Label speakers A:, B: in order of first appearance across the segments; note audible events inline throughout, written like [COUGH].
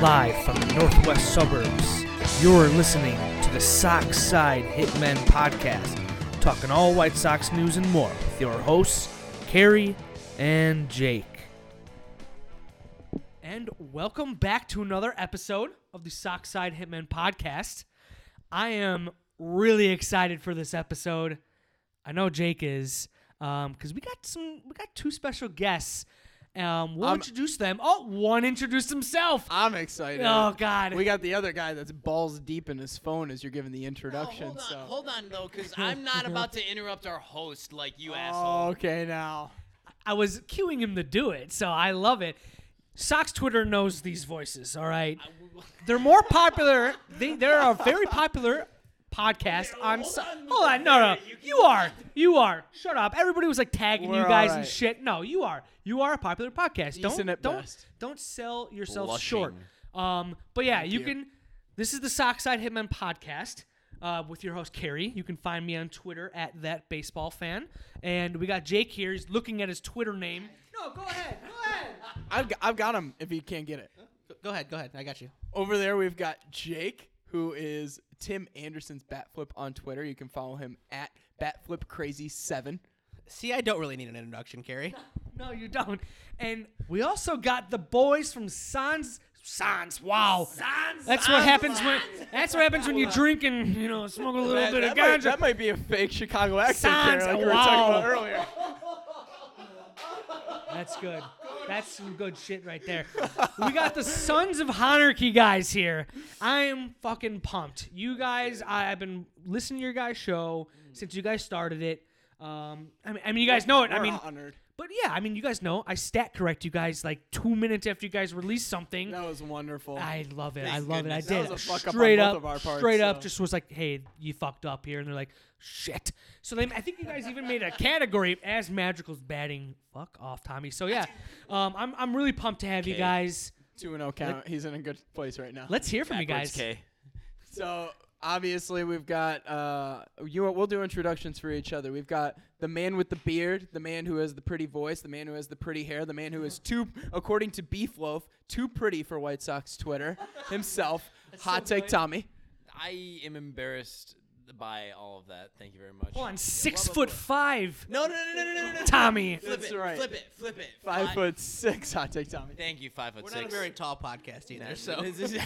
A: Live from the northwest suburbs, you're listening to the Sox Side Hitmen Podcast, talking all White Sox news and more with your hosts, Carrie and Jake. And welcome back to another episode of the Sox Side Hitmen Podcast. I am really excited for this episode. I know Jake is, because we got some, we got two special guests. Um, we'll
B: I'm-
A: introduce them. Oh, one introduced himself.
B: I'm excited.
A: Oh God!
B: we got the other guy that's balls deep in his phone as you're giving the
C: No,
B: introduction.
C: hold on,
B: so.
C: hold on though, [LAUGHS] because I'm not about to interrupt our host like you
B: Oh,
C: asshole.
B: okay, now.
A: I was cueing him to do it, so I love it. Sox Twitter knows these voices. All right, they're more popular. They they're a very popular podcast on. So- hold on, no, no, you are, you are. Shut up! Everybody was like tagging you
B: We're
A: guys and
B: alright.
A: shit. No, you are, you are a popular podcast.
B: Decent
A: Don't
B: at
A: don't
B: best.
A: don't sell yourself
C: Blushing.
A: short. Um, but yeah, you,
B: you.
A: can. This is the Sockside Hitman podcast uh, with your host Carrie. You can find me on Twitter at that baseball fan, and we got Jake here. He's looking at his Twitter name. No, go ahead, go ahead.
B: I've, g- I've got him if he can't get it.
C: Go ahead, go ahead. I got you.
B: Over there, we've got Jake, who is Tim Anderson's Batflip on Twitter. You can follow him at BatflipCrazy7.
C: See, I don't really need an introduction, Carrie.
A: No, you don't. And we also got the boys from Sans. Sans, wow. Sans. That's what happens when. That's what happens when you drink and you know smoke a little
B: That,
A: bit of
B: that might,
A: ganja.
B: that might be a fake Chicago accent
A: Sans-
B: there, like we were talking about
A: wow.
B: earlier.
A: That's good. That's some good shit right there. We got the Sons of Honarchy guys here. I am fucking pumped. You guys, I, I've been listening to your guys' show since you guys started it. Um, I mean, I mean, you guys know it. I
B: We're
A: mean,
B: honored.
A: but yeah, I mean, you guys know I stat correct you guys like two minutes after you guys release something.
B: That was wonderful.
A: I love it. I
C: Thank
A: love
C: goodness.
A: it. I
B: That
A: did.
B: was a fuck up on
A: straight
B: both
A: up,
B: of our parts,
A: straight up,
B: so.
A: just was like, "Hey, you fucked up here," and they're like, "Shit." So they, I think you guys even made a category as Magical's batting. Fuck off, Tommy. So yeah, um, I'm I'm really pumped to have you
C: Okay.
A: guys.
B: 2 0 count. He's in a good place right now.
A: Let's hear from you
C: Backwards
A: guys.
C: K.
B: So obviously we've got uh you know, we'll do introductions for each other. We've got the man with the beard, the man who has the pretty voice, the man who has the pretty hair, the man who is too according to Beefloaf, too pretty for White Sox Twitter himself. Hot take Tommy.
D: I am embarrassed by all of that. Thank you very much.
A: Hold on, six foot five,
C: No, no, no, no, no, no, no.
A: Tommy.
C: Flip
B: That's
C: it,
B: right.
C: flip it, flip it.
B: Five
C: Fi-
B: foot six, hot take Tommy.
D: Thank you, five foot
C: We're
D: six.
C: not a very tall podcast
D: [LAUGHS]
C: either, so.
B: This is-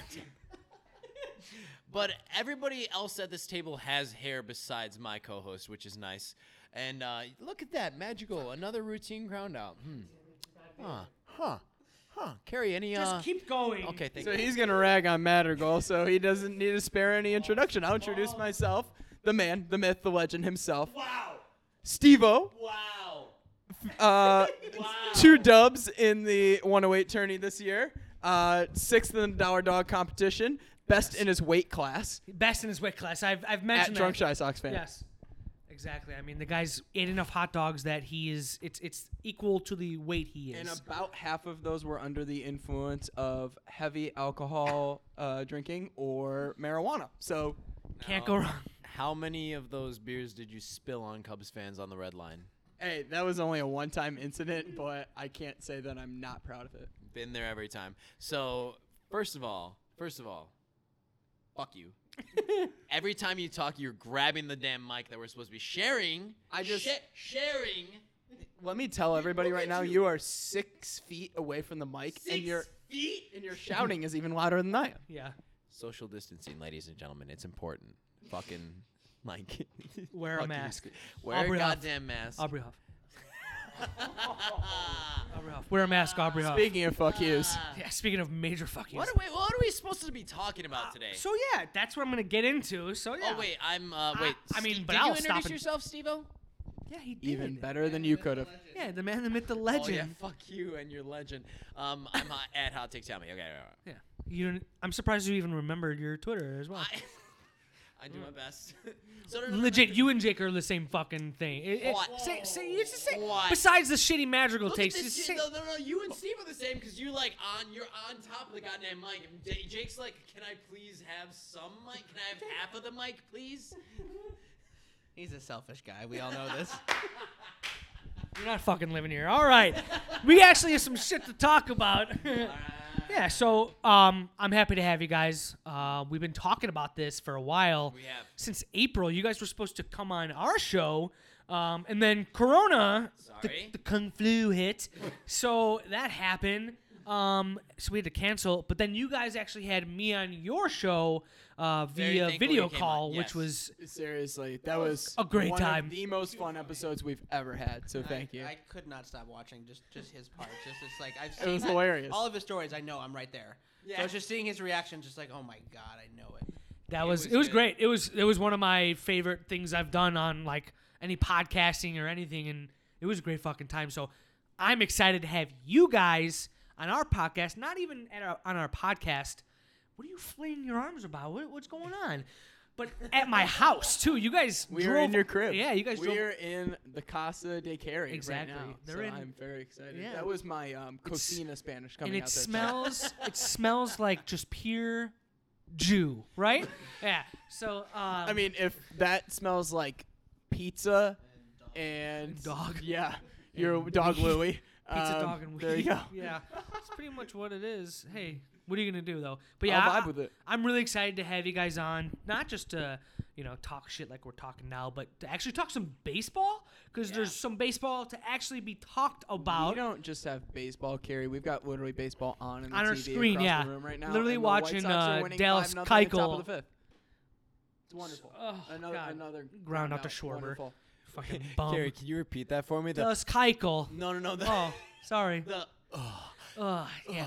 D: but everybody else at this table has hair besides my co-host, which is nice. And uh, look at that, magical! Another routine ground out. Hmm. Huh? Huh? Huh? Carrie, any? Uh,
A: Just keep going.
D: okay, thank
B: so
D: you.
B: he's gonna rag on Madrigal, so he doesn't need to spare any introduction. I'll introduce myself, the man, the myth, the legend himself.
C: Wow.
B: Steve-O.
C: Wow. [LAUGHS]
B: Uh, two dubs in the 108 tourney this year. Uh, sixth in the dollar dog competition. Best in his weight class.
A: Best in his weight class. I've I've
B: At
A: mentioned
B: drunk
A: that.
B: shy Sox fan.
A: Yes. Exactly. I mean, the guy's ate enough hot dogs that he is. It's it's equal to the weight he is.
B: And about half of those were under the influence of heavy alcohol uh, drinking or marijuana. So oh.
A: Can't go wrong. [LAUGHS]
D: How many of those beers did you spill on Cubs fans on the red line?
B: hey, that was only a one-time incident, but I can't say that I'm not proud of it.
D: Been there every time. So first of all, first of all, fuck
A: [LAUGHS]
D: you. every time you talk, you're grabbing the damn mic that we're supposed to be sharing.
B: I just-
D: Sha- sharing.
B: Let me tell everybody right now, you are six feet away from the mic, and your
D: feet.
B: and your shouting is even louder than I am.
A: Yeah.
D: [LAUGHS] Social distancing, ladies and gentlemen, it's important. Fucking like
A: [LAUGHS] Wear a
D: fucking
A: mask.
D: sc- Wear
A: Aubrey
D: a
A: Huff.
D: goddamn mask.
A: Aubrey Huff. Aubrey Huff. Wear a mask, Aubrey Huff.
B: [LAUGHS] Speaking of fuck yous.
A: yeah, speaking of major fuck
D: [LAUGHS]
A: yous.
D: What are we? What are we supposed to be talking about today?
A: Uh, So yeah, that's what I'm gonna get into. So yeah.
D: Oh wait, I'm. Uh, wait.
A: I mean,
D: Steve-
A: but
D: did
A: I'll
D: you
A: stop
D: introduce
A: and-
D: yourself, Steve-O?
A: Yeah, he did.
B: even better than you could have.
A: Yeah, the man, the myth, the
D: Oh yeah,
A: legend.
D: fuck you and your legend. Um, I'm hot at Hot Take Tommy. Okay, all right, all right.
A: yeah. You. didn't- I'm surprised you even remembered your Twitter as well.
D: I, I [LAUGHS] do my best. so no, no, no,
A: Legit, you and Jake are the same fucking thing. It- it-
D: What?
A: say- say- it's the same-
D: What?
A: Besides the shitty magical
D: Look
A: taste,
D: at
A: it's the
D: this
A: same-
D: shit. No, no, no. You and Steve are the same because you're like on. You're on top of the goddamn mic. And J- Jake's like, can I please have some mic? Can I
A: [LAUGHS]
D: have half of the mic, please?
C: He's a selfish guy. We all know this.
A: you're not fucking living here. [LAUGHS] All right, we actually have some shit to talk about.
D: Uh,
A: Yeah, so um, I'm happy to have you guys. Uh, we've been talking about this for a while. We
D: have.
A: Since April, you guys were supposed to come on our show, um, and then Corona, the,
D: Sorry.
A: the Kung Flu hit. so that happened. Um, so we had to cancel, but then you guys actually had me on your show uh,
D: Very
A: via
D: thankful
A: video
D: you came
A: call,
D: on,
A: which
D: yes.
A: was
B: [LAUGHS] Seriously, that was
A: A great
B: one
A: time.
B: Of the most fun episodes we've ever had. So thank
E: I,
B: you.
E: I could not stop watching just just his part. Just it's like [LAUGHS] I've
B: It
E: seen
B: was
E: that-
B: hilarious.
E: all of his stories. I know I'm right there. Yeah. So it's just seeing his reaction, just like oh my god, I know it.
A: That was,
D: was
A: it was
D: good.
A: great. It was it was one of my favorite things I've done on like any podcasting or anything, and it was a great fucking time. So I'm excited to have you guys on our podcast. Not even at our, on our podcast. What are you flailing your arms about? What, what's going on? But at my house too. You guys
B: [LAUGHS] We
A: drove,
B: are in your crib.
A: Yeah, you guys drove.
B: We are in the Casa de Carry
A: Exactly.
B: right now.
A: They're
B: so
A: in-
B: I'm very excited.
A: Yeah.
B: That was my um, cocina Spanish coming
A: and it
B: out there.
A: smells it smells like just pure [LAUGHS] Jew,
B: [LAUGHS]
A: right? Yeah. So um,
B: I mean, if that smells like pizza and,
A: dog.
B: yeah, your dog Louie.
A: [LAUGHS] Pizza
B: um,
A: dog and weed.
B: There you go.
A: Yeah,
B: [LAUGHS]
A: that's pretty much what it is. Hey, what are you gonna do though? But yeah,
B: I'll
A: I-
B: vibe with it.
A: I'm really excited to have you guys on, not just to you know talk shit like we're talking now, but to actually talk some baseball because there's some baseball to actually be talked [LAUGHS]
B: We
A: about.
B: don't just have baseball carry. We've got literally baseball on and
A: On
B: the
A: our
B: TV
A: screen,
B: across
A: yeah.
B: the room right now.
A: Literally
B: and the White
A: watching,
B: Sox are
A: uh,
B: winning
A: Dallas
B: 5-0 at the top
A: Keuchel.
B: of the fifth. It's wonderful.
A: Oh,
B: another
A: God.
B: another
A: Ground out to Schwarber.
B: Wonderful. [LAUGHS]
A: Fucking bum.
D: Gary, can you repeat that for me? The-
A: Dallas Keuchel.
D: no, no, no. The,
A: Oh,
B: [LAUGHS]
A: sorry.
D: the,
A: Ugh, yeah.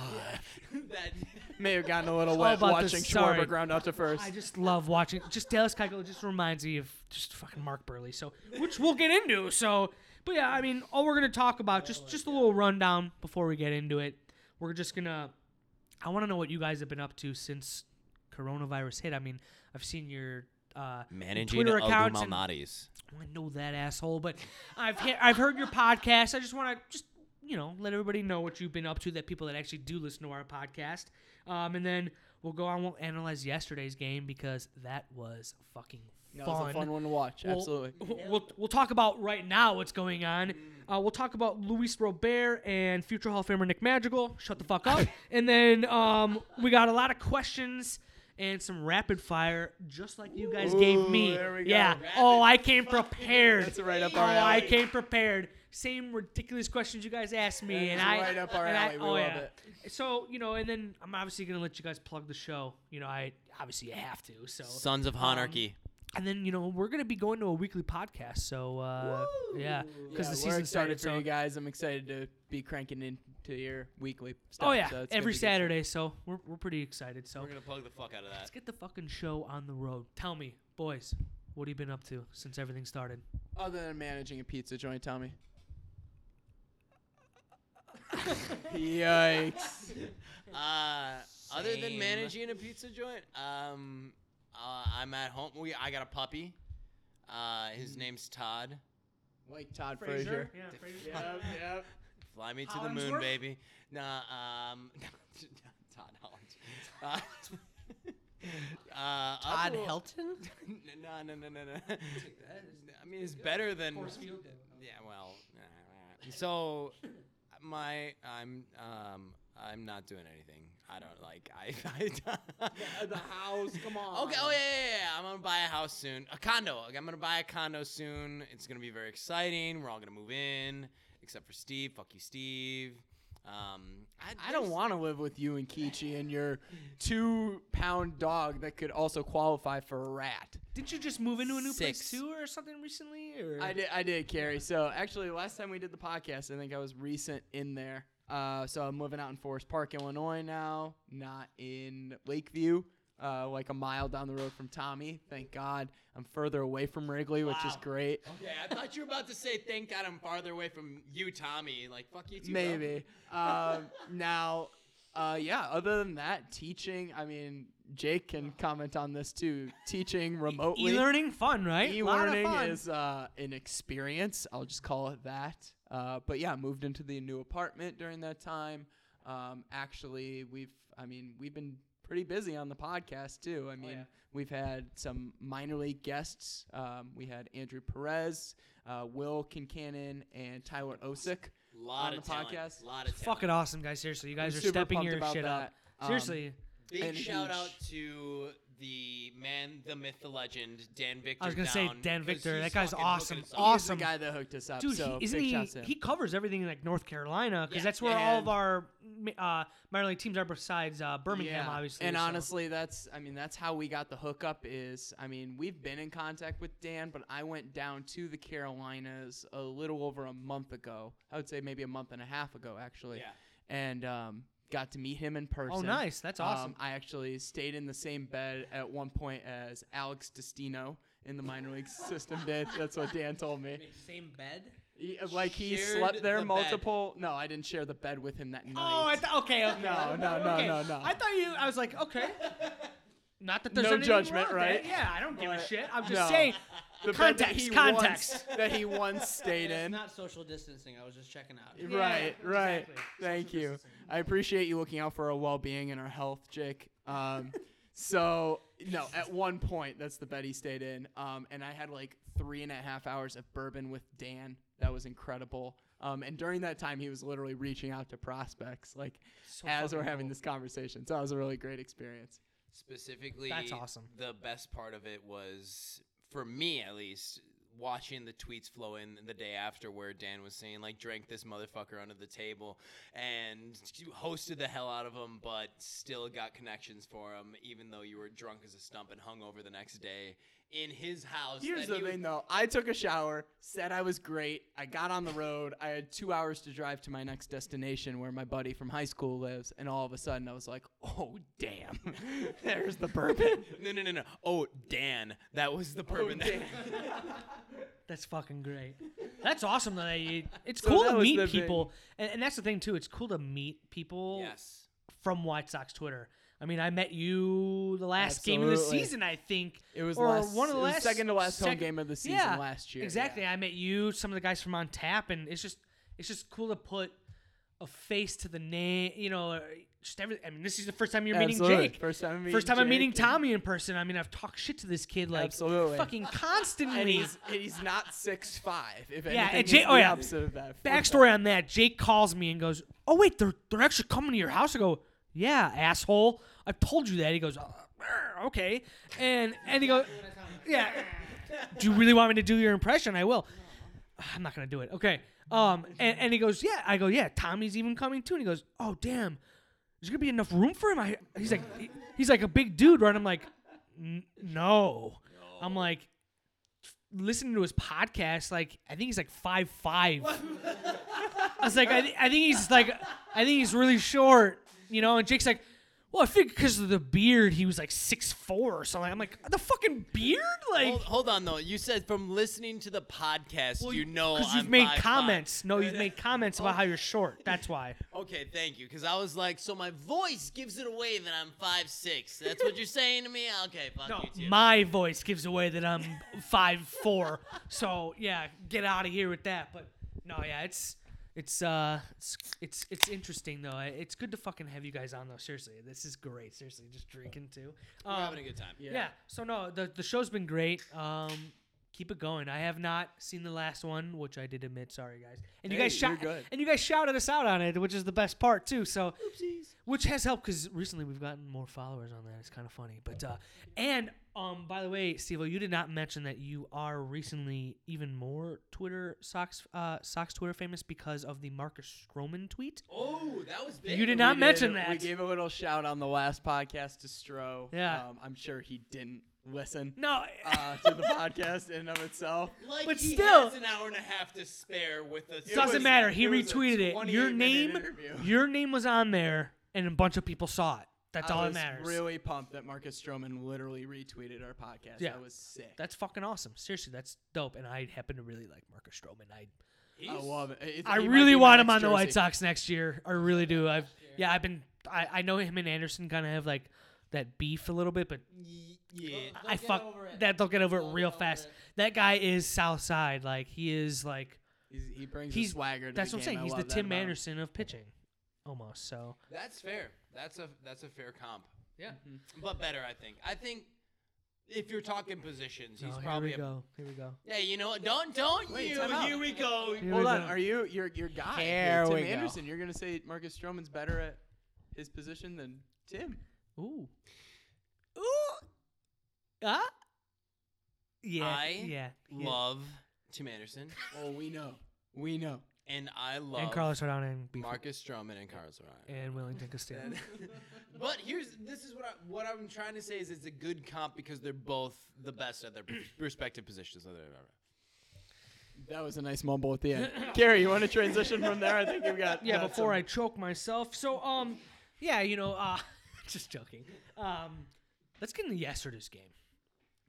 D: that,
B: May have gotten a little
A: all
B: wet
A: about the
B: watching
A: sorry.
B: Schwarber ground out to first.
A: I just love watching. Just Dallas Keuchel just reminds me of just fucking Mark Burley. So, which we'll get into. So, but yeah, I mean, all we're gonna talk about just just a little rundown before we get into it. We're just gonna. I want to know what you guys have been up to since coronavirus hit. I mean, I've seen your uh,
D: managing
A: Twitter
D: Abu
A: accounts and-
D: Malnati's.
A: I know that asshole, but I've he- I've heard your podcast. I just want to just you know let everybody know what you've been up to. That people that actually do listen to our podcast, um, and then we'll go on. We'll analyze yesterday's game because that was fucking
B: that
A: fun.
B: was a fun one to watch.
A: We'll-
B: Absolutely.
A: We'll, we'll talk about right now what's going on. Uh, we'll talk about Luis Robert and future Hall of Famer Nick Madrigal. Shut the fuck
B: [LAUGHS]
A: up. and then um, we got a lot of questions and some rapid fire, just like you guys gave
B: Ooh,
A: me.
B: there we go.
A: Yeah. oh, I came prepared.
B: That's right up
A: Oh,
B: our
A: I
B: alley.
A: came prepared. Same ridiculous questions you guys asked me,
B: That
A: and
B: is
A: I oh,
B: right up our
A: and
B: alley. We love
A: it. So you know, and then I'm obviously gonna let you guys plug the show. You know, I obviously you have to. So
D: Sons of Honarchy.
A: and then you know we're gonna be going to a weekly podcast, so uh, yeah, because
B: Yeah,
A: the
B: we're
A: season
B: excited
A: started.
B: for
A: So
B: you guys. I'm excited to be cranking into your weekly stuff.
A: oh yeah,
B: so it's gonna
A: every
B: be good stuff.
A: Saturday. So we're we're pretty excited. So
D: We're going to plug the fuck out of
A: let's
D: that.
A: get the fucking show on the road. Tell me, boys, what have you been up to since everything started?
B: Other than managing a pizza joint, [LAUGHS] Tommy. Yikes.
D: Uh, other than
E: Same.
D: managing a pizza joint, um, uh, I'm at home. We, I got a puppy. Uh,
E: Mm.
D: his name's Todd.
B: Like Todd Frazier.
A: yeah,
B: Yep,
D: [LAUGHS]
B: yep.
D: Fly me to the moon,
A: Hollingsworth?
D: baby. Nah, um, [LAUGHS] Todd Hollins. [LAUGHS] Uh, uh,
E: Todd
D: other- [LAUGHS]
E: Helton.
B: [LAUGHS]
D: No, no, no, no, no. I mean, it's better than. Yeah, well. So, my, I'm, um, I'm not doing anything. I [LAUGHS] don't like. I. I [LAUGHS]
B: The house, come on.
D: Okay. Oh yeah, yeah, yeah, yeah. I'm gonna buy a house soon. A condo. Like, I'm gonna buy a condo soon. It's gonna be very exciting. We're all gonna move in, except for Steve. Fuck you, Steve. Um,
B: I don't
D: there's-
B: want to live with you and Kichi and your two pound dog that could also qualify for a rat.
A: Didn't you just move into a new place
D: Six.
A: too, or something recently? Or
B: I did, I did, Carrie. So actually, last time we did the podcast, I think I was recent in there. Uh, so I'm living out in Forest Park, Illinois now, not in Lakeview, uh, like a mile down the road from Tommy. Thank God, I'm further away from Wrigley, which is
D: Wow.
B: great.
D: [LAUGHS] Yeah, I thought you were about to say thank God I'm farther away from you, Tommy. Like fuck you too. bro."
B: Maybe. Um, [LAUGHS] now, uh, yeah. Other than that, teaching. I mean, Jake can comment on this too.
D: E-,
B: Teaching remotely.
A: e-learning fun, right? Lot of
B: E-learning
A: fun.
B: E is uh, an experience. I'll just call it that. Uh, but yeah, moved into the new apartment during that time. Um, actually, we've I mean we've been pretty busy on the podcast too.
A: Oh,
B: I mean we've had some minor league guests. Um, we had Andrew Perez, uh, Will Kincannon, and Tyler Osick.
D: Lot
B: On
D: of
B: the
D: talent.
B: podcast.
D: Lot of talent.
A: fucking awesome, guys. Seriously, you guys
B: I'm
A: are
B: super
A: stepping
B: pumped
A: your
B: about
A: shit
B: that.
A: up.
B: Um,
A: Seriously.
C: Big
B: And
C: shout
B: huge.
C: out to the man, the myth, the legend, Dan Victor.
A: was gonna say
C: down,
A: Dan
C: 'cause
A: Victor,
C: he's
A: that guy's
C: fucking hooking
A: awesome.
C: us up.
A: Aw-
B: He's the
A: Awesome.
B: guy that hooked us up.
A: Dude,
B: so
A: he, isn't
B: big
A: he?
B: shouts to him.
A: He covers everything in like North Carolina because
C: Yeah.
A: that's where all of
B: And-
A: our uh, minor league teams are besides uh, Birmingham,
B: Yeah.
A: obviously.
B: And
A: so.
B: honestly, that's I mean that's how we got the hookup. Is I mean we've been in contact with Dan, but I went down to the Carolinas a little over a month ago. I would say maybe a month and a half ago actually.
C: Yeah.
B: And um, got to meet him in person.
A: oh, nice. That's awesome.
B: Um, I actually stayed in the same bed at one point as Alex Destino in the minor league [LAUGHS] system did. That's what Dan told me.
E: Same bed.
B: He- like he
C: Shared
B: slept there
C: the bed.
B: multiple. No, I didn't share the bed with him that night.
A: Oh, I th- okay. okay.
B: [LAUGHS] No, no, no,
A: Okay.
B: no, no.
A: I thought you. I was like,
B: [LAUGHS]
A: okay. Not that there's
B: No
A: anything
B: judgment,
A: wrong with
B: right?
A: That. Yeah, I don't give a
B: But-
A: shit. I'm just
B: No.
A: saying.
B: the
A: Context, context.
B: once, that he once stayed
E: It's
B: in.
E: not social distancing. I was just checking out.
A: Yeah,
B: right, right.
A: exactly.
B: Thank you. I appreciate you looking out for our well-being and our health, Jake. Um, [LAUGHS] so no, at one point that's the bed he stayed in, um, and I had like three and a half hours of bourbon with Dan. That was incredible. Um, and during that time, he was literally reaching out to prospects, like as we're
A: fucking
B: having this conversation. So that was a really great experience.
C: Specifically,
A: That's awesome.
C: The best part of it was, for me at least, watching the tweets flow in the day after where Dan was saying, like, drank this motherfucker under the table and hosted the hell out of him, but still got connections for him, even though you were drunk as a stump and hung over the next day in his house.
B: Here's
C: that
B: the
C: he was-
B: thing, though. I took a shower, said I was great. I got on the road. I had two hours to drive to my next destination where my buddy from high school lives. And all of a sudden, I was like, oh, damn. [LAUGHS] There's the bourbon.
A: [LAUGHS]
C: No, no, no, no. Oh, Dan. That was the bourbon. that-
A: That's fucking great. That's awesome that I, it's
B: So
A: cool
B: that
A: to
B: was
A: meet
B: the thing.
A: people, and, and that's the thing too. It's cool to meet
C: Oh.
A: people
C: yes.
A: from White Sox Twitter. I mean, I met you the last game of the
B: Absolutely.
A: season, I think.
B: It was
A: or
B: last-
A: one of the
B: it was
A: last
B: second to last home
A: sec-
B: game of the season
A: yeah,
B: last year,
A: Exactly. I met you, some of the guys from On Tap, and it's just it's just cool to put a face to the name. You know, or just everything. I mean, this is the first time you're
B: Absolutely.
A: meeting Jake.
B: First time I'm
A: First
B: meeting
A: time I'm meeting
B: Jake and-
A: Tommy in person. I mean, I've talked shit to this kid like
B: Absolutely. [LAUGHS]
A: fucking constantly.
B: And he's, and he's not 6'5. If
A: Yeah,
B: anything,
A: and
B: he's
A: Jake-
B: the
A: oh, yeah.
B: opposite of that.
A: Backstory on that: Jake calls me and goes, "Oh wait, they're they're actually coming to your house." I go, "Yeah, asshole, I've told you that." He goes, "Uh, "Okay," and and he goes, "Yeah, do you really want me to do your impression? I will." "Ah, I'm not gonna do it. Okay. Um, and, and he goes, "Yeah." I go, "Yeah." Tommy's even coming too, and he goes, "Oh damn, there's gonna be enough room for him." I, he's like, he- he's like a big dude, right? I'm like, "N- no. I'm like, listening to his podcast, like I think he's like five five. I was like, I, th- I think he's like, I think he's really short, you know. And Jake's like, well, I figured because of the beard, he was like six four or something. I'm like, the fucking beard, like,
D: Hold, hold on though. You said from listening to the podcast, you know
A: because you've
D: I'm Oh.
A: made
D: 5'5".
A: comments. No, you've made comments about how you're short. That's why.
D: Okay, thank you. Because I was like, so my voice gives it away that I'm five six. That's what you're saying to me. Okay, fuck
A: No,
D: you too.
A: my voice gives away that I'm [LAUGHS] five four. So yeah, get out of here with that. But no, yeah, it's it's uh it's it's, it's interesting though. I- It's good to fucking have you guys on though. Seriously, this is great. Seriously, just drinking too.
C: We're
A: Um,
C: having a good time.
A: yeah. So no, the the show's been great. Um, keep it going. I have not seen the last one, which I did admit. Sorry, guys. And you
B: Hey,
A: guys shout
B: you're good.
A: and you guys shouted us out on it, which is the best part too. So, which has helped because recently we've gotten more followers on that. It's kind of funny, but uh, and um, by the way, Steve, you did not mention that you are recently even more Twitter Sox uh, Sox Twitter famous because of the Marcus Stroman tweet.
C: Oh, that was big.
A: You did
B: We
A: not
B: did-
A: mention
B: We
A: that.
B: gave a little shout on the last podcast to Stro.
A: Yeah.
B: Um, I'm sure he didn't listen
A: no,
B: uh, to the [LAUGHS] podcast in and of itself.
C: Like
A: But
C: he
A: still-
C: has an hour and a half to spare with us.
A: Doesn't
B: was-
A: matter. He
B: it was a
A: retweeted it.
B: 28
A: Your
B: minute
A: name,
B: interview.
A: your name was on there, and a bunch of people saw it. That's all
B: I
A: that
B: was
A: matters.
B: really pumped that Marcus Stroman literally retweeted our podcast.
A: Yeah.
B: That was sick.
A: that's fucking awesome. Seriously, that's dope. And I happen to really like Marcus Stroman. I
B: I love it. It's-
A: I
B: he might
A: really
B: be my
A: want him
B: next
A: on the White
B: jersey.
A: Sox next year. I really do. I've yeah, I've been. I, I know him and Anderson kind of have like that beef a little bit, but
C: Yeah.
A: I
E: get
A: fuck
E: over it.
A: that. They'll get over
E: They'll
A: it real
E: get over
A: fast.
E: it.
A: That guy is South Side. Like he is like
B: He's, he brings
A: he's
B: he's, swagger. To
A: That's
B: the
A: what I'm
B: game.
A: saying.
B: I
A: He's the
B: love that
A: Tim
B: about him.
A: Anderson of pitching, almost. So
C: That's fair. That's a that's a fair comp. Yeah, but better, I think. I think if you're talking positions, he's
A: oh, here
C: probably.
A: we
C: a,
A: go. Here we go.
C: Yeah, you know, what? don't don't you.
B: time out.
C: Here we go.
A: Here we
B: Hold on.
A: go.
B: Are you your your guy?
E: Here
B: Tim
E: we go.
B: Anderson. You're gonna say Marcus Stroman's better at his position than Tim.
A: Ooh. Ooh. Ah. Yeah.
C: I
A: yeah. yeah.
C: Love Tim Anderson,
B: Oh, we know. We know.
C: and I love
A: and Carlos Rodon and Beef
C: Marcus Stroman and Carlos Rodon.
A: and Wellington Castillo.
C: But here's this is what I, what I'm trying to say is it's a good comp because they're both the best at their [CLEARS THROAT] respective positions. that they've ever.
B: That was a nice mumble at
A: [LAUGHS]
B: the end. Gary, you want to transition from there? I think you've got.
A: yeah, before I choke myself. So um, yeah, you know, uh, [LAUGHS] just joking. Um, let's get into yesterday's game.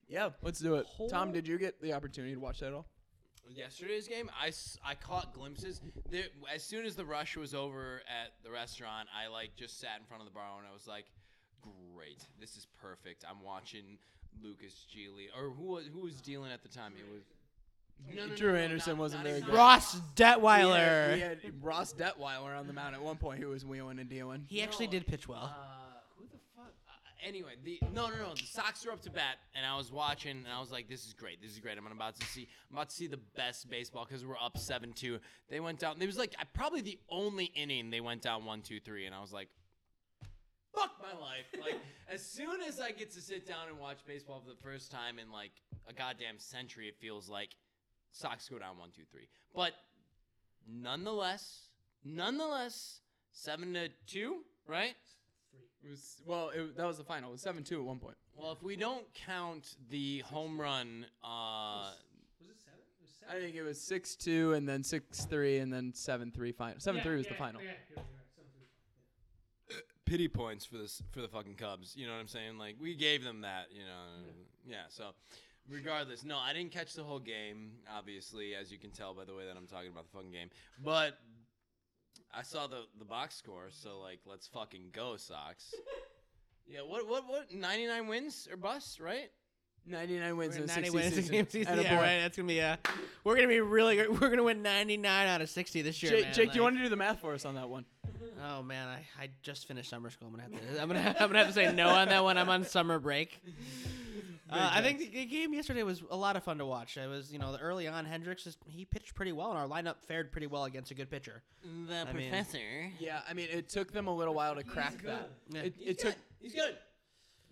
B: Yeah, let's do it. Tom,
A: Whole-
B: did you get the opportunity to watch that at all?
C: Yesterday's game, I, s- I caught glimpses. There, as soon as the rush was over at the restaurant, I like just sat in front of the bar and I was like, "Great, this is perfect." I'm watching Lucas Geely or who was who was dealing at the time. It was no, no, no,
B: Drew
C: no,
B: Anderson
C: not-
B: wasn't
C: not
B: very
C: even-
B: good.
E: Ross
B: We had,
E: Detweiler.
B: we had Ross Detweiler on the mound at one point who was wheeling and dealing.
E: He actually
C: No,
E: did pitch well.
C: Uh, who the fuck? Uh, anyway, the no, no, no. The Sox were up to bat, and I was watching, and I was like, "This is great. This is great. I'm about to see. I'm about to see the best baseball because we're up seven-two. They went down. It was like I, probably the only inning they went down one-two-three, and I was like, "Fuck my life!" Like [LAUGHS] as soon as I get to sit down and watch baseball for the first time in like a goddamn century, it feels like Sox go down one-two-three. But nonetheless, nonetheless, seven to two, right?
B: It was, well, it, that was the final. It was 7 2 at one point.
C: Well, if we don't count the home run, uh,
B: I think it was 6 2 and then 6 3 and then 7 3 final. 7 3 was the final.
C: pity points for this for the fucking Cubs. You know what I'm saying? Like we gave them that. You know, yeah. So, regardless, no, I didn't catch the whole game. Obviously, as you can tell by the way that I'm talking about the fucking game, but I saw the the box score. So like, let's fucking
B: [LAUGHS]
C: go, Sox. Yeah, what what what? 99 wins or bust, right?
B: 99 wins in
E: We're at
B: 60
E: 90 wins
B: season.
E: in game season.
B: Atta
E: Yeah,
B: boy.
E: right. That's gonna be uh, we're gonna be really good. We're gonna win 99 out of 60 this year.
B: Jake,
E: man.
B: Jake do you
E: Like,
B: want to do the math for us on that one?
E: Oh man, I, I just finished summer school. I'm gonna have to I'm gonna I'm gonna have to say no on that one. I'm on
B: [LAUGHS]
E: summer break. Uh, I think the g- game yesterday was a lot of fun to watch. It was you know the early on Hendricks is, he pitched pretty well and our lineup fared pretty well against a good pitcher.
C: The
E: mean-
B: Yeah, I mean, it took them a little while to crack that.
E: Yeah.
B: It,
C: He's
B: it
C: good.
B: took
C: He's good.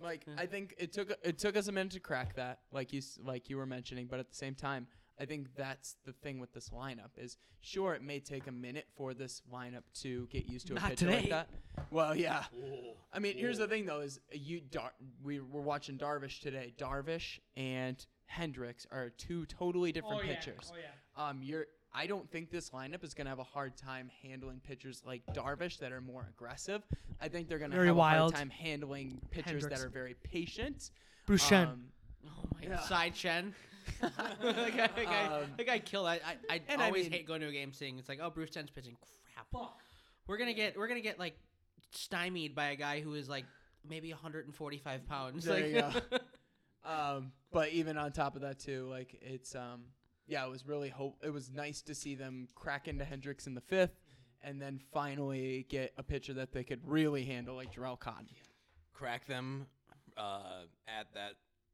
B: like I think it took it took us a minute to crack that, like you s- like you were mentioning, but at the same time, I think that's the thing with this lineup is sure it may take a minute for this lineup to get used to a
A: Not
B: pitcher
A: today.
B: like that. Well, yeah. I mean, here's the thing though is you Dar- we were watching Darvish today. Darvish and Hendricks are two totally different
C: Oh,
A: Oh,
B: pitchers. Um, you're. I don't think this lineup is going to have a hard time handling pitchers like Darvish that are more aggressive. I think they're going to
A: Very
B: have a
A: wild.
B: hard time handling pitchers
A: Hendricks.
B: that are very patient.
A: Bruce Shen.
B: Um,
E: Oh my god,
B: [LAUGHS]
E: side Chen. [LAUGHS] like I, like I,
B: Um,
E: like I kill. I I, I
B: and I
E: always
B: mean-
E: hate going to a game seeing it's like oh Bruce Chen's pitching crap. We're gonna get we're gonna get like stymied by a guy who is like maybe 145 pounds.
B: There
E: like,
B: you
E: [LAUGHS]
B: um, but even on top of that too, like it's um, yeah, it was really hope. It was nice to see them crack into Hendricks in the fifth, and then finally get a pitcher that they could really handle like Jarrell Cotton.
C: crack them uh, at that.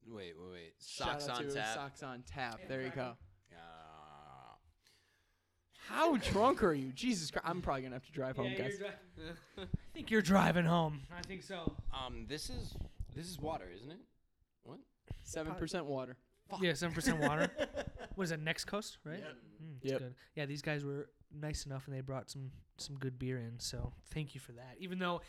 C: Wait, wait, wait.
B: Shout
C: Socks
B: out
C: on
B: to
C: tap.
B: Socks on tap. There you go.
C: Uh,
B: How drunk are you? Jesus Christ! I'm probably gonna have to drive home, guys.
A: [LAUGHS] I think you're driving home. I think so.
C: um, this is this is water, isn't it?
B: Seven percent water.
A: Yeah, seven percent
B: [LAUGHS]
A: water. what is that? Next Coast, right? Mm, it's
B: Yep.
A: good. Yeah, these guys were nice enough, and they brought some some good beer in. So thank you for that. Even though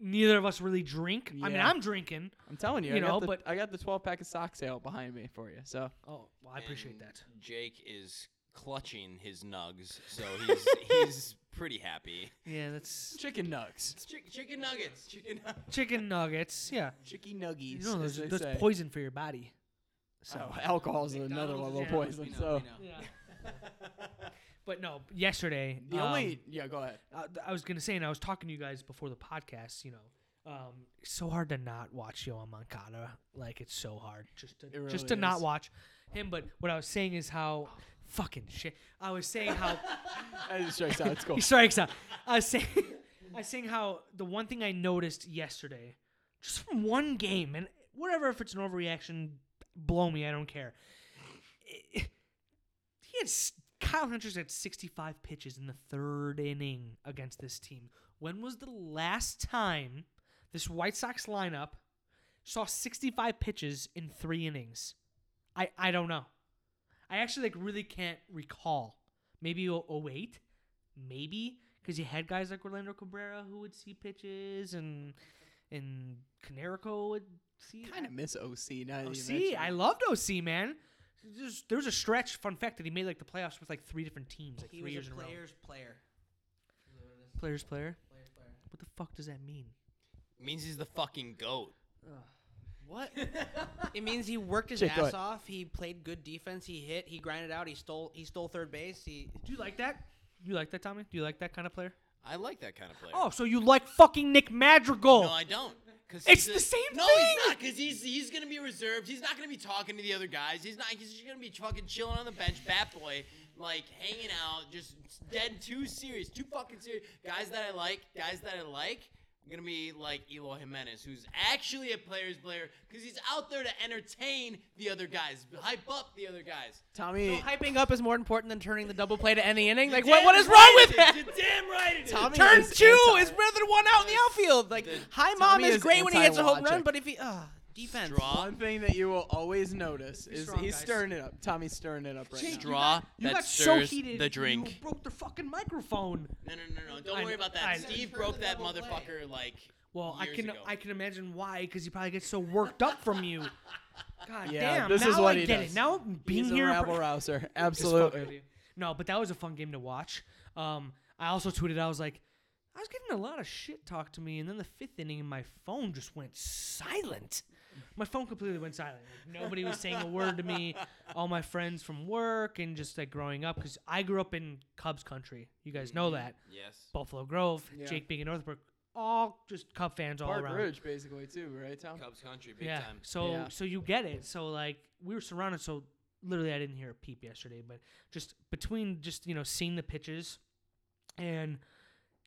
A: neither of us really drink. I mean,
B: Yeah.
A: I'm drinking.
B: I'm telling you,
A: You
B: I
A: know,
B: got the,
A: but-
B: I got the 12 pack of sock sale behind me for you. So
A: Oh, well, I appreciate
C: And
A: that.
C: Jake is clutching his nugs, so he's [LAUGHS] he's pretty happy.
A: Yeah, that's
B: chicken nugs,
C: Chick- chicken nuggets, chicken nuggets.
A: chicken nuggets. Yeah,
B: chicky nuggies.
A: you know, those,
B: as they
A: those
B: say.
A: poison for your body. So.
B: So alcohol's Oh, another
E: McDonald's
B: level of
A: is- yeah,
B: poison. so
A: Yeah. but no, yesterday.
B: the
A: um,
B: only yeah, go ahead. [LAUGHS]
A: I, I was gonna say, and I was talking to you guys before the podcast. You know, um, it's so hard to not watch Yoan Moncada. Like it's so hard just to
B: It
A: just to
B: really
A: not
B: is.
A: watch him. But what I was saying is how fucking shit. I was saying
B: [LAUGHS]
A: how
B: I just strikes out. It's
A: [LAUGHS]
B: cool.
A: he strikes out. I was saying, [LAUGHS] I was saying how the one thing I noticed yesterday, just from one game, and whatever if it's an overreaction, blow me, I don't care. He had s- Kyle Hendricks had 65 pitches in the third inning against this team. When was the last time this White Sox lineup saw 65 pitches in three innings? I, I don't know. I actually like really can't recall. Maybe o- 08? Maybe because you had guys like Orlando Cabrera who would see pitches and and Canerico would see
B: Kind of miss OC now. that you
A: OC.
B: mention
A: Oh, I
B: it.
A: loved OC, man. There's, there was a stretch, fun fact, that he made like the playoffs with like three different teams, like
E: He
A: three
E: was
A: years
E: a
A: in a row.
E: player's player.
A: Players player.
E: Player's player.
A: What the fuck does that mean?
C: Means he's the fucking goat.
E: [LAUGHS] What? it means he worked his
B: Jake, go
E: ass
B: ahead.
E: off. He played good defense. He hit. He grinded out. He stole. He stole third base. He.
A: Do you like that? You like that, Tommy? Do you like that kind of player?
C: I like that kind of player.
A: Oh, so you like fucking Nick Madrigal?
C: No, I don't. Cause
A: It's
C: he's
A: the same
C: no,
A: thing!
C: he's not. Cause he's he's gonna be reserved. He's not gonna be talking to the other guys. He's not. He's just gonna be fucking chilling on the bench, bat boy, like hanging out, just dead too serious, too fucking serious. Guys that I like, guys that I like. I'm gonna be like Eloy Jimenez, who's actually a player's player, cause he's out there to entertain the other guys, hype up the other guys.
B: Tommy,
E: Hyping up is more important than turning the double play to any inning. Like, what,
C: Damn
E: what is
C: right
E: wrong
C: it
E: with
C: is. [LAUGHS]
E: that?
C: You're damn right it is.
B: Tommy
E: Turn
B: is
E: two
B: anti-
E: is rather than one out in the outfield. Like, high mom
B: Tommy
E: is
B: is
E: great when he hits a home run,
B: anti-logic.
E: but if he uh, defense.
C: Draw,
B: One thing that you will always notice
A: Be
B: is
A: strong,
B: he's
A: guys.
B: stirring it up. Tommy's stirring it up
A: Jake,
B: right now.
A: you
C: Straw
A: got, you
C: that
A: got so
C: stirs
A: heated,
C: the
A: You
C: drink.
A: broke the fucking microphone.
C: No, no, no, no. Don't
A: I
C: worry
A: know,
C: about
A: I
C: that.
A: know.
C: Steve broke that motherfucker like.
A: Well, I
C: years
A: can
C: ago.
A: I can imagine why, because he probably gets so worked up from
C: [LAUGHS]
A: you. God
B: Yeah,
A: damn!
B: this
A: now
B: is what
A: I
B: he
A: get
B: does.
A: it. Now being
B: He's
A: here,
B: a
A: in
B: rabble
A: per- [LAUGHS]
B: rouser.
A: Just fucking
B: Absolutely.
A: with you. No, but that was a fun game to watch. Um, I also tweeted. I was like, I was getting a lot of shit talked to me, and then the fifth inning, my phone just went silent. My phone completely went silent. Like, nobody was saying a word to me. All my friends from work and just like growing up, because I grew up in Cubs country. You guys know that
C: Yes.
A: Buffalo Grove,
B: Mm-hmm. Yeah.
A: Jake being in Northbrook, all just Cub fans all
B: Park
A: around.
B: Ridge, basically, too, right, Tom?
C: Cubs country, big
A: yeah.
C: time.
A: So
B: Um, Yeah.
A: so you get it. So like we were surrounded. So literally, I didn't hear a peep yesterday. But just between just you know seeing the pitches, and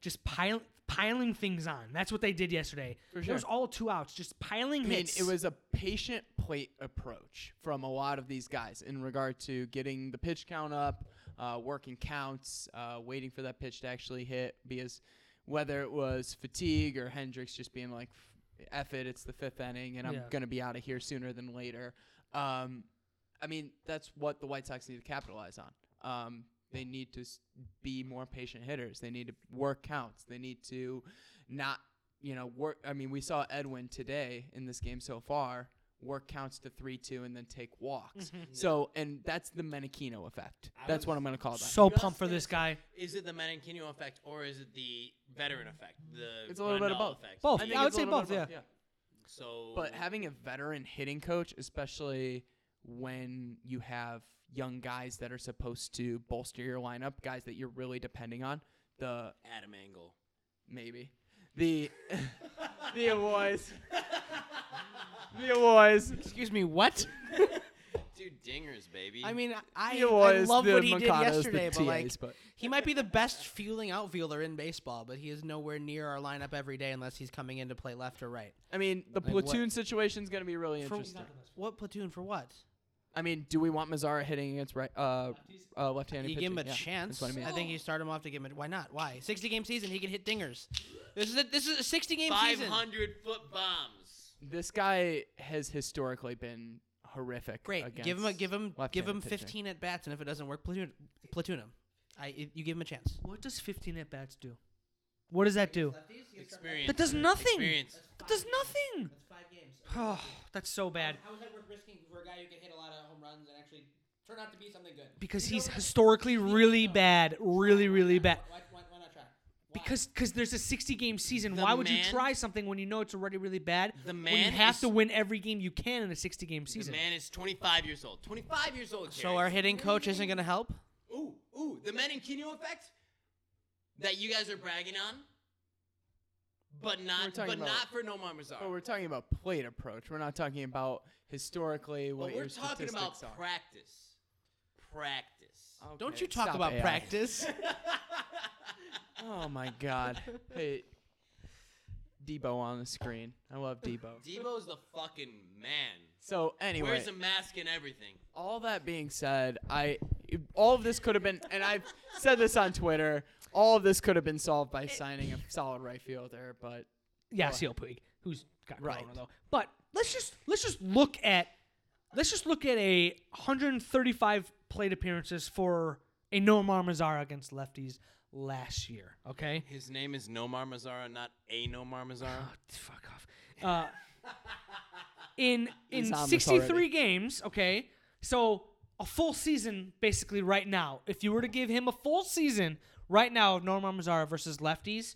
A: just piling piling things on. That's what they did yesterday.
B: For
A: It was
B: sure.
A: all two outs, just piling
B: I mean,
A: hits.
B: it was a patient plate approach from a lot of these guys in regard to getting the pitch count up, uh, working counts, uh, waiting for that pitch to actually hit. Because whether it was fatigue or Hendricks just being like, "F it, it's the fifth inning, and I'm
A: Yeah.
B: gonna be out of here sooner than later." Um, I mean, that's what the White Sox need to capitalize on. Um, they need to s- be more patient hitters. They need to work counts. They need to not, you know, work. I mean, we saw Edwin today in this game so far work counts to 3 2 and then take walks. So, and that's the Menachino effect. that's what I'm going to call that.
A: so pumped for
C: Just-
A: this guy.
C: Is it the Menachino effect or is it the veteran effect? The
B: It's a little bit of
C: Grandal
B: both.
C: Effect?
A: Both.
C: The-
A: I think I would
B: it's a
A: say
B: little
A: both,
B: bit of
A: yeah.
C: So,
B: But having a veteran hitting coach, especially when you have young guys that are supposed to bolster your lineup, guys that you're really depending on, the
C: Adam Angle.
B: maybe the [LAUGHS] the awards, [LAUGHS] the awards.
E: Excuse me, what?
C: Dude, dingers, baby.
E: I mean, I,
B: He
E: I
B: was
E: love
B: the
E: what he did
B: Mankatos, the
E: yesterday, but like,
B: TAs, but-
E: he might be the best fielding outfielder in baseball, but he is nowhere near our lineup every day unless he's coming in to play left or right.
B: I mean, the
E: what?
B: platoon situation's going to be really
E: For
B: interesting.
E: what platoon? For what?
B: I mean, do we want Mazzara hitting against right uh, uh left-handed?
E: You give him a
B: pitching? Yeah,
E: chance.
B: That's what I mean.
E: think you start him off to give him. A, why not? Why? Sixty game season. He can hit dingers. This is a, this is a sixty game season.
C: 500 foot bombs.
B: This guy has historically been horrific.
E: Great. Give him a
B: against
E: give him give him
B: left-handed pitching.
E: fifteen at bats, and if it doesn't work, platoon platoon him. I i- you give him a chance.
A: What does 15 at bats do? What does that do?
C: Experience.
A: That does nothing.
C: Experience.
A: That does nothing. [SIGHS]
E: Five games.
A: Oh, that's so bad
E: How is that worth risking for a guy who can hit a lot of home runs and actually turn out to be something good?
A: because he's historically really bad, really really bad.
E: Why, why, why not try?
A: Because cause there's a 60 game season.
C: The
A: Why would you
C: man-
A: try something when you know it's already really bad?
C: The
A: when you
C: man
A: have
C: is-
A: to win every game you can in a 60 game
C: The
A: season.
C: man is 25 years old. 25 years old.
E: So
C: Jerry.
E: our hitting coach isn't going to help.
C: Ooh, ooh, the Menachino effect that you guys are bragging on, but not,
B: talking about-
C: but
B: Oh,
C: not for Nomar
B: But
C: Mazar.
B: we're talking about plate approach. We're not talking about historically what
C: But we're
B: your
C: talking
B: statistics
C: about
B: are.
C: practice. Practice.
E: Don't
B: Okay,
E: you talk
B: stop
E: about
B: AI.
E: practice?
B: Oh my God. Hey, Debo on the screen. I love Debo.
C: Debo's the fucking man.
B: So anyway,
C: Wears a mask and everything.
B: all that being said, I all of this could have been, and I've said this on Twitter. all of this could have been solved by signing a solid right fielder,
E: [LAUGHS]
B: but
A: [LAUGHS] Yeah, Seal Puig, who's got right.
B: Right.
A: though. But let's just let's just look at let's just look at a 135 plate appearances for a Noam Marmazar against lefties last year. Okay,
C: His name is Nomar Mazzara, not a Nomar Mazzara.
A: Oh, fuck off. Uh, in in
B: He's on this
A: 63
B: already.
A: games, okay, so a full season basically right now. If you were to give him a full season right now of Norman Mazzara versus lefties,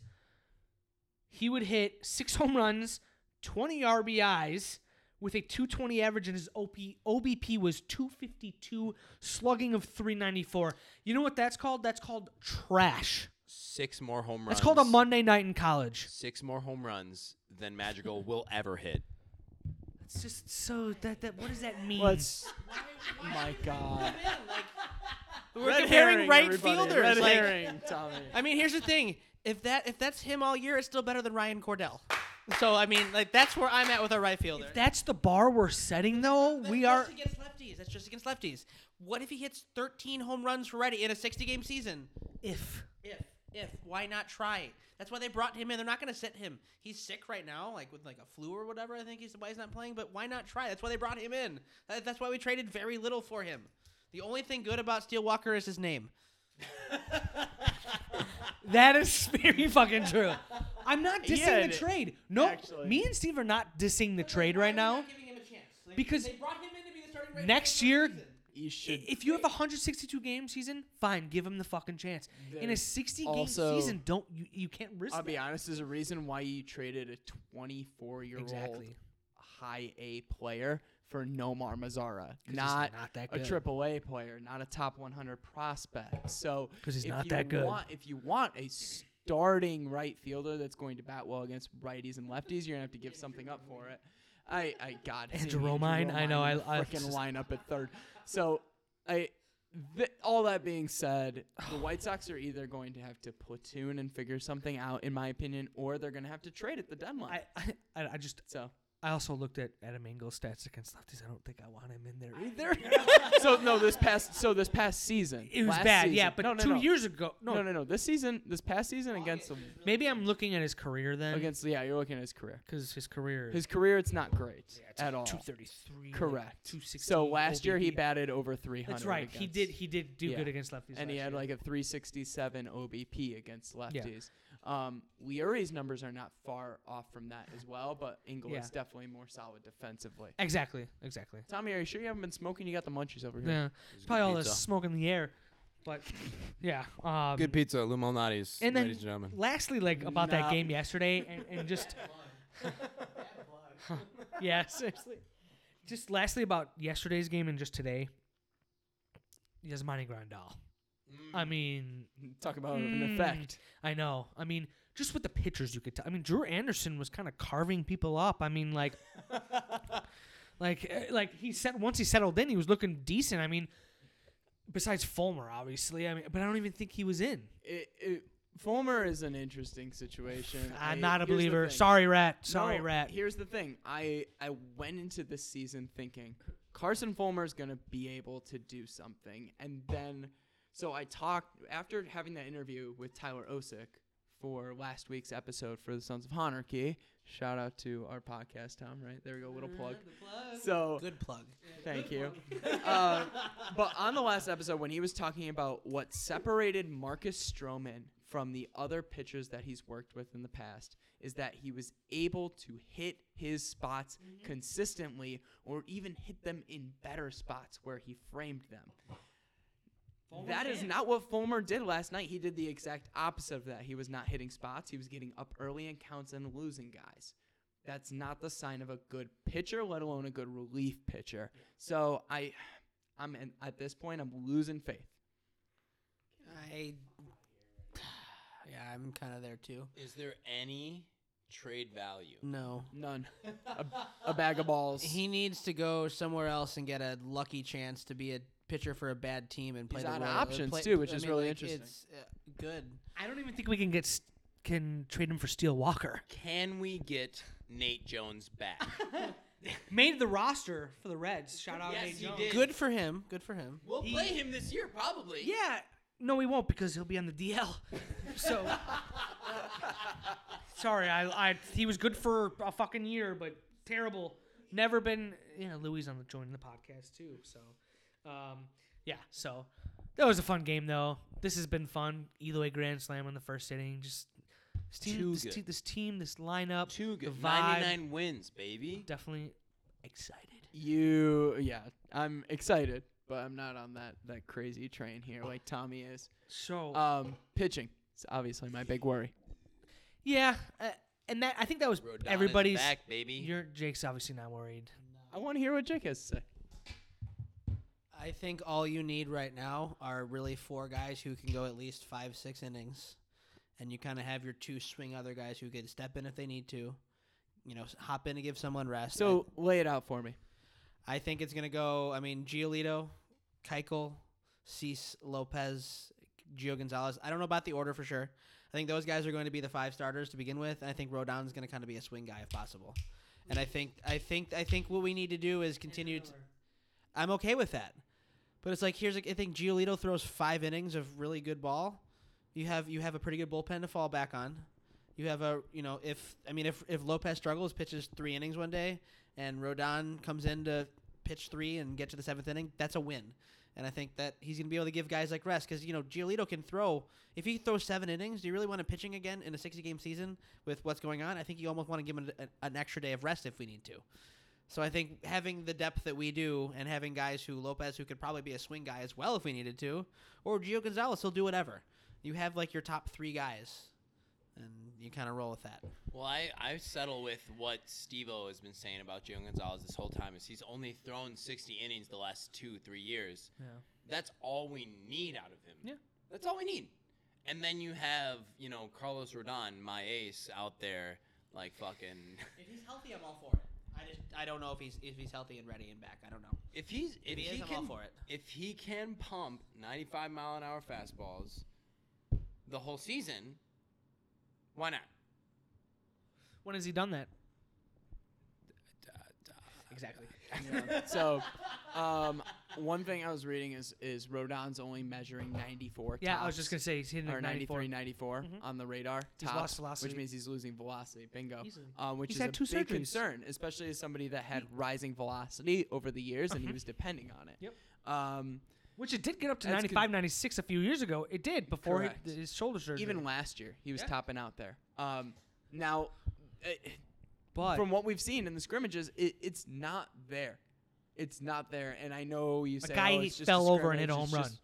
A: he would hit six [LAUGHS] home runs, 20 RBIs with a 220 average, and his OP, OBP was 252, slugging of 394. You know what that's called? That's called trash.
C: Six more home runs.
A: That's called a Monday night in college.
C: Six more home runs than Magical will ever hit.
A: It's just so that that what does that mean?
B: let's. my God.
E: We're
B: Red
E: comparing
B: herring,
E: right
B: everybody.
E: fielders.
B: Red
E: like,
B: herring, Tommy.
E: I mean, here's the thing: if that if that's him all year, it's still better than Ryan Cordell. So I mean, like that's where I'm at with our right fielder.
A: If that's the bar we're setting, though,
E: That's
A: we
E: just
A: are.
E: against lefties. That's just against lefties. What if he hits 13 home runs already in a 60 game season?
A: If
E: If if why not try? That's why they brought him in. They're not going to sit him. He's sick right now, like with like a flu or whatever. I think he's why he's not playing. But why not try? That's why they brought him in. That- that's why we traded very little for him. The only thing good about Steel Walker is his name.
A: that is [LAUGHS] very fucking true. I'm not dissing
B: Yeah,
A: the
B: it-
A: trade. No,
B: actually.
A: me and Steve are not dissing the trade
E: Why are
A: right
E: we
A: now.
E: not giving him a chance? Like,
A: Because
E: they brought him in to be the starting right
A: next
E: fielder
A: year-
E: for a reason.
B: You should.
A: If you have a 162 game season, fine, give him the fucking chance. In a
B: There's
A: 60 game
B: also-
A: season, don't you you can't risk
B: I'll
A: it.
B: be honest. There's a reason why you traded a 24-year-old
A: Exactly.
B: high A player for Nomar Mazzara,
A: he's
B: not,
A: not that
B: a
A: good.
B: triple A player, not a top 100 prospect. So
A: 'Cause he's
B: if
A: not
B: you
A: that good.
B: Want, if you want a starting right fielder that's going to bat well against righties and lefties, you're gonna have to give something up for it. I, I God,
A: Andrew Romine, I know, I- I-
B: freaking line up at third. So I. Th- all that being said,
A: [SIGHS]
B: the White Sox are either going to have to platoon and figure something out, in my opinion, or they're going to have to trade at the deadline.
A: I, I I I just
B: so,
A: I also looked at Adam Engel's stats against lefties. I don't think I want him in there either. [LAUGHS]
B: so no, this past so this past season,
A: it was
B: last
A: bad, yeah.
B: season-
A: But
B: no, no,
A: two
B: no.
A: years ago, no,
B: No, no, no. This season, this past season against the
A: Maybe I'm looking at his career then,
B: against yeah, you're looking at his career.
A: because his career is
B: His career, it's not great
A: it's
B: at all.
A: 233. like
B: Correct.
A: 216.
B: So last year he
A: OBP.
B: batted over 300.
A: That's right. He
B: against-
A: did. He did do
B: Yeah.
A: good against lefties.
B: and he
A: last
B: had
A: year.
B: like a 367 OBP against lefties. Um, Leary's numbers are not far off from that as well, but Engel
A: Yeah.
B: is definitely more solid defensively.
A: exactly, exactly.
B: Tommy, are you sure you haven't been smoking? You got the munchies over here.
A: Yeah, it's probably all the smoke in the air, but yeah. Um,
C: Good pizza, Lumonati's,
A: And then,
C: ladies and gentlemen.
A: lastly, like about
B: Nah.
A: that game yesterday, and, and just [LAUGHS] yeah, seriously. Just lastly about yesterday's game and just today. Yasmani Grandal. I mean,
B: [LAUGHS] Talk about an
A: Mm.
B: effect.
A: I know. I mean, just with the pictures you could tell. I mean, Drew Anderson was kind of carving people up. I mean, [LAUGHS] like, like, eh, like he said once he settled in, he was looking decent. I mean, besides Fulmer, obviously. I mean, but I don't even think he was in.
B: It, it, Fulmer is an interesting situation. I-
A: I'm not a
B: here's the
A: believer.
B: thing.
A: Sorry, Rat. Sorry,
B: No,
A: Rat.
B: Here's the thing. I I went into this season thinking Carson Fulmer is going to be able to do something, and then so I talked after having that interview with Tyler Osick for last week's episode for the Sons of Honarchy. Shout out to our podcast, Tom. Right there we go, little plug. So
E: Good plug.
B: Thank you. Uh, but on the last episode, when he was talking about what separated Marcus Stroman from the other pitchers that he's worked with in the past is that he was able to hit his spots consistently or even hit them in better spots where he framed them. That is not what Fulmer did last night. He did the exact opposite of that. He was not hitting spots. He was getting up early in counts and losing guys. That's not the sign of a good pitcher, let alone a good relief pitcher. So I, I'm in, at this point, I'm losing faith.
E: I [SIGHS] yeah, I'm kind of there too.
C: Is there any trade value?
E: No.
B: None. a, a bag of balls.
E: He needs to go somewhere else and get a lucky chance to be a pitcher for a bad team and play
B: He's
E: the
B: out of
E: role- uh,
B: options,
E: play-
B: too, which
E: I
B: is
E: mean,
B: really
E: like,
B: interesting.
E: It's uh, good.
A: I don't even think we can get s- can trade him for Steele Walker.
C: Can we get Nate Jones [LAUGHS] back?
A: Made the roster for the Reds. Shout out,
C: Yes,
A: Nate
C: he
A: Jones.
C: did.
E: Good for him. Good for him.
C: we'll play him this year, probably.
A: Yeah, No, he won't because he'll be on the DL. so sorry, I, I he was good for a fucking year, but terrible. Never been, you know. Louis on the joining the podcast too. So, um, yeah. So that was a fun game though. This has been fun. Either way, grand slam in the first inning. Just this team,
C: Too
A: this,
C: good.
A: te- this team, this lineup,
C: Two good.
A: the vibe.
C: 99 wins, baby.
A: Definitely excited.
B: You, yeah, I'm excited, but I'm not on that that crazy train here like Tommy is.
A: So
B: Um, pitching. It's obviously my big worry.
A: yeah, uh, and that I think that was
C: Rodon is
A: everybody's.
C: back, baby.
A: Your Jake's obviously not worried.
B: I want to hear what Jake has to say.
E: I think all you need right now are really four guys who can go at least five, six innings, and you kind of have your two swing other guys who can step in if they need to. You know, s- hop in to give someone rest. I-
B: So lay it out for me.
E: I think it's gonna go. I mean, Giolito, Keuchel, Cease, Lopez, Gio Gonzalez. I don't know about the order for sure. I think those guys are going to be the five starters to begin with, and I think Rodon's going to kind of be a swing guy if possible. And I think I think I think what we need to do is continue. To, I'm okay with that, but it's like here's a, I think Giolito throws five innings of really good ball. You have you have a pretty good bullpen to fall back on. You have a you know if I mean if if Lopez struggles pitches three innings one day and Rodon comes in to pitch three and get to the seventh inning, that's a win. And I think that he's going to be able to give guys like rest because you know Giolito can throw. If he throws seven innings, do you really want him pitching again in a sixty-game season with what's going on? I think you almost want to give him an, an extra day of rest if we need to. So I think having the depth that we do and having guys who Lopez, who could probably be a swing guy as well if we needed to, or Gio Gonzalez, he'll do whatever. You have like your top three guys, and you kind of roll with that.
C: Well, I, I settle with what Steve O has been saying about Gio Gonzalez this whole time is he's only thrown 60 innings the last two, three years.
A: Yeah.
C: That's all we need out of him.
A: Yeah.
C: That's all we need. And then you have, you know, Carlos Rodon, my ace, out there, like fucking. [LAUGHS]
E: If he's healthy, I'm all for it. I just I don't know if he's if he's healthy and ready and back. I don't know.
C: If he's if
E: If he
C: he,
E: is, I'm all
C: can
E: for it.
C: if he can pump 95 mile an hour fastballs the whole season, why not?
A: When has he done that?
E: [LAUGHS]
A: Exactly.
B: So, um, one thing I was reading is is Rodon's only measuring 94.
A: Yeah, I was
B: tops,
A: just gonna say he's hitting
B: Or
A: at 94.
B: 93, 94
A: Mm-hmm.
B: on the radar.
A: He's
B: tops,
A: lost velocity.
B: Which means he's losing velocity. Bingo.
A: Easily.
B: Um, which
A: He's
B: is
A: had
B: a
A: two
B: big
A: surgeries.
B: concern, especially as somebody that had rising velocity over the years
A: Uh-huh.
B: and he was depending on it. Yep. Um,
A: Which it did get up to
B: That's
A: 95, 96 a few years ago. It did before he-
B: Correct.
A: his shoulder surgery.
B: even last year he was
A: Yeah.
B: topping out there. Um, now, eh,
A: but
B: from what we've seen in the scrimmages, it, it's not there. It's not there, and I know you say
A: guy
B: oh, it's just
A: fell
B: a
A: over and hit a
B: scrimmage,
A: home
B: it's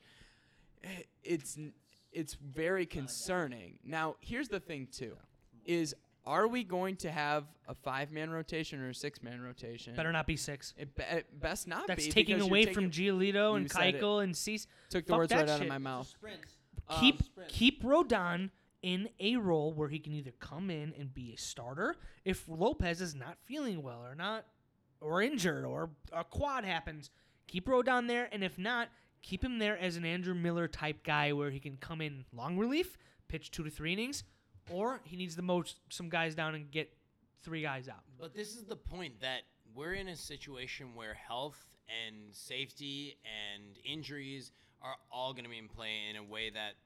B: just- eh, it's n- it's very concerning. Now, here's the thing too, is are we going to have a five man rotation or a six man rotation?
A: better not be six.
B: It, be- it best not
A: That's
B: be.
A: taking
B: because you're
A: away
B: taking-
A: from Giolito and
B: You said it.
A: Keuchel and Cease.
B: Took the
A: Fuck
B: words
A: that
B: right out
A: shit.
B: of my mouth.
E: Sprints.
C: Um,
A: keep
E: Sprint.
A: keep Rodon in a role where he can either come in and be a starter if Lopez is not feeling well or not or injured or a quad happens. Keep Rodon there, and if not, keep him there as an Andrew Miller type guy where he can come in long relief, pitch two to three innings, or he needs to mow some guys down and get three guys out.
C: But this is the point that we're in a situation where health and safety and injuries are all going to be in play in a way that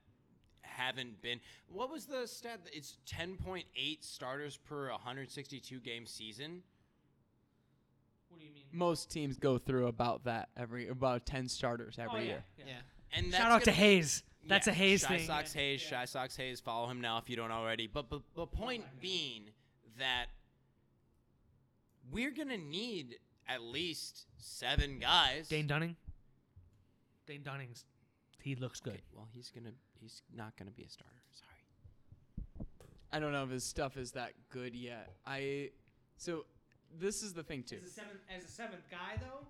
C: haven't been. What was the stat? It's 10.8 starters per 162 game season.
A: What do you mean?
B: Most teams go through about that every about ten starters every year.
E: Yeah.
C: Oh, And that's
A: Shout out to
C: gonna-
A: Hayes. That's
C: Yeah,
A: a Hayes
C: Shy
A: thing.
C: Sox Hayes, Shy Sox Hayes. Follow him now if you don't already. But but the point being that we're gonna need at least seven guys.
A: Dane Dunning. Dane Dunning's. He looks good.
C: Okay, well, he's gonna he's not gonna be a starter. Sorry.
B: I don't know if his stuff is that good yet. I so this is the thing too.
A: seventh, as a seventh guy though.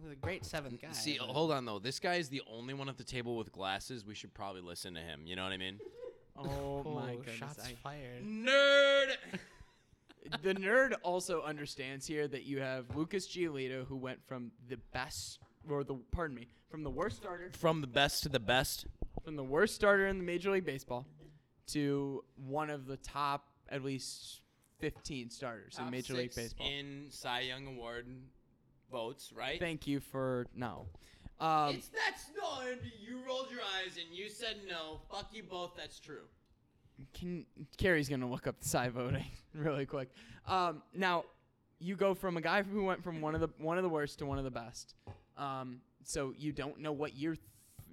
E: He's a great seventh guy.
C: See, oh
E: but-
C: hold on though. This guy is the only one at the table with glasses. We should probably listen to him. You know what I mean?
B: Oh
E: Oh,
B: my goodness.
E: shots
B: I-
E: fired.
C: Nerd.
B: the nerd also understands here that you have Lucas Giolito who went from the best or the pardon me, from the worst starter
C: [LAUGHS] From the best to the best.
B: from the worst starter in the Major League Baseball to one of the top at least 15 starters in
C: Top
B: Major League
C: six
B: Baseball.
C: in Cy Young Award votes, right?
B: Thank you for no. Um,
C: it's that's no. You rolled your eyes. guys, and you said no. Fuck you both. That's true.
B: Can Carrie's gonna look up the side voting [LAUGHS] really quick. Um, now, you go from a guy who went from one of the one of the worst to one of the best. Um, so you don't know what year th-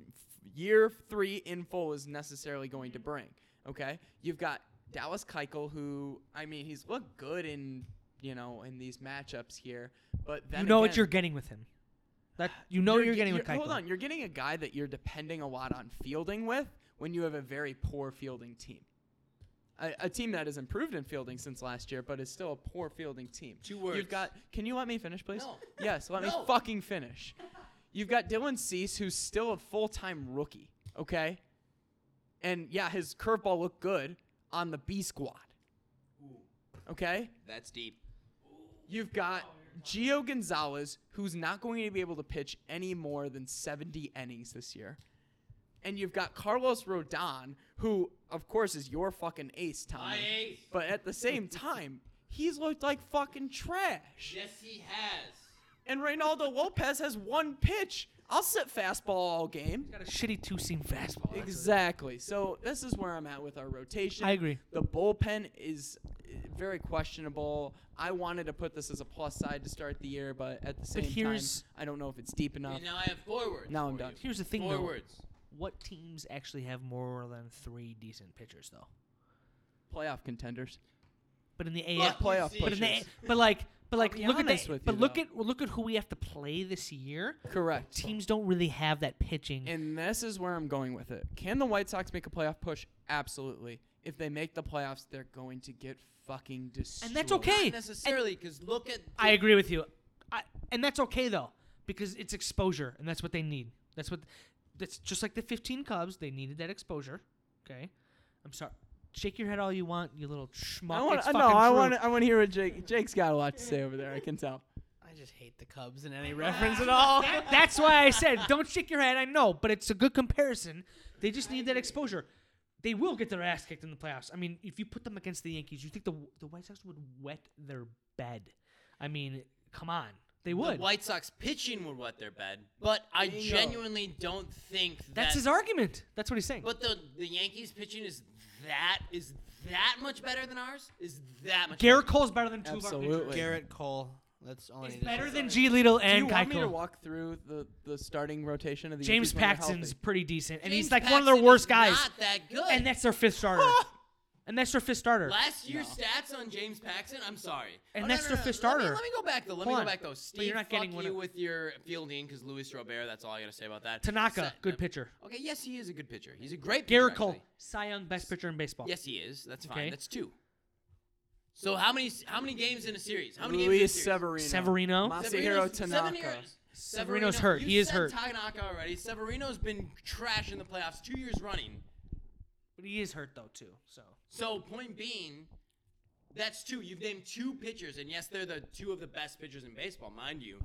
B: f- year three in full is necessarily going to bring. Okay, you've got Dallas Keuchel, who I mean, he's looked good in you know in these matchups here, but then
A: you know what
B: again-
A: you're getting with him. That you know Ah, you're,
B: ge-
A: getting with Keuchel.
B: Hold on, you're getting a guy that you're depending a lot on fielding with when you have a very poor fielding team. A, a team that has improved in fielding since last year, but is still a poor fielding team.
C: Two words.
B: You've got. Can you let me finish, please?
C: No.
B: Yes, let me
C: [LAUGHS] No.
B: fucking finish. You've got Dylan Cease, who's still a full-time rookie. Okay. And yeah, his curveball looked good on the B squad. Okay.
F: That's deep.
B: You've got Gio Gonzalez, who's not going to be able to pitch any more than 70 innings this year. And you've got Carlos Rodon, who, of course, is your fucking ace, Tommy.
C: ace.
B: But at the same time, he's looked like fucking trash.
C: Yes, he has.
B: And Reynaldo Lopez has one pitch. I'll sit fastball all game.
A: Got a shitty two seam fastball. that's it.
B: Exactly. So this is where I'm at with our rotation.
A: I agree.
B: The bullpen is uh, very questionable. I wanted to put this as a plus side to start the year, but at the same
A: here's-
B: time, I don't know if it's deep enough.
C: And now I have four words.
B: Now I'm
C: for
B: done.
C: you.
A: Here's the thing,
C: Four
A: though.
C: words.
A: What teams actually have more than three decent pitchers, though?
B: Playoff contenders.
A: But in the
C: Fuck
A: AL,
C: you,
B: playoff
C: Zeke.
A: but in the,
B: pushers.
A: A- but like, but like,
B: be
A: look at
B: honest
A: the,
B: with
A: but
B: you,
A: look
B: though.
A: at look at who we have to play this year.
B: Correct.
A: Teams don't really have that pitching.
B: And this is where I'm going with it. Can the White Sox make a playoff push? Absolutely. If they make the playoffs, they're going to get fucking destroyed.
A: that's okay. Hey,
C: Not necessarily, because look at.
A: I agree with you, I, and that's okay though because it's exposure, and that's what they need. That's what that's just like the 15 Cubs. They needed that exposure. Okay, I'm sorry. Shake your head all you want, you little schmuck.
B: I want
A: it's
B: to.
A: fucking
B: No, I
A: true.
B: want. I want to hear what Jake. Jake's got a lot to say over there. I
A: [LAUGHS]
B: can tell.
E: I just hate the Cubs in any reference at all.
A: That's why I said don't shake your head. I know, but it's a good comparison. They just need that exposure. They will get their ass kicked in the playoffs. I mean, if you put them against the Yankees, you think the the White Sox would wet their bed? I mean, come on, they
C: The
A: would.
C: White Sox pitching would wet their bed, but I
B: Bingo.
C: genuinely don't think that.
A: That's his argument. That's what he's saying.
C: But the the Yankees pitching is that is that much better than ours? Is that much?
A: Garrett Cole's better than two of our
B: Absolutely.
A: pitchers.
E: Garrett Cole. That's all I
A: He's
E: need to
A: better
E: say.
A: than G. Little
B: Do you
A: and
B: want me to
A: Keiko.
B: walk through the, the starting rotation of the
A: James
B: Yankees when they're
A: Paxton's
B: healthy?
A: pretty decent, and
C: James
A: he's like one of
C: Paxton
A: their worst
C: is
A: guys.
C: Not that good.
A: And that's their fifth starter. [LAUGHS] and that's their fifth starter.
C: Last year's stats on James Paxton, I'm sorry. Oh,
A: And
C: no,
A: that's
C: no,
A: their
C: no,
A: fifth
C: let me-
A: starter.
C: Let me, go back though. Let me
A: Hold
C: go
A: on.
C: back though.
A: But
C: Steve,
A: you're not getting
C: fuck
A: one
C: you
A: of-
C: with your fielding because Luis Robert. That's all I gotta say about that.
A: Tanaka,
C: Set-
A: good pitcher.
C: Okay, yes, he is a good pitcher. He's a great pitcher.
A: Garrett Cole,
C: actually.
A: Cy Young, best pitcher in baseball.
C: Yes, he is. That's fine.
A: Okay.
C: That's two. So how many how many games in a series? How many games in a
B: Luis
C: series?
A: Severino.
B: Severino. Masahiro
C: Severino's-
B: Tanaka.
C: Severino's-
A: Severino's hurt.
C: You
A: He is
C: said
A: hurt.
C: Tanaka already. Severino's been trash in the playoffs two years running.
A: But he is hurt though too. So
C: So point being, that's two. You've named two pitchers, and yes, they're the two of the best pitchers in baseball, mind you.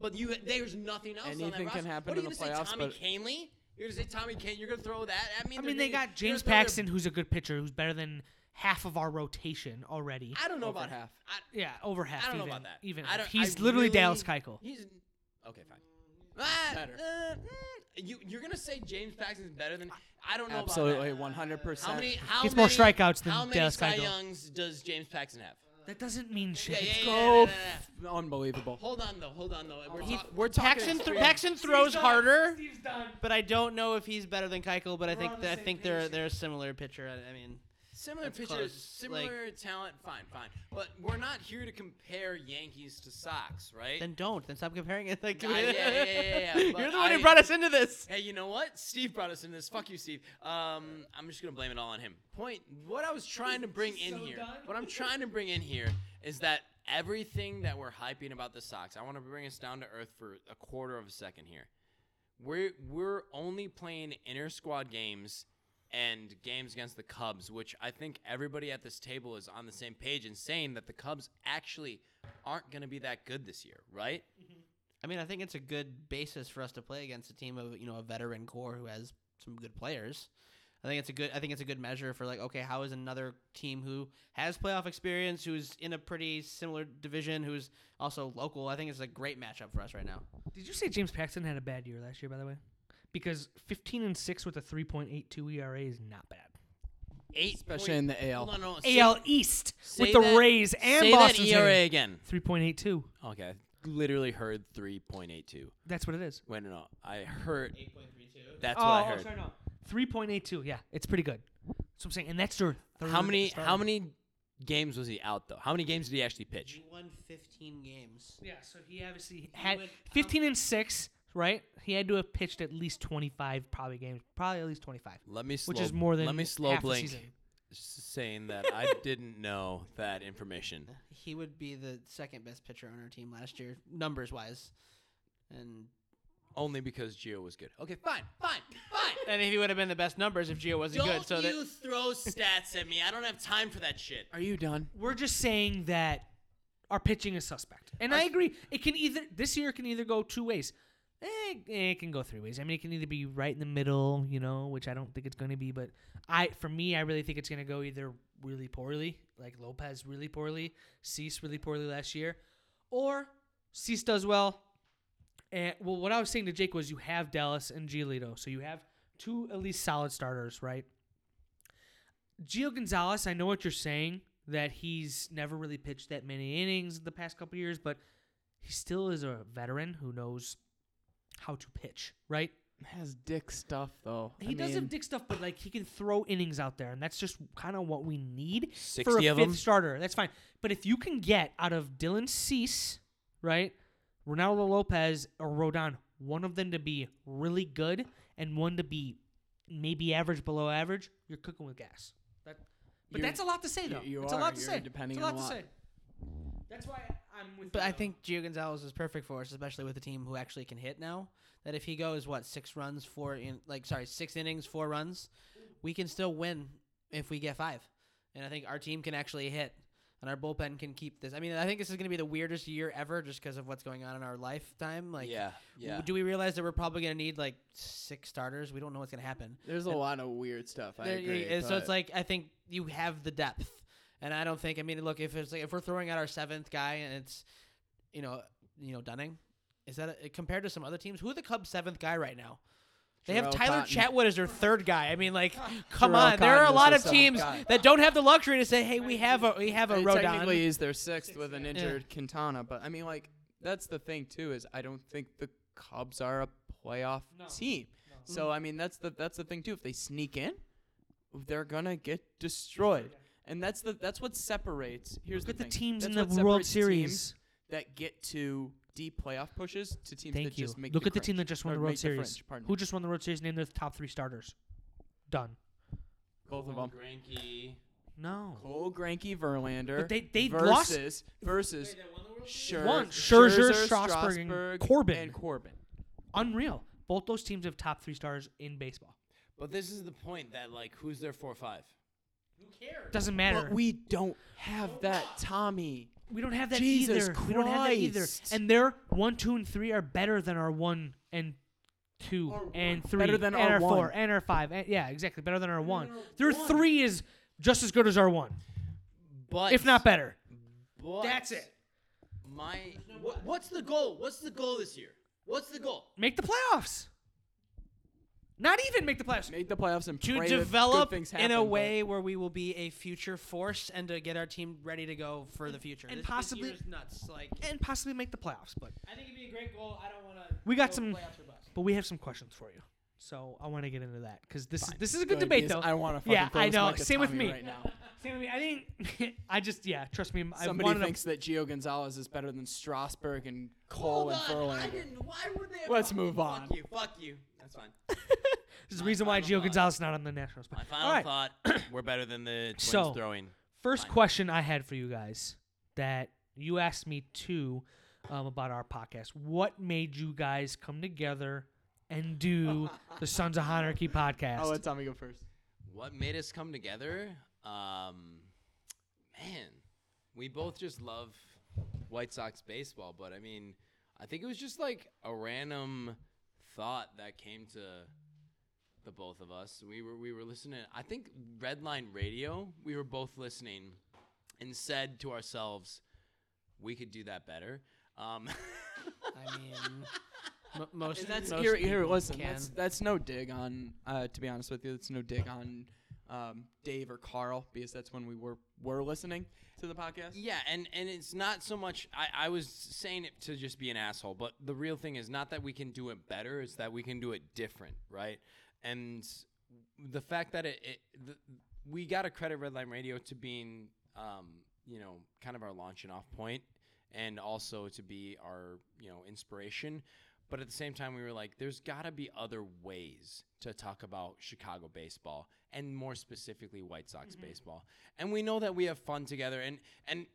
C: But you, there's nothing else. on that
B: Anything can
C: roster.
B: happen
C: what are
B: in the
C: you gonna
B: playoffs,
C: Say, Tommy
B: but-
C: Canley. You're gonna say Tommy Canley. You're gonna throw that at me.
A: I
C: They're
A: mean, they
C: naming-
A: got
C: you're
A: James
C: gonna throw their-
A: Paxton, who's a good pitcher, who's better than half of our rotation already.
C: I don't know
B: Over
C: about
B: half.
C: I,
A: yeah, over half.
C: I don't
A: even,
C: know about that.
A: Even
C: I don't,
A: he's
C: I
A: literally
C: really-
A: Dallas Keuchel.
C: He's okay, fine. Ah,
B: Better.
C: uh, mm, you you're gonna say James Paxton's better than I don't know
B: Absolutely,
C: about
B: 100%.
C: that. How many? How
A: Gets
C: many,
A: more strikeouts than
C: how many
A: Dallas
C: Cy
A: Keuchel.
C: Youngs does James Paxton have?
A: That doesn't mean shit.
C: Yeah, yeah, yeah,
B: Go.
C: yeah, yeah, yeah,
B: f-
C: yeah.
B: Unbelievable.
C: Hold on though, hold on though. We're,
B: He-
C: talk-
B: we're talking.
E: Paxton, th-
B: experience.
E: Paxton throws harder,
A: Steve's done.
E: but I don't know if he's better than Keuchel. But
A: We're
E: I
A: on
E: think
A: the
E: that, I
A: same
E: think they're
A: page.
E: they're a similar pitcher. I, I mean,
C: similar
E: That's
C: pitchers,
E: close.
C: similar talent. Fine, fine. But we're not here to compare Yankees to Sox, right?
E: then don't. Then stop comparing it. [LAUGHS] Like,
C: Ah, yeah, yeah, yeah, yeah, but
E: [LAUGHS] you're the one
C: I-
E: who brought us into this.
C: Hey, you know what? Steve brought us in this. Fuck you, Steve. Um, I'm just gonna blame it all on him. Point. What I was trying to bring in
A: So
C: here.
A: done.
C: What I'm trying to bring in here is that everything that we're hyping about the Sox. I want to bring us down to earth for a quarter of a second here. We're we're only playing inter squad games and games against the Cubs, which I think everybody at this table is on the same page in saying that the Cubs actually aren't gonna be that good this year, right?
E: I mean, I think it's a good basis for us to play against a team of you know a veteran core who has some good players. I think it's a good. I think it's a good measure for like, okay, how is another team who has playoff experience, who's in a pretty similar division, who's also local? I think it's a great matchup for us right now.
A: Did you say James Paxton had a bad year last year, by the way? because 15 and 6 with a 3.82 ERA E is not bad.
C: Eight
B: Especially
C: point-
B: in the AL.
C: Hold on, no, say-
A: AL East with
C: say
A: the
C: that-
A: Rays and
C: say
A: Boston.
C: that E ERA again.
A: 3.82.
C: Okay, I literally heard three point eight two.
A: That's what it is.
C: Wait, no, no, I heard.
E: 8.32.
C: That's
A: oh,
C: what I
A: oh,
C: heard.
A: sorry, no. 3.82. Yeah, it's pretty good. That's what I'm saying. And that's your third
C: how many?
A: starter.
C: How many games was he out though? How many games did he actually pitch?
E: He won 15 games.
A: Yeah, so he obviously had
C: um,
E: went- how-
A: 15 and 6, right? He had to have pitched at least 25 probably games, probably at least 25,
C: Let me slow,
A: which is more than
C: let me slow
A: half the
C: blink
A: season.
C: s- saying that I [LAUGHS] didn't know that information.
E: He would be the second best pitcher on our team last year, numbers wise. And
C: Only because Gio was good. Okay, fine, fine,
E: fine. and if he would have been the best numbers if Gio wasn't
C: Don't
E: good. So
C: you
E: that
C: throw stats at me. I don't have time for that shit.
B: Are you done?
A: We're just saying that our pitching is suspect. And I agree. It can either this year it can either go two ways. Eh, eh, it can go three ways. I mean, it can either be right in the middle, you know, which I don't think it's going to be. But I, for me, I really think it's going to go either really poorly, like Lopez really poorly, Cease really poorly last year, or Cease does well, And well, what I was saying to Jake was you have Dallas and Giolito, so you have two at least solid starters, right? Gio Gonzalez, I know what you're saying that he's never really pitched that many innings the past couple years, but he still is a veteran who knows how to pitch, right?
B: Has dick stuff though.
A: He does have dick stuff, but like he can throw innings out there, and that's just kind of what we need for
C: 60
A: a
C: of
A: fifth
C: 'em?
A: starter. That's fine. But if you can get out of Dylan Cease, right, Ronaldo Lopez or Rodon, one of them to be really good and one to be maybe average, below average, you're cooking with gas. That, but
B: You're-
A: that's a lot to say, though.
B: you- you
A: it's a
B: are.
A: lot to
B: You're
A: say.
B: depending
A: it's a lot
B: on a
A: to
B: lot.
A: say. That's why I'm with.
E: But
A: you,
E: I
A: though.
E: think Gio Gonzalez is perfect for us, especially with a team who actually can hit now. That if he goes what six runs, four in like sorry six innings, four runs, we can still win if we get five. And I think our team can actually hit, and our bullpen can keep this. I mean, I think this is going to be the weirdest year ever, just because of what's going on in our lifetime. Like,
C: yeah,
E: w-
C: yeah.
E: do we realize that we're probably going to need like six starters? We don't know what's going to happen.
B: There's a lot of weird stuff. I
E: There-
B: agree.
E: and so it's
B: but-
E: like I think you have the depth, and I don't think I mean look if it's like if we're throwing out our seventh guy and it's you know you know Dunning, is that a, compared to some other teams? Who are the Cubs' seventh guy right now? They have
B: Jarrell
E: Tyler
B: Cotton.
E: Chatwood as their third guy. I mean, like,
B: [LAUGHS]
E: come
B: Jarrell
E: on. there are a
B: Cotton is
E: lot
B: their
E: of
B: seventh
E: teams
B: guy.
E: that don't have the luxury to say, "Hey, we have a we have a
B: Uh,
E: Rodon."
B: Technically, he's their sixth with an injured Quintana, but I mean, like that's the thing too is I don't think the Cubs are a playoff team. So I mean, that's the that's the thing too. If they sneak in, they're gonna get destroyed, and that's the that's what separates. Here's
A: look
B: the,
A: at
B: thing.
A: the teams
B: that's
A: in the
B: what
A: World
B: separates teams
A: Series.
B: that get to deep playoff pushes to teams that
A: Thank you.
B: just make.
A: Look
B: the
A: at the team that
B: cringe,
A: just won
B: or
A: the
B: make
A: World
B: fringe,
A: Series.
B: pardon
A: Who
B: me.
A: just won the World Series? Name their top three starters. Done.
B: both of them.
C: Granky.
A: No.
B: Cole Granky, Verlander.
A: But they- they lost-
B: versus versus Scher-
A: One. Scherzer, Strasburg, and Corbin.
B: and Corbin.
A: Unreal. Both those teams have top three stars in baseball.
C: But this is the point that like, who's their four or five?
A: Doesn't matter.
B: But we don't have that, Tommy.
A: We don't have that
B: Jesus
A: either. We don't have that either.
B: Christ.
A: And their one, two, and three are better than our one and two and three.
B: Better than
A: and
B: our
A: four
B: one.
A: and our five. And, yeah, exactly. Better than our one. Their three is just as good as our one,
C: But
A: if not better.
C: but
A: That's it.
C: My wha- what's the goal? What's the goal this year? What's the goal?
A: Make the playoffs. Not even make the playoffs.
B: Make the playoffs and
E: to
B: pray that good
E: develop
B: things
E: in
B: happen,
E: a
B: but
E: way where we will be a future force and to get our team ready to go for the future
A: and
E: This- this
A: possibly-
E: year's nuts. Like,
A: And possibly make the playoffs, but
E: I think it'd be a great goal. I don't want to.
A: We got go some- playoffs but we have some questions for you. So I want to get into that because this is this is a good debate
B: ideas.
A: though.
B: I want to.
A: Yeah,
B: throw
A: I
B: this
A: know.
B: mic at
A: Same with
B: Tommy
A: me.
B: Right now.
A: See what I mean? I didn't. [LAUGHS] I just yeah. Trust me. I
B: Somebody
A: wanted to-
B: thinks that Gio Gonzalez is better than Strasburg and Cole and
C: I
B: Verlander.
C: didn't. Why would they?
B: Let's move on.
C: Fuck you. Fuck you. That's fine.
A: There's a reason why
C: final
A: Gio
C: thought.
A: Gonzalez is not on the Nationals.
C: My
A: But
C: final
A: All right.
C: thought: We're better than the Twins
A: So-
C: throwing.
A: First
C: Fine.
A: question I had for you guys that you asked me too um, about our podcast. What made you guys come together and
C: [LAUGHS]
A: do the Sons of Honarchy podcast?
B: I'll let Tommy go first.
C: What made us come together? Um, man, we both just love White Sox baseball, but I mean, I think it was just like a random thought that came to the both of us. We were we were listening. I think Redline Radio. We were both listening, and said to [LAUGHS] ourselves, "We could do that better." Um,
E: I mean,
B: [LAUGHS]
E: Mo- most
B: That's
E: most
B: here. Here,
E: people
B: listen.
E: can.
B: That's, that's no dig on. Uh, to be honest with you, that's no dig on um, Dave or Carl because that's when we were were listening to the podcast.
C: Yeah, and and it's not so much. I, I was saying it to just be an asshole, but the real thing is not that we can do it better; it's that we can do it different, right? And the fact that it, it the, we got to credit Red Line Radio to being, um, you know, kind of our launching off point, and also to be our, you know, inspiration. But at the same time, we were like, there's got to be other ways to talk about Chicago baseball and more specifically White Sox baseball. And we know that we have fun together. And, and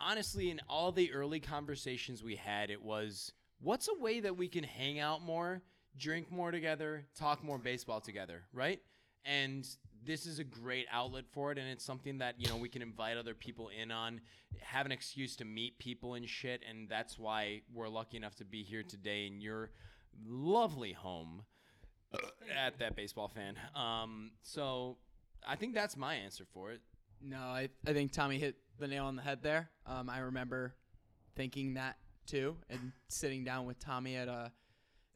C: honestly, in all the early conversations we had, it was what's a way that we can hang out more, drink more together, talk more baseball together, right? and this is a great outlet for it and it's something that you know we can invite other people in on have an excuse to meet people and shit and that's why we're lucky enough to be here today in your lovely home at that baseball fan um, so i think that's my answer for it
B: No, I, I think Tommy hit the nail on the head there. Um, I remember thinking that too, and sitting down with Tommy at a.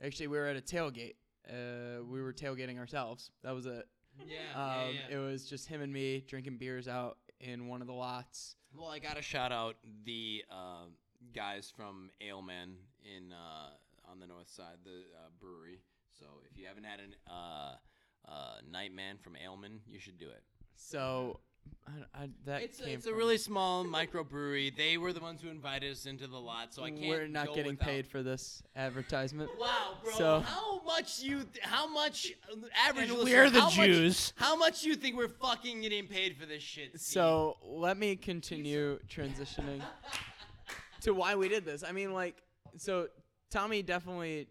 B: Actually, we were at a tailgate. Uh, we were tailgating ourselves. That was it.
D: Yeah,
B: Um, It was just him and me drinking beers out in one of the lots.
C: well i gotta shout out the uh, guys from aleman in uh, on the north side the uh, brewery so if you haven't had an uh, uh, nightman from aleman you should do it
B: So I, I, that
C: It's, a-
B: came
C: it's a
B: from-
C: really small microbrewery. They were the ones who invited us into the lot, so I can't.
B: We're not
C: go
B: getting
C: without-
B: paid for this [LAUGHS] advertisement.
C: Wow, bro!
B: So-
C: how much you? How much uh, average?
E: And
C: listener,
E: we're the
C: how much-
E: Jews.
C: how much you think we're fucking getting paid for this shit? Steve?
B: So let me continue [LAUGHS] transitioning to why we did this. I mean, like, so Tommy definitely.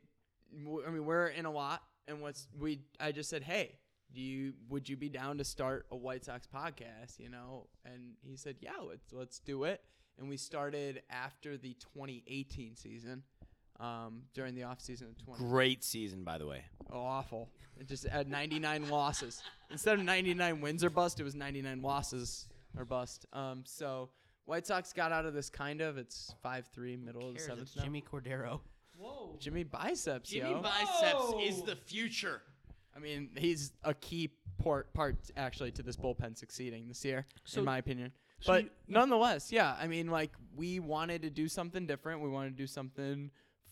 B: w- I mean, we're in a lot, and what's we? I just said, hey, do you would you be down to start a White Sox podcast? You know, and he said, yeah, let's let's do it. And we started after the 2018 season, um, during the off season of 20.
C: great season, by the way.
B: Oh, awful. It just had 99 losses. Instead of 99 wins or bust, it was 99 losses or bust. Um, so White Sox got out of this kind of. It's 5-3, middle of the
E: Cares,
B: seventh.
E: it's
B: now. Jimmy,
E: Jimmy Cordero.
A: Whoa.
B: biceps,
C: Jimmy
B: yo.
C: Biceps is the future.
B: I mean, he's a key part part actually to this bullpen succeeding this year,
A: So-
B: in my opinion.
A: so
B: but
A: you-
B: nonetheless, yeah, I mean, like we wanted to do something different. We wanted to do something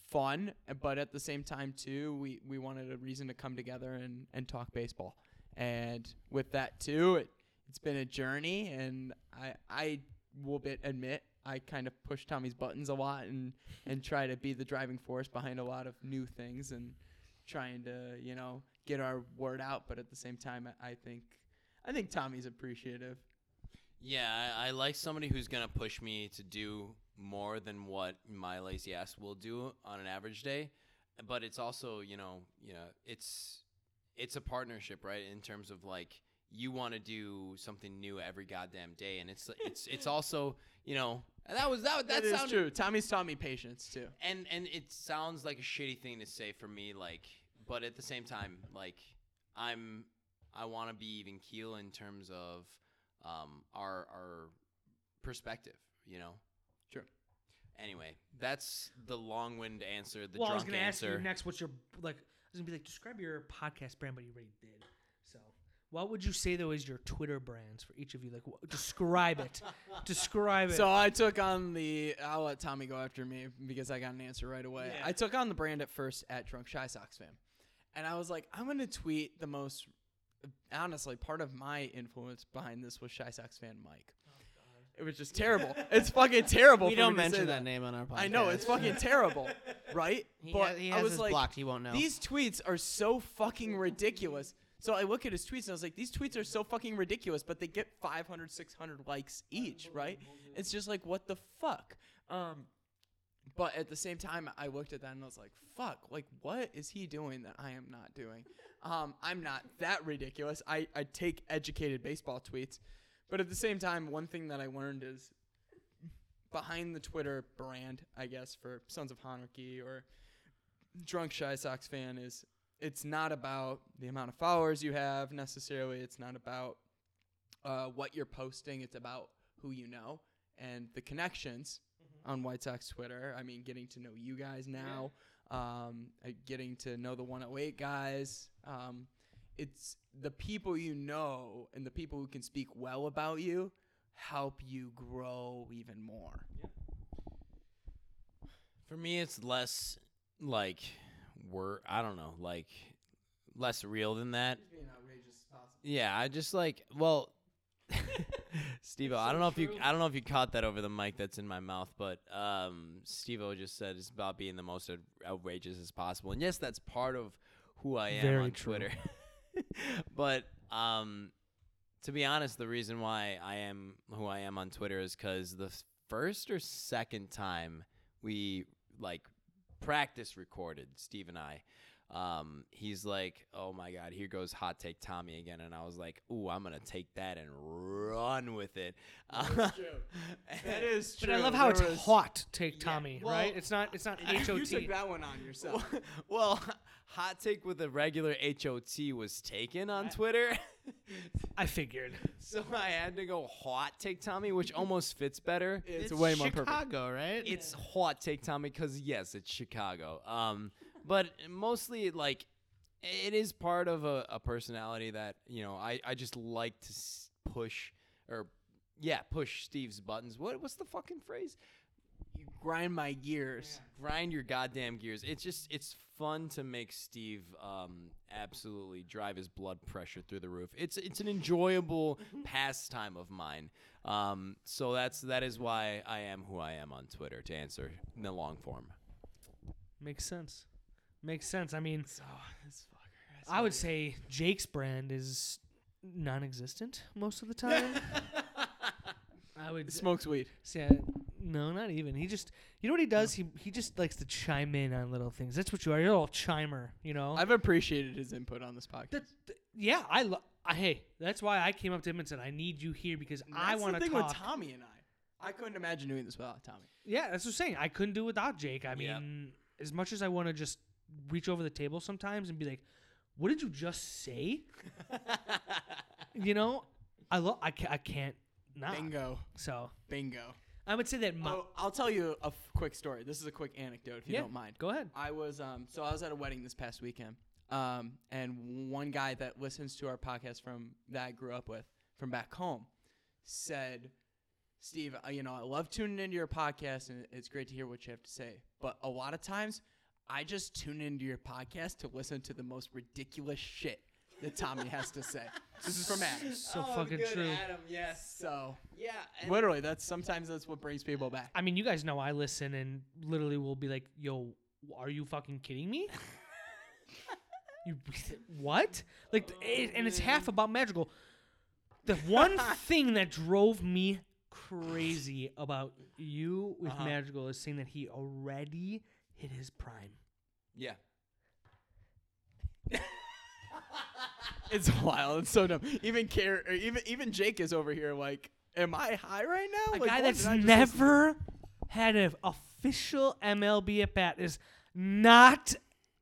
B: fun, uh, but at the same time too, we we wanted a reason to come together and and talk baseball. And with that too, it it's been a journey, and I I will bit admit. I kind of push Tommy's buttons a lot and, and try to be the driving force behind a lot of new things and trying to you know get our word out but at the same time I- i think i think tommy's appreciative
C: Yeah, I, I like somebody who's gonna push me to do more than what my lazy ass will do on an average day. But it's also, you know, you know, it's it's a partnership, right? In terms of like you want to do something new every goddamn day, and it's it's it's also, you know, and that was that that,
B: That is
C: sounded
B: true tommy's taught me patience too
C: and and it sounds like a shitty thing to say for me like but at the same time like i'm i want to be even keel in terms of um our our perspective you know
B: Sure.
C: anyway that's the long-winded answer the
A: well, I was
C: drunk
A: gonna
C: answer
A: ask you next. What's your like? I was gonna be like, describe your podcast brand, but you already did. So, what would you say though is your Twitter brands for each of you? Like, wh- describe
C: [LAUGHS]
A: it. describe it.
B: so i took on the i'll let tommy go after me because i got an answer right away
A: Yeah.
B: i took on the brand at first at drunk shy sox fam and i was like i'm gonna tweet the most honestly part of my influence behind this was shy sox fan mike it was just terrible it's fucking terrible
E: We
B: for
E: don't
B: me to say
E: mention
B: that
E: that name on our podcast.
B: I know it's fucking
E: [LAUGHS]
B: terrible, right?
E: He, ha- he has his blocked. He won't know.
B: These tweets are so fucking ridiculous. So I look at his tweets and I was like, these tweets are so fucking ridiculous, but they get 500, 600 likes each, right? It's just like, what the fuck? Um, but at the same time, I looked at that and I was like, fuck, like, what is he doing that I am not doing? Um, I'm not that ridiculous. I, I take educated baseball tweets. But at the same time, one thing that I learned is behind the Twitter brand, I guess, for Sons of Honarchy or Drunk Shy Sox fan is it's not about the amount of followers you have necessarily. It's not about uh, what you're posting. It's about who you know Mm-hmm. and the connections on White Sox Twitter. I mean, getting to know you guys now, um, uh, getting to know the 108 guys. Um, it's the people you know and the people who can speak well about you help you grow even more.
C: For me, it's less like work. I don't know, like less real than that. Yeah, I just like
A: [LAUGHS]
C: well, Steve. I don't know if you I don't know if you caught that over the mic that's in my mouth, but um, Steve just said it's about being the most out- outrageous as possible, and yes, that's part of who I am
A: Very
C: on
A: true.
C: Twitter. [LAUGHS] but um, to be honest, the reason why I am who I am on Twitter is because the s- first or second time we like practice recorded, Steve and I, um, he's like, "Oh my God, here goes hot take Tommy again," and I was like, "Ooh, I'm gonna take that and run with it."
B: That is
A: But
B: true.
A: I love how
B: There
A: it's
B: was-
A: hot. Take Tommy,
B: well,
A: right? It's not. It's not H O
B: You took
A: T.
B: that one on yourself.
C: [LAUGHS] well, hot take with a regular HOT was taken
B: [LAUGHS]
C: on Twitter.
A: I figured.
C: So I had to go hot take Tommy, which almost fits better.
B: [LAUGHS] It's, way more perfect.
E: Chicago, right?
C: It's hot take Tommy because yes, it's Chicago. Um, but mostly like it is part of a, a personality that you know I I just like to s- push or yeah push Steve's buttons. What what's the fucking phrase?
B: You grind my gears.
C: Grind your goddamn gears. It's just it's fun to make Steve um, absolutely drive his blood pressure through the roof. It's it's an enjoyable pastime of mine. Um, so that's that is why I am who I am on Twitter. To answer in the long form.
A: Makes sense. Makes sense. I mean, I would say Jake's brand is non-existent most of the
B: [LAUGHS]
A: time. [LAUGHS] I would
B: Smokes weed.
A: say no, not even. He just, you know what he does? He he just likes to chime in on little things. That's what you are. You're a little chimer, you know.
B: I've appreciated his input on this podcast.
A: That- th- yeah, I, lo- I hey, that's why I came up to him and said, "I need you here because
B: And
A: I
B: that's
A: want
B: the
A: to
B: thing
A: talk."
B: with Tommy and I. I couldn't imagine doing this without Tommy.
A: Yeah, that's what I'm saying. I couldn't do it without Jake. I mean,
C: Yeah.
A: as much as I want to just reach over the table sometimes and be like, "What did you just
B: [LAUGHS]
A: say?" you know, I lo- I, ca- I can't not.
B: Bingo,
A: So
B: bingo.
A: I would say that. My-
B: Oh, I'll tell you a f- quick story. This is a quick anecdote, if you
A: yeah,
B: don't mind.
A: Go ahead.
B: I was um, so I was at a wedding this past weekend, um, and one guy that listens to our podcast from that I grew up with from back home said, "Steve, uh, you know I love tuning into your podcast, and it's great to hear what you have to say. But a lot of times, I just tune into your podcast to listen to the most ridiculous shit that Tommy has to say. This is
A: [LAUGHS]
B: from Adam.
A: So fucking true.
C: yes.
B: So
C: Yeah.
B: literally, that's sometimes that's what brings people back.
A: I mean, you guys know I listen and literally will be like, "Yo, are you fucking kidding
B: [LAUGHS]
A: me?" you what? Like, th- it, and it's half
B: Oh,
A: about magical. The
B: [LAUGHS]
A: one thing that drove me crazy about you with
B: Uh-huh.
A: magical is seeing that he already hit his prime.
C: yeah.
B: It's wild. It's so dumb. Even care, or even even Jake is over here. Like, am I high right now?
A: A
B: Like,
A: guy
B: what
A: that's
B: did I just
A: never had an official MLB at bat is not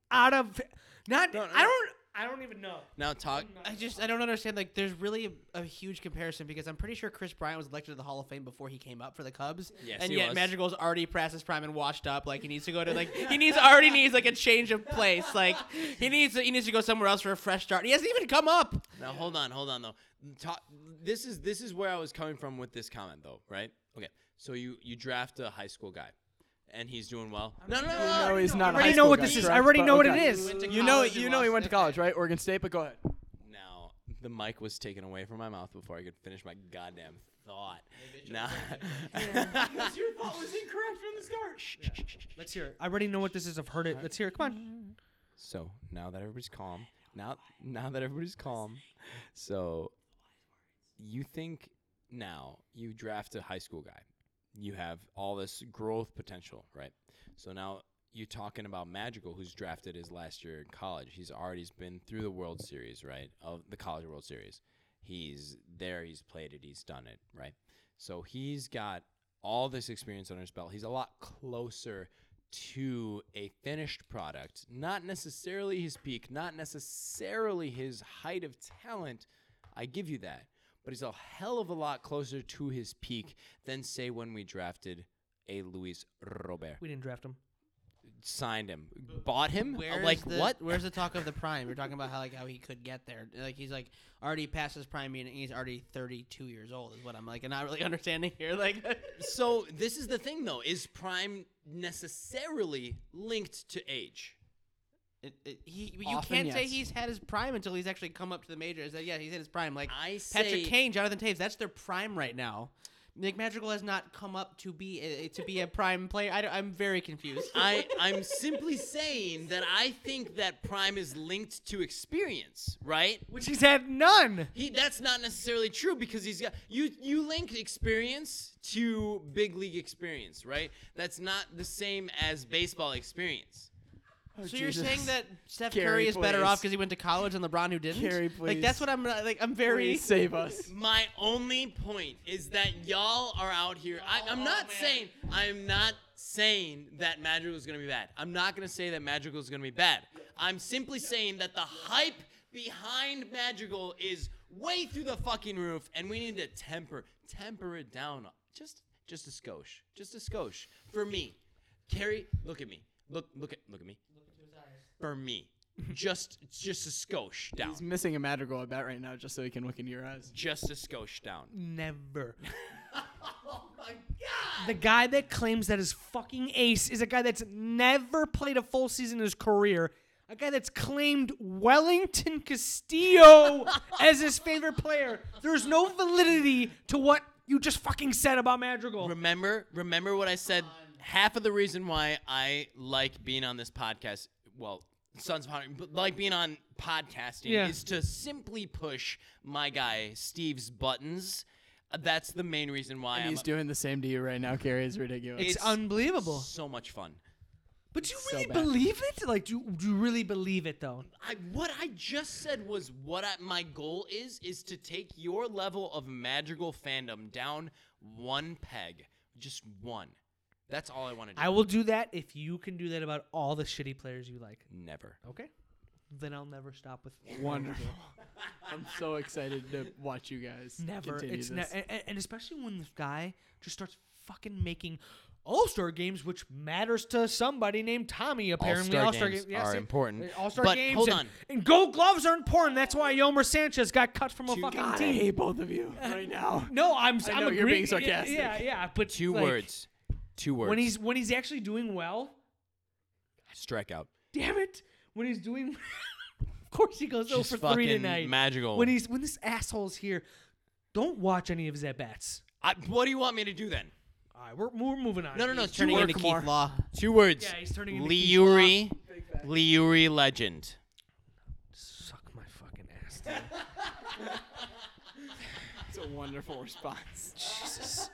A: out of not.
B: No, no,
A: I
B: no.
A: don't. I don't even know.
C: Now talk.
E: I just I don't understand. Like, there's really a, a huge comparison because I'm pretty sure Chris Bryant was elected to the Hall of Fame before he came up for the Cubs.
C: Yes,
E: and
C: he
E: yet
C: was.
E: Madrigal's already past his prime and washed up. Like he needs to go to
B: [LAUGHS]
E: like he needs already needs like a change of place. Like he needs to, he needs to go somewhere else for a fresh start. He hasn't even come up.
C: Now hold on, hold on though. Talk, this is this is where I was coming from with this comment though, right? Okay. So you you draft a high school guy, and he's doing well. No, no, no,
B: No,
C: no,
B: he's not.
A: I already know what this is. I already know what it is.
B: Oh, You know, you know, he went to college, right? Oregon State. But go ahead.
C: Now the mic was taken away from my mouth before I could finish my goddamn thought. Now,
B: Your thought was incorrect from the start.
A: Let's hear it. I already know what this is. I've heard it. Let's hear it. Come on.
C: [LAUGHS] so now that everybody's calm, now now that everybody's calm, so you think now you draft a high school guy, you have all this growth potential, right? So now you're talking about Magical, who's drafted his last year in college. He's already been through the World Series, right? Of the College World Series. He's there, he's played it, he's done it, right? So he's got all this experience under his belt. He's a lot closer to a finished product, not necessarily his peak, not necessarily his height of talent. I give you that. But he's a hell of a lot closer to his peak than, say, when we drafted a Luis Robert
A: We didn't draft him.
C: signed him, bought
E: [LAUGHS]
C: him. Uh,
E: Where's
C: like
E: the,
C: what?
E: Where's the talk of the prime? You're talking about how like how he could get there. Like he's like already past his prime, meaning he's already 32 years old. Is what I'm like not really [LAUGHS] understanding here. Like,
C: So this is the thing though: is prime necessarily linked to age?
E: it, it, he you
B: Often,
E: can't say
B: yes.
E: he's had his prime until he's actually come up to the majors. That yeah, he's at his prime. Like
C: I
E: Patrick
C: say
E: Kane, Jonathan Taves, that's their prime right now. Nick Madrigal has not come up to be a, to be a prime player. I, am
B: [LAUGHS]
E: very confused.
B: Oh,
C: I, I'm simply saying that I think that prime is linked to experience, right?
A: Which he's had none.
C: He that's not necessarily true because he's got you you link experience to big league experience, right? That's not the same as baseball experience.
E: so you're saying that Steph
B: Carey,
E: Curry is better off
B: please.
E: because he went to college and LeBron who didn't?
B: Carey,
E: Like that's
B: please.
E: what I'm uh, like. I'm very.
B: Please save us.
C: My only point is that y'all are out here. I, I'm not saying I'm not saying that Magical is gonna be bad. I'm not gonna say that Magical is gonna be bad. I'm simply saying that the hype behind Magical is way through the fucking roof, and we need to temper temper it down just just a skosh, just a skosh for me. Carrie, look at me. Look look at look at me. For me, just just a skosh down.
B: He's missing a Madrigal at bat right now just so he can look into your eyes.
C: Just a skosh down.
A: Never.
C: [LAUGHS] Oh my god!
A: The guy that claims that his fucking ace is a guy that's never played a full season in his career. A guy that's claimed Wellington
C: [LAUGHS]
A: Castillo as his favorite player. There's no validity to what you just fucking said about Madrigal.
C: Remember, remember what I said. Half of the reason why I like being on this podcast, well, Sons of Honor, but like being on podcasting,
A: Yeah.
C: is to simply push my guy Steve's buttons. Uh, That's the main reason why
B: And he's
C: I'm
B: doing the same to you right now, Carrie. It's ridiculous.
A: It's,
C: it's-
A: unbelievable.
C: so much fun.
A: But you
B: so
A: really
B: bad.
A: believe it? Like, do, do you really believe it though?
C: I, what I just said was what I, my goal is is to take your level of Madrigal fandom down one peg, just one. That's all I want to do.
A: I will do that if you can do that about all the shitty players you like.
C: never.
A: Okay. Then I'll never stop
C: [LAUGHS]
A: with
B: [LAUGHS] wonderful. I'm so excited to watch you guys.
A: Never.
B: Continue
A: It's ne-
B: this.
A: and, and especially when this guy just starts fucking making All Star games, which matters to somebody named Tommy. Apparently,
C: All-Star
A: All-Star
C: games
A: ga- yes,
C: are
A: it-
C: important.
A: All Star
C: But
A: games.
C: hold
A: and,
C: on.
A: And Gold Gloves are important. That's why Yomer Sanchez got cut from a fucking
B: God, I
A: team.
B: hate both of [LAUGHS] you right now.
A: No, I'm.
B: I
A: am
B: know, you're being sarcastic.
A: Yeah, yeah. But
C: Two
A: like,
C: words. Two words.
A: When he's when he's actually doing well,
C: strikeout.
A: damn it. When he's doing, [LAUGHS] of course he goes
C: Just
A: over three
C: fucking
A: tonight.
C: magical.
A: When he's when this asshole's here, don't watch any of his at bats.
C: I, what do you want me to do then?
A: All right, we're, we're moving on.
C: No, no, no.
A: He's
C: Two
E: turning
C: words.
E: into Keith Law.
C: Two words.
A: Yeah, he's turning into Keith
C: Liuri, Liuri legend.
A: Suck my fucking ass.
B: It's a wonderful response.
A: Jesus.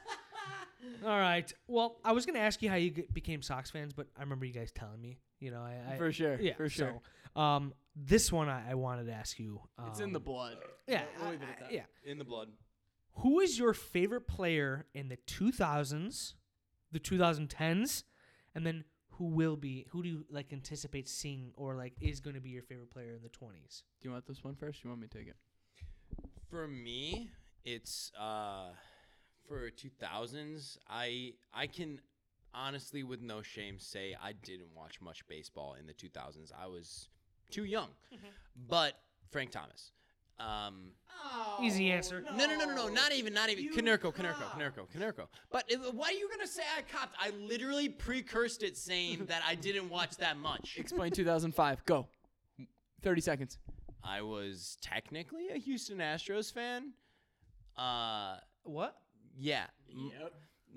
A: All right. Well, I was gonna ask you how you g- became Sox fans, but I remember you guys telling me. You know, I, I
B: For sure.
A: yeah,
B: for sure.
A: So, um, this one I, I wanted to ask you. Um,
B: it's in the blood.
A: yeah,
B: We'll leave it at
A: I- I-
B: that.
A: yeah.
C: In the blood.
A: Who is your favorite player in the 2000s, the 2010s, and then who will be? Who do you like anticipate seeing or like is going to be your favorite player in the 20s?
B: Do you want this one first? Or you want me to take [LAUGHS] it?
C: For me, it's uh, for 2000s. I I can honestly, with no shame, say I didn't watch much baseball in the 2000s. I was too young.
A: Mm-hmm.
C: But Frank Thomas. Um,
A: Easy answer.
C: No, no, no, no, no, not even, not even. Canerco, Canerco, Canerco, Canerco. But it, why are you gonna say I copped? I literally precursed it saying that I didn't watch that much.
B: Explain 2005. Go. 30 seconds.
C: I was technically a Houston Astros fan. Uh,
A: What?
C: yeah. M-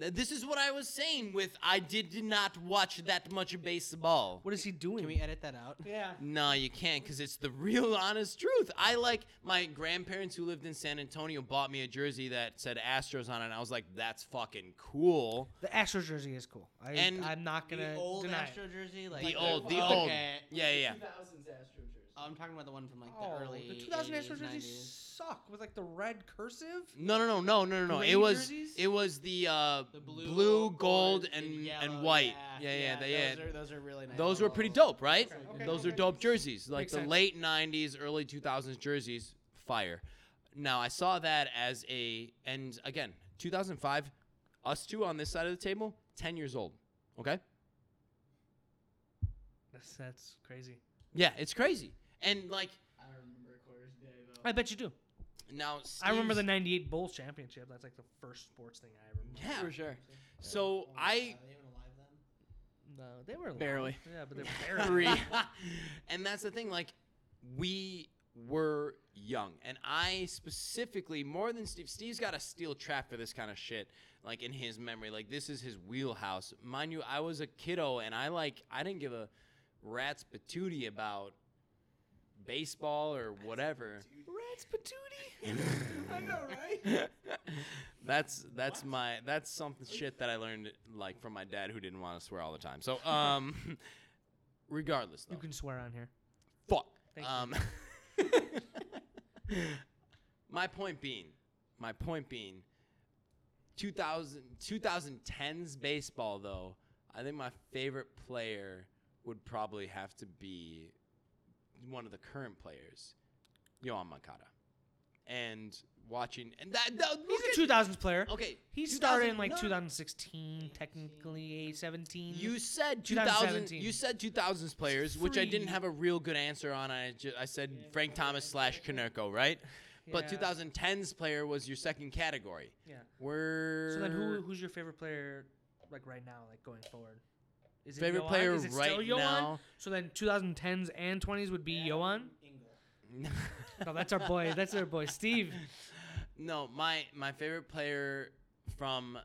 C: th- This is what I was saying with I did not watch that much baseball.
A: What is he doing?
E: Can we edit that out?
A: yeah.
C: No, you can't because it's the real [LAUGHS] honest truth. I like my grandparents who lived in San Antonio bought me a jersey that said Astros on it, and I was like, that's fucking cool.
A: The Astros jersey is cool. I,
C: And
A: I'm not gonna
E: The old
A: deny
E: Astro
A: it.
E: jersey, like
C: The old, the
E: okay.
C: old. Yeah, yeah, yeah.
E: Oh, I'm talking about the one from like the
A: Oh,
E: early
A: the 2000
E: 80s,
A: Astros jerseys
E: 90s.
A: suck with like the red cursive.
C: No, no, no, no, no, no, no.
A: Gray
C: It was
A: jerseys?
C: it was the, uh,
E: The
C: blue,
E: blue,
C: gold,
E: orange,
C: and and,
E: yellow,
C: white. Yeah, yeah, they
E: those,
C: had.
E: Are, those are really nice.
C: those were pretty
E: logos.
C: dope, right?
A: Okay,
C: those
A: okay.
C: are dope jerseys, like
A: Makes
C: the
A: sense.
C: late '90s, early 2000s jerseys. Fire. Now I saw that as a and again 2005. Us two on this side of the table, 10 years old. Okay.
A: That's, that's crazy.
D: Yeah, it's crazy.
C: And like
G: I don't remember Corey's day though.
A: I bet you do.
C: now,
A: I remember the
C: Steve's-
A: '98 Bulls championship. That's like the first sports thing I ever. Remember.
C: Yeah.
B: for sure.
C: So I
G: Are they even alive then?
A: No, they were alive.
B: Barely.
A: Yeah, but
C: [LAUGHS]
A: they were barely. [LAUGHS]
C: three. and that's the thing, like, we were young. And I specifically, more than Steve, Steve's got a steel trap for this kind of shit, like, in his memory. Like, this is his wheelhouse. Mind you, I was a kiddo and I, like, I didn't give a rat's patootie about baseball or whatever. [LAUGHS]
B: Rats patootie.
C: that's that's my that's something shit that I learned like from my dad who didn't want to swear all the time. So um [LAUGHS] regardless though.
A: You can swear on here.
C: Fuck.
A: Thank you.
C: Um, [LAUGHS] my point being, my point being, 2000, 2010s baseball, though, I think my favorite player would probably have to be one of the current players, Yohan Mankata. And watching, and that, that
A: He's
C: look
A: a 2000s player.
C: at- okay.
A: He started in
C: 2000
A: like
C: no,
A: 2016, technically eh, 17.
C: You said 2000.
A: 2017.
C: You said 2000s players, which I didn't
A: Three.
C: have a real good answer on. I ju- I said Frank Thomas slash Konerko, right? But
A: Yeah.
C: 2010s player was your second category.
A: Yeah.
C: We're
A: So then, who who's your favorite player like right now, like going forward? Is it
C: Favorite
A: Yohan?
C: player
A: Is it still
C: right
A: Yohan?
C: now?
A: So then, 2010s and 20s would be Yohan. No, that's our
C: [LAUGHS]
A: boy. That's our boy, Steve.
C: no, my my favorite player from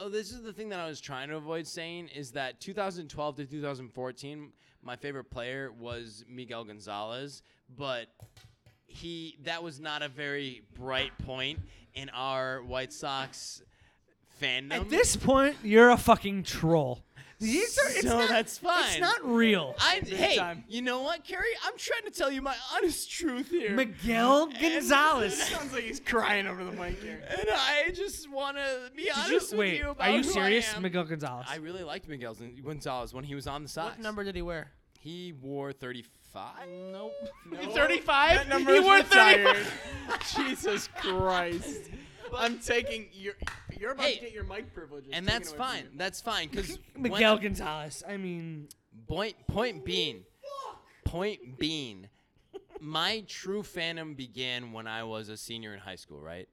C: oh, this is the thing that I was trying to avoid saying is that 2012 to 2014, my favorite player was Miguel Gonzalez, but he that was not a very bright point in our White Sox fandom.
A: At this point, you're a fucking troll. These are- it's
C: so
A: not-
C: that's fine.
A: It's not real.
C: I, hey,
B: time.
C: you know what, Kerry? I'm trying to tell you my honest truth here. [LAUGHS]
A: Miguel Gonzalez.
B: Sounds like he's crying over the mic here.
C: and I just want to be
A: Did
C: honest
A: you,
C: with
A: wait,
C: you about
A: are you
C: who I
A: serious,
C: am.
A: Miguel Gonzalez?
C: I really liked Miguel Gon- Gonzalez when he was on the side.
E: What number did he wear?
C: He wore 35.
E: Nope.
B: That
E: 35?
B: number
E: He
B: is
E: wore 35.
B: retired. [LAUGHS] Jesus Christ. I'm taking your. You're about
C: Hey,
B: to get your mic privileges.
C: And
B: taken
C: that's
B: away from
C: fine.
B: you.
C: That's
A: [LAUGHS]
C: fine cuz
A: Miguel Gonzalez. I mean,
C: point point being point [LAUGHS] being my true fandom began when I was a senior in high school, right?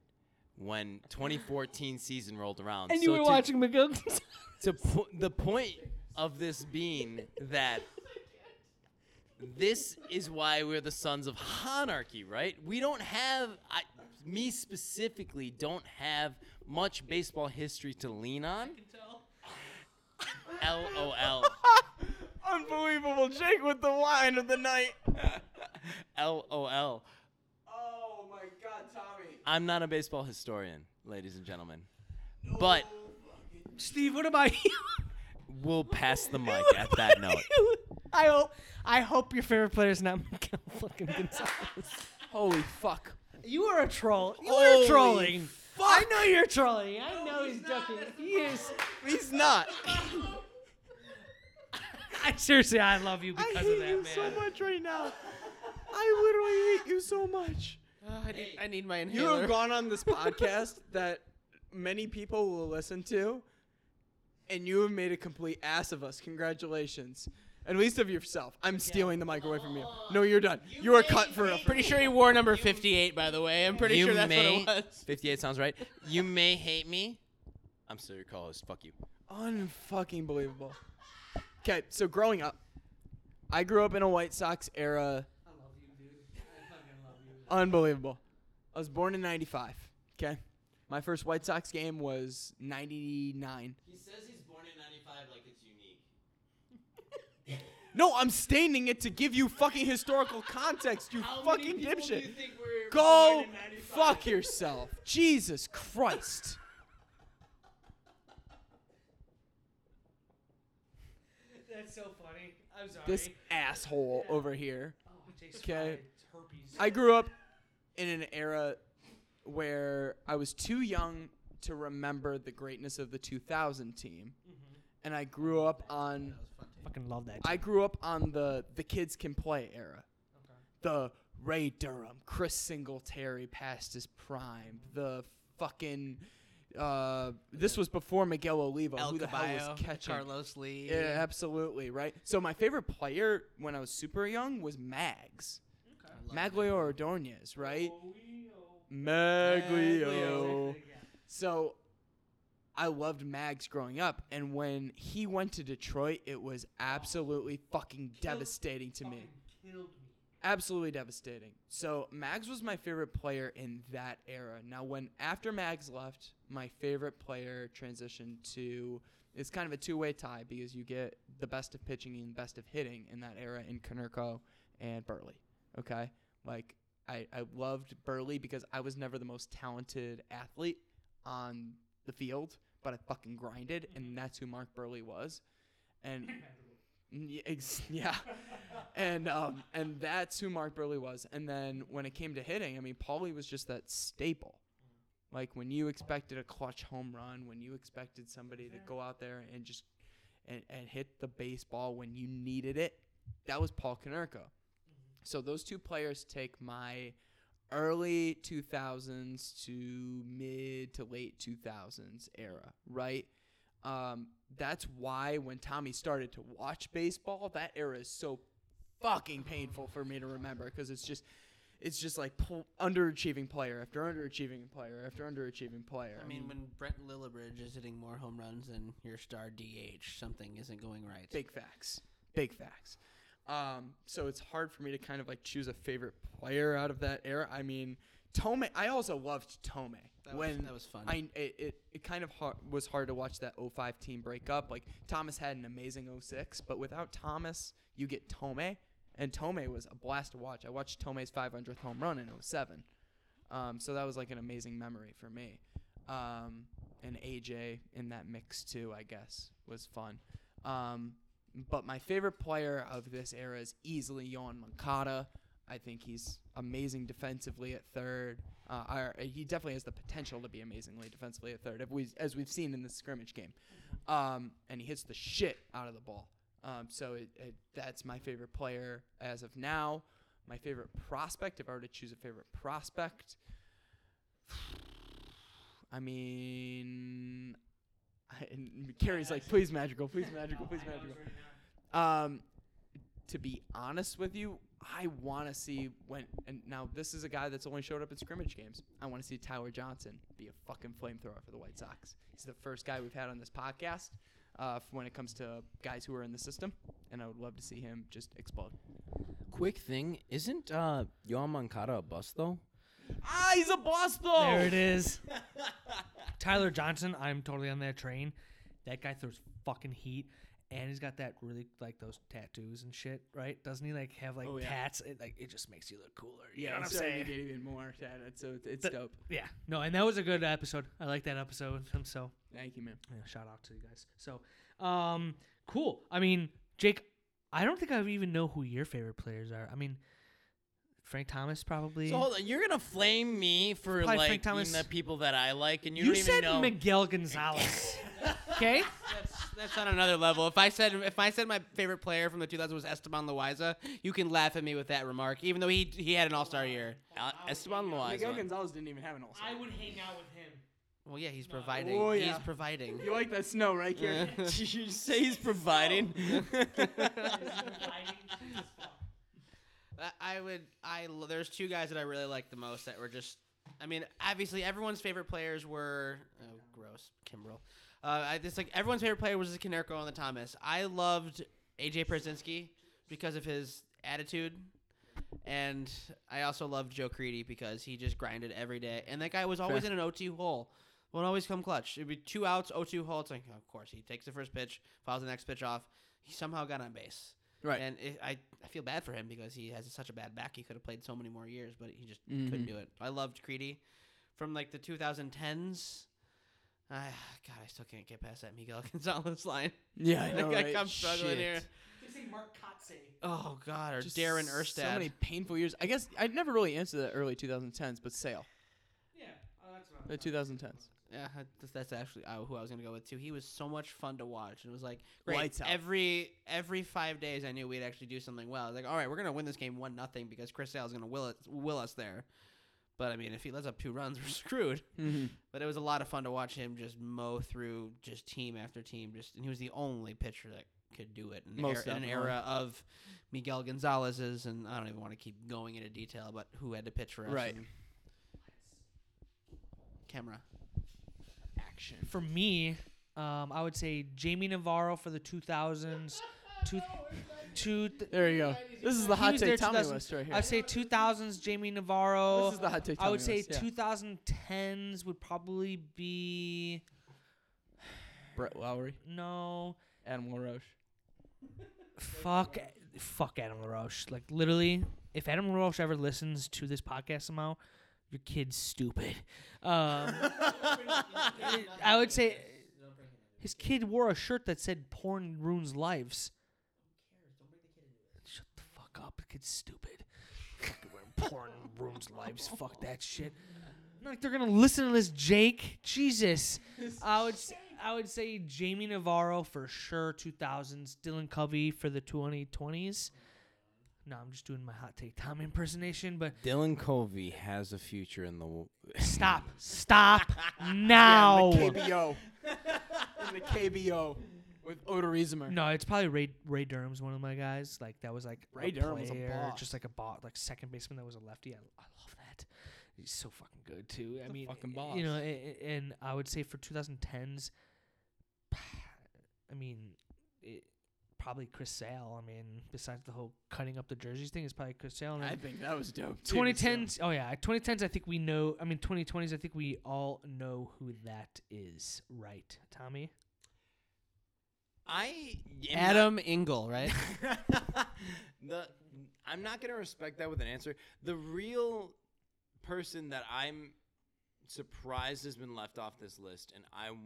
C: When 2014 season rolled around.
A: and you
C: So
A: were
C: to-
A: watching Miguel Gonzalez.
C: to po- the point of this being that this is why we're the sons of monarchy, right? We don't have, I, me specifically, don't have much baseball history to lean on. LOL.
B: [LAUGHS] Unbelievable. Jake with the wine of the
C: [LAUGHS]
B: night.
C: LOL.
B: Oh my God, Tommy.
C: I'm not a baseball historian, ladies and gentlemen. But
A: Steve, what [LAUGHS] about you?
C: we'll pass the mic at that note.
A: [LAUGHS] I hope I hope your favorite player is not Miguel fucking Gonzalez.
B: Holy fuck.
A: You are a troll. You
B: Holy
A: are trolling. I know you're trolling. I know he's, joking. He is.
B: [LAUGHS] He's not.
A: I seriously, I love you because
B: I
A: of
B: hate
A: that,
B: you
A: man.
B: so much right now. I literally hate you so much.
E: [SIGHS] I, need, I need my
B: You
E: inhaler.
B: have gone on [LAUGHS] this podcast that many people will listen to, and you have made a complete ass of us. Congratulations. At least of yourself. I'm stealing the mic away from you. No, you're done. You are cut for a.
E: Pretty sure he wore number 58, by the way. I'm pretty
C: You
E: sure that's
C: may,
E: what it was.
C: 58 sounds right. You may hate me. I'm still your co-host. Fuck you.
B: Unfucking believable. Okay, so growing up, I grew up in a White Sox era. Unbelievable. I was born in 95. Okay. My first White Sox game was 99.
C: He says he's born in 95 like it's unique.
B: No, I'm stating it to give you fucking historical context, you fucking dipshit.
C: we're
B: Go fuck yourself. Jesus Christ.
A: That's so funny. I'm sorry. Oh,
B: This asshole over here. Okay.
A: herpes.
B: I grew up in an era where I was too young to remember the greatness of the 2000 team.
E: Mm-hmm.
B: And I grew up on
A: fucking love that.
B: I grew up on the the kids can play era. The
E: Mm-hmm.
B: Ray Durham, Chris Singletary past his prime, the fucking Uh, this was before Miguel Oliva,
E: El
B: who the hell
E: Caballo,
B: was catching.
E: Carlos Lee.
B: Yeah, absolutely right. So my favorite player when I was super young was Mags, Maglio Ordonez, right? Maglio. So I loved Mags growing up, and when he went to Detroit, it was absolutely fucking devastating to me. Absolutely devastating. So Mags was my favorite player in that era. Now, when after Mags left, my favorite player transitioned to. It's kind of a two-way tie because you get the best of pitching and best of hitting in that era in Konerko and Burley. Okay, like I, I loved Burley because I was never the most talented athlete on the field, but I fucking grinded, and that's who Mark Burley was. And Y- ex- [LAUGHS] yeah, [LAUGHS] and um, and that's who Mark Burley was. And then when it came to hitting, I mean, Paulie was just that staple. Like when you expected a clutch home run, when you expected somebody to go out there and just and, and hit the baseball when you needed it, that was Paul Konerko. So those two players take my early 2000s to mid to late 2000s era, right? Um, that's why when Tommy started to watch baseball, that era is so fucking painful for me to remember because it's just. It's just like pull, underachieving player after underachieving player after underachieving player.
E: I mean, when Brett Lillibridge is hitting more home runs than your star DH, something isn't going right.
B: Big facts. Big facts. Um, so it's hard for me to kind of like choose a favorite player out of that era. I mean, Tome. I also loved Tome.
E: That
B: when
E: was, that was fun.
B: I it, it, it kind of har was hard to watch that 05 team break up. Like Thomas had an amazing 06, but without Thomas, you get Tome, and Tome was a blast to watch. I watched Tome's 500th home run in 07, um, so that was like an amazing memory for me. Um, and AJ in that mix too, I guess, was fun. Um, but my favorite player of this era is easily Yohan Mankata. I think he's amazing defensively at third. Uh, or- he definitely has the potential to be amazingly defensively at third, if we, as we've seen in the scrimmage game. Um, and he hits the shit out of the ball. Um, so it, it, that's my favorite player as of now. My favorite prospect, if I were to choose a favorite prospect, [SIGHS] I mean, I, and Carrie's like, please magical, please magical, please magical. Um, to be honest with you, I want to see when. And now this is a guy that's only showed up in scrimmage games. I want to see Tyler Johnson be a fucking flamethrower for the White Sox. He's the first guy we've had on this podcast uh, f- when it comes to guys who are in the system, and I would love to see him just explode.
D: Quick thing, isn't uh Yohan Mankata a bust though?
B: Ah, he's a boss though.
A: There it is. Oh. [LAUGHS] Tyler Johnson, I'm totally on that train. That guy throws fucking heat. And he's got that really like those tattoos and shit, right? Doesn't he like have like
B: Oh, yeah.
A: tats? It like it just makes you look cooler. You
B: Yeah,
A: know what I'm
B: so you
A: saying?
B: get even more. Yeah, that's- so it's, it's
A: The-
B: dope.
A: Yeah. No, and that was a good episode. I like that episode [LAUGHS] with him. So
B: Thank you, man.
A: yeah, shout out to you guys. So, um, cool. I mean, Jake, I don't think I even know who your favorite players are. I mean, Frank Thomas probably.
D: So hold on, you're gonna flame me for
A: Probably Frank
D: like
A: Thomas.
D: the people that I like, and you,
A: you
D: don't
A: said
D: even know. [LAUGHS]
A: Miguel Gonzalez. okay.
E: that's, that's on another level. If I said if I said my favorite player from the 2000s was Esteban Loaiza, you can laugh at me with that remark, even though he he had an All Star year.
D: Uh, Esteban
B: Miguel
D: Loaiza.
B: Gonzalez didn't even have an all star.
A: would hang out with him.
E: Well, yeah, he's providing.
B: Oh, yeah.
E: He's providing.
B: You like that snow, right,
D: [LAUGHS]
B: Carrie?
D: Did you say he's providing?
A: [LAUGHS]
E: I- I would. I lo- there's two guys that I really liked the most that were just. I mean, obviously everyone's favorite players were oh, gross Kimbrel. Uh, I just like everyone's favorite player was the Canerco and the Thomas. I loved AJ Przinski because of his attitude, and I also loved Joe Creedy because he just grinded every day, and that guy was always in an OT hole. Would always come clutch. It'd be two outs, O2 hole. It's like, of course, he takes the first pitch, fouls the next pitch off. He somehow got on base.
B: Right.
E: And it, I, I feel bad for him because he has such a bad back. He could have played so many more years, but he just
B: Mm-hmm.
E: couldn't do it. I loved Creedy from like the 2010s. I, Ah, God, I still can't get past that Miguel [LAUGHS] Gonzalez line.
B: [LAUGHS] Yeah, I
E: Like,
B: know,
E: like,
B: right?
E: I'm
B: Shit.
E: struggling here. Oh God, or
B: Just
E: Darren
B: So
E: Erstad.
B: many painful years. I guess I never really answered the early 2010s, but Sale,
A: Yeah. Oh, that's what
B: the 2010s.
E: Yeah, I- that's- that's actually uh, who I was gonna go with too. He was so much fun to watch, and it was like
B: Lights
E: great.
B: out.
E: Every every five days, I knew we'd actually do something well. I was like, all right, we're gonna win this game one nothing because Chris Sale's gonna will it will us there. But I mean, if he lets up two runs, [LAUGHS] we're screwed. But it was a lot of fun to watch him just mow through just team after team. Just and he was the only pitcher that could do it in, an
B: Most
E: era- in an
B: definitely.
E: era of Miguel Gonzalez's and I don't even want to keep going into detail, but who had to pitch for us?
B: Right.
E: and- Camera.
B: Action.
A: For me, um, I would say Jamie Navarro for the [LAUGHS] 2000s. Two, two th-
B: There you go. This is the
A: He
B: hot
A: was
B: take
A: there
B: Tommy
A: 2000
B: list right here.
A: I'd say 2000s Jamie Navarro.
B: this is the hot take Tommy
A: I would say
B: list, yeah.
A: 2010s would probably be
B: Brett Lowry,
A: no
B: Adam LaRoche.
A: fuck fuck Adam LaRoche. Like literally, if Adam LaRoche ever listens to this podcast somehow, your kid's stupid. Um, I would say his kid wore a shirt that said "Porn ruins lives." Shut the fuck up, the kid's stupid. [LAUGHS] Fucking wearing Porn ruins lives. Fuck that shit. Like they're gonna listen to this, Jake. Jesus. I would s- I would say Jamie Navarro for sure. Two thousands. Dylan Covey for the twenty twenties. No, I'm just doing my hot take Tom impersonation, but
C: Dylan Covey has a future in the. w-
A: stop, stop now.
B: KBO. in the KBO with Odorizmer.
A: No, it's probably Ray Ray Durham's one of my guys. Like that was like
B: Ray Durham was a
A: player,
B: boss.
A: just like a bot, like second baseman that was a lefty. I, I love that. He's so fucking good too. I
B: a
A: mean, eh,
B: fucking
A: you know,
B: boss.
A: a- a- and I would say for 2010s, [SIGHS] I mean, it, probably Chris Sale. I mean, besides the whole cutting up the jerseys thing, it's probably Chris Sale. And then
B: I think that was dope. too, so-
A: 2010s. Oh yeah, 2010s. I think we know. I mean, 2020s. I think we all know who that is, right, Tommy?
C: I am not-
E: Adam
C: [LAUGHS]
E: Ingle, right?
C: the I'm not gonna respect that with an answer. The real person that I'm surprised has been left off this list, and I w-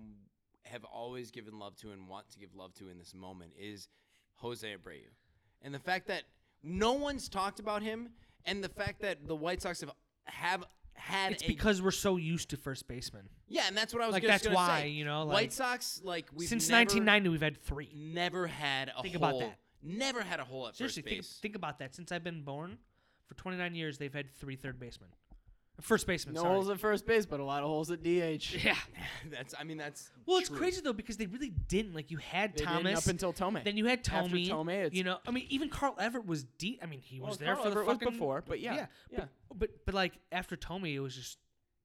C: have always given love to and want to give love to in this moment is Jose Abreu, and the fact that no one's talked about him, and the fact that the White Sox have have had
A: It's
C: a
A: because we're so used to first baseman.
C: yeah, and that's what I was
A: like,
C: just
A: that's
C: gonna
A: why,
C: say.
A: you know, like,
C: White Sox like we've
A: Since
C: never,
A: 1990, we've had three.
C: never had a
A: Think
C: hole,
A: about that.
C: never had a hole at
A: Seriously,
C: first
A: think,
C: base.
A: think about that. Since I've been born, for 29 years, they've had three third basemen. First basemen,
B: No
A: sorry.
B: holes at first base, but a lot of holes at
A: [LAUGHS]
B: DH.
A: yeah.
C: [LAUGHS] That's I mean that's
A: Well, it's
C: true.
A: crazy, though, because they really didn't. Like, you had
B: [LAUGHS] They didn't
A: Thomas.
B: up until Tomei.
A: then you had
B: After
A: Tommy.
B: Tomei, it's-
A: you know, I mean, even Carl Everett was deep. I mean, he
B: Well,
A: was there
B: Carl
A: for the
B: Everett was
A: fucking
B: before, but yeah,
A: yeah,
B: yeah.
A: But, but but like after Tommy, it was just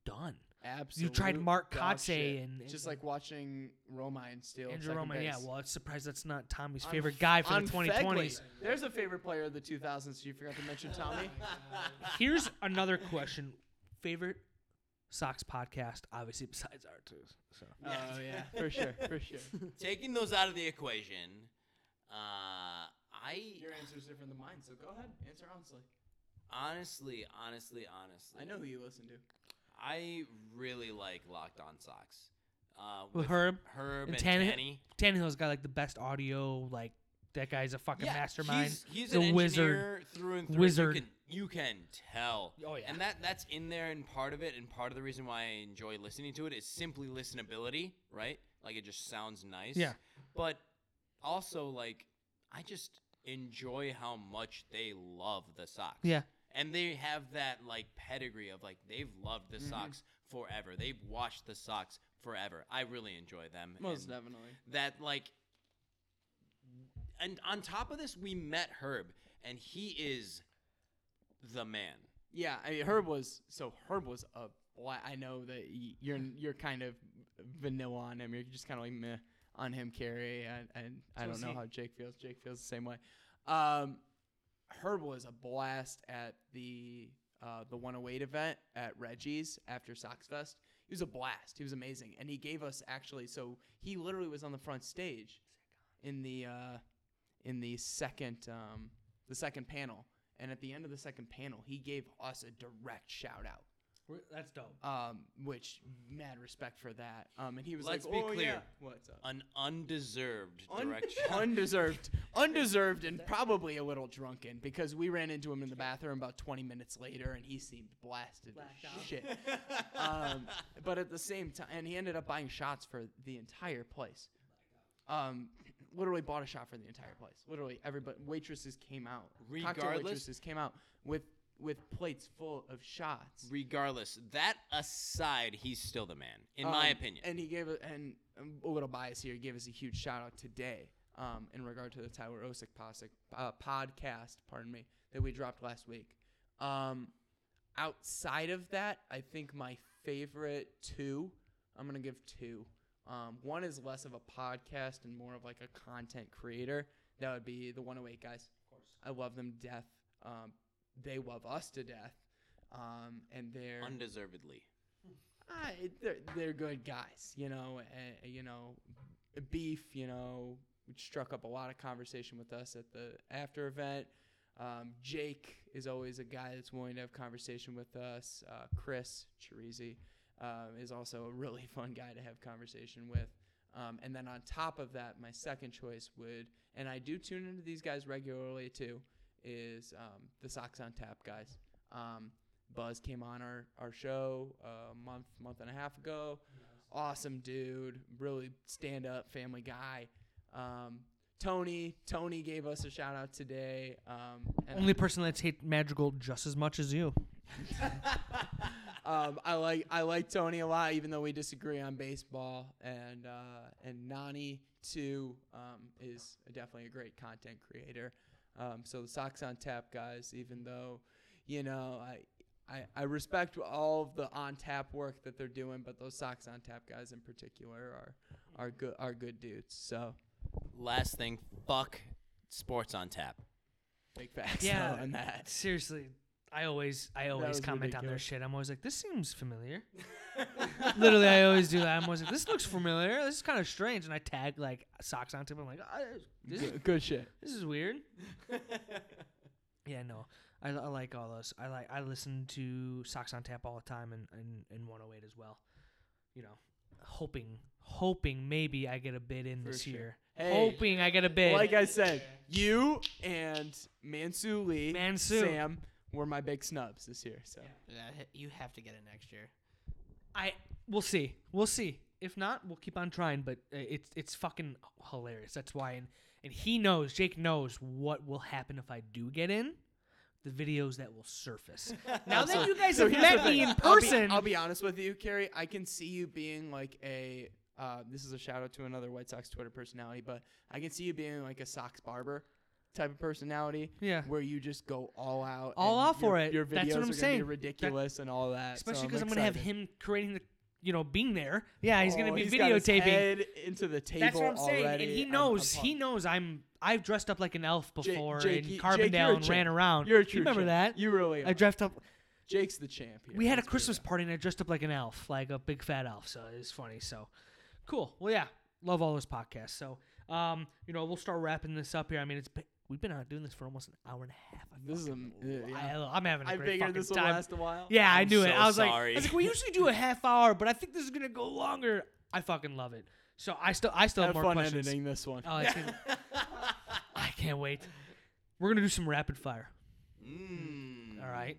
A: done.
B: Absolutely.
A: You tried Mark Kotze and, and
B: just like watching Romine steal.
A: Andrew
B: second
A: Roman.
B: base.
A: Yeah, well, I'm surprised that's not Tommy's
B: On
A: favorite
B: F-
A: guy for
B: on
A: the
B: Fegley.
A: 2020s.
B: There's a favorite player of the 2000s. You forgot to mention
A: [LAUGHS]
B: Tommy. [LAUGHS]
A: Here's another question: favorite Sox podcast, obviously besides our two. So
B: oh yeah, for sure, for
A: [LAUGHS]
B: sure.
C: taking those out of the equation. Uh, I
B: Your answer's different than mine, so go ahead, answer honestly.
C: honestly, honestly, honestly,
B: I know who you listen to.
C: I really like Locked On Socks. Uh,
A: with Herb
C: Herb
A: and
C: and,
A: Tannehill-
C: Tanny.
A: Tannehill's got like the best audio. Like that guy's a fucking mastermind.
C: He's, he's
A: the
C: an
A: wizard.
C: engineer through and through.
A: Wizard.
C: You can, you can tell.
A: Oh, yeah.
C: And that that's in there and part of it and part of the reason why I enjoy listening to it is simply listenability, right? Like it just sounds nice.
A: Yeah.
C: But also like I just enjoy how much they love the socks.
A: Yeah.
C: And they have that like pedigree of like they've loved
A: Mm-hmm.
C: the socks forever. They've watched the socks forever. I really enjoy them.
B: Most
C: and-
B: definitely.
C: that like and on top of this we met herb and he is the man
B: Yeah, I mean, Herb was so Herb was a. Well, I know that y- you're you're kind of vanilla on him. You're just kind of like meh on him, Carrie, and, and I don't know how Jake feels. Jake feels the same way. Um, Herb was a blast at the uh, the 108 event at Reggie's after Sox Fest. He was a blast. He was amazing, and he gave us actually. So he literally was on the front stage in the uh, in the second um, the second panel. And at the end of the second panel, he gave us a direct shout out,
A: That's dope.
B: um, which mad respect for that. Um, and he was
C: Let's
B: like,
C: be
B: "Oh,
C: clear.
B: yeah." what's up?
C: an undeserved
B: Un- [LAUGHS]
C: direction [LAUGHS]
B: undeserved, undeserved, and probably a little drunken because we ran into him in the bathroom about 20 minutes later, and he seemed blasted as shit.
C: Uh,
B: um, but at the same time, and he ended up buying shots for the entire place. Um, literally bought a shot for the entire place. Literally, everybody waitresses came out. Cocktail
C: Regardless-
B: waitresses came out with with plates full of shots.
C: Regardless, that aside, he's still the man, in my
B: Um,
C: opinion.
B: And he gave a, and um, a little bias here. He gave us a huge shout out today um, in regard to the Tyler Osick posic, uh, podcast, pardon me, that we dropped last week. Um, outside of that, I think my favorite two. I'm gonna give two. Um, one is less of a podcast and more of like a content creator. That would be the 108 guys. Of course, I love them to death. Um, they love us to death. Um, and they're
C: Undeservedly.
B: uh, they're, they're good guys, you know. Uh, you know, beef, you know, struck up a lot of conversation with us at the after event. Um, Jake is always a guy that's willing to have conversation with us. Uh, Chris Chirizi um, is also a really [LAUGHS] fun guy to have conversation with. Um, and then on top of that, my second choice would, and I do tune into these guys regularly too, is um, the Socks on Tap guys. Um, Buzz came on our, our show a month, month and a half ago. Awesome dude, really stand up family guy. Um, Tony, Tony gave us a shout out today. Um, and
A: Only person that's hate Madrigal just as much as you.
B: um, I like I like Tony a lot, even though we disagree on baseball. And uh, and Nani too um, is definitely a great content creator. Um, so the socks on tap guys, even though you know I. I, I respect all of the on tap work that they're doing, but those socks on tap guys in particular are are good are good dudes. So
C: Last thing, fuck sports on tap.
B: big facts
A: Yeah.
B: [LAUGHS] on that.
A: Seriously, I always I always
B: was
A: comment on their
B: ridiculous.
A: shit. I'm always like, this seems familiar. [LAUGHS] Literally, I always do that. I'm always like, this looks familiar. This is kind of strange. And I tag like socks on tip. I'm like, "Ah, this, is,
B: Good, good shit.
A: this is
B: [LAUGHS]
A: weird. yeah, no, I, I like all those. I like I listen to socks on tap all the time and and, and 108 as well. You know, hoping hoping maybe I get a bid in
B: For
A: this
B: sure.
A: year.
B: Hey,
A: hoping I get a bid.
B: Like I said, you and Mansu Lee,
A: Mansu.
B: Sam were my big snubs this year. So
E: Yeah, you have to get it next year.
A: I we'll see. We'll see. If not, we'll keep on trying. But uh, it's it's fucking hilarious. That's why. And and he knows. Jake knows what will happen if I do get in. The videos that will
B: [LAUGHS]
A: surface. Now that you guys
B: So
A: have
B: here's the
A: met me
B: thing.
A: in
B: I'll be-
A: person,
B: I'll be, honest with you, Carrie. I can see you being like a. Uh, this is a shout out to another White Sox Twitter personality, but I can see you being like a Sox barber type of personality.
A: Yeah.
B: Where you just go all out.
A: All
B: and
A: out for
B: your-
A: it.
B: Your videos
A: That's what I'm
B: are gonna
A: saying.
B: Be
A: That-
B: ridiculous and all that. so
A: especially because I'm,
B: I'm
A: gonna have
B: excited.
A: him creating the, you know, being there. Yeah, he's gonna
B: Oh,
A: be
B: got his
A: videotaping.
B: head into the table.
A: That's what I'm saying.
B: already.
A: And he
B: I'm- I'm
A: knows.
B: pumped.
A: he knows. I'm. I've dressed up like an elf
B: Ja-
A: before
B: Jake,
A: in
B: you-
A: Carbondale
B: Jake, you're a
A: and
B: champ.
A: ran around.
B: You're a true
A: you remember
B: champ.
A: that?
B: You really. Are.
A: I dressed up.
B: Jake's the champ here.
A: we had a
B: Let's be
A: Christmas
B: real.
A: party and I dressed up like an elf, like a big fat elf. So it was funny. So cool. Well, yeah, love all those podcasts. So, um, you know, we'll start wrapping this up here. I mean, it's been, we've been out doing this for almost an hour and a half. I
B: This is a.
A: fucking-
B: yeah.
A: I, am having a
B: I
A: great
B: figured
A: fucking
B: this would
A: time.
B: last a while.
A: Yeah, i
C: I'm
A: knew it.
C: so
A: I was like,
C: sorry.
A: I was like, we usually do a half hour, but I think this is gonna go longer. I fucking love it. So I still, I still have,
B: Have
A: more
B: fun
A: questions.
B: editing this one.
A: Oh, it's gonna, [LAUGHS] I can't wait. We're gonna do some rapid fire.
C: Mm.
A: All right.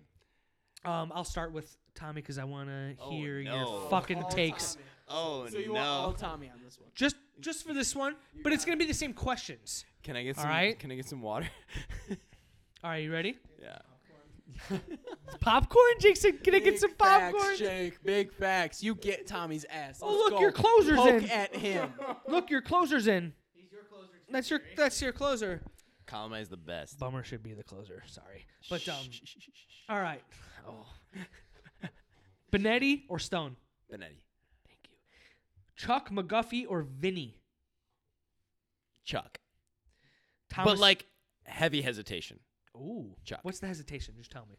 A: Um, I'll start with Tommy because I want to
C: Oh,
A: hear your
C: no.
A: fucking takes.
C: Oh,
B: So you want all
C: no.
B: Tommy on this one?
A: Just just for this one, but it's gonna be the same questions.
C: Can I get
A: All
C: some?
A: right.
C: Can I get some water? [LAUGHS]
A: All right, you ready?
C: yeah.
A: Popcorn, Jason. Can I get some popcorn?
B: Facts, Jake. Big facts. You get Tommy's ass.
A: Oh,
B: Let's
A: look,
B: go.
A: your closer's
B: Poke
A: in.
B: at
A: [LAUGHS]
B: him.
A: Look, your closer's in.
E: He's your closer. Too,
A: That's your that's your closer.
C: Columnize the best.
A: Bummer should be the closer. Sorry, but um, all right. Oh, Benetti or Stone?
C: Benetti.
A: Thank you. Chuck McGuffey or Vinny?
C: Chuck.
A: Thomas.
C: But like heavy hesitation.
A: ooh,
C: Chuck.
A: What's the hesitation? Just tell me.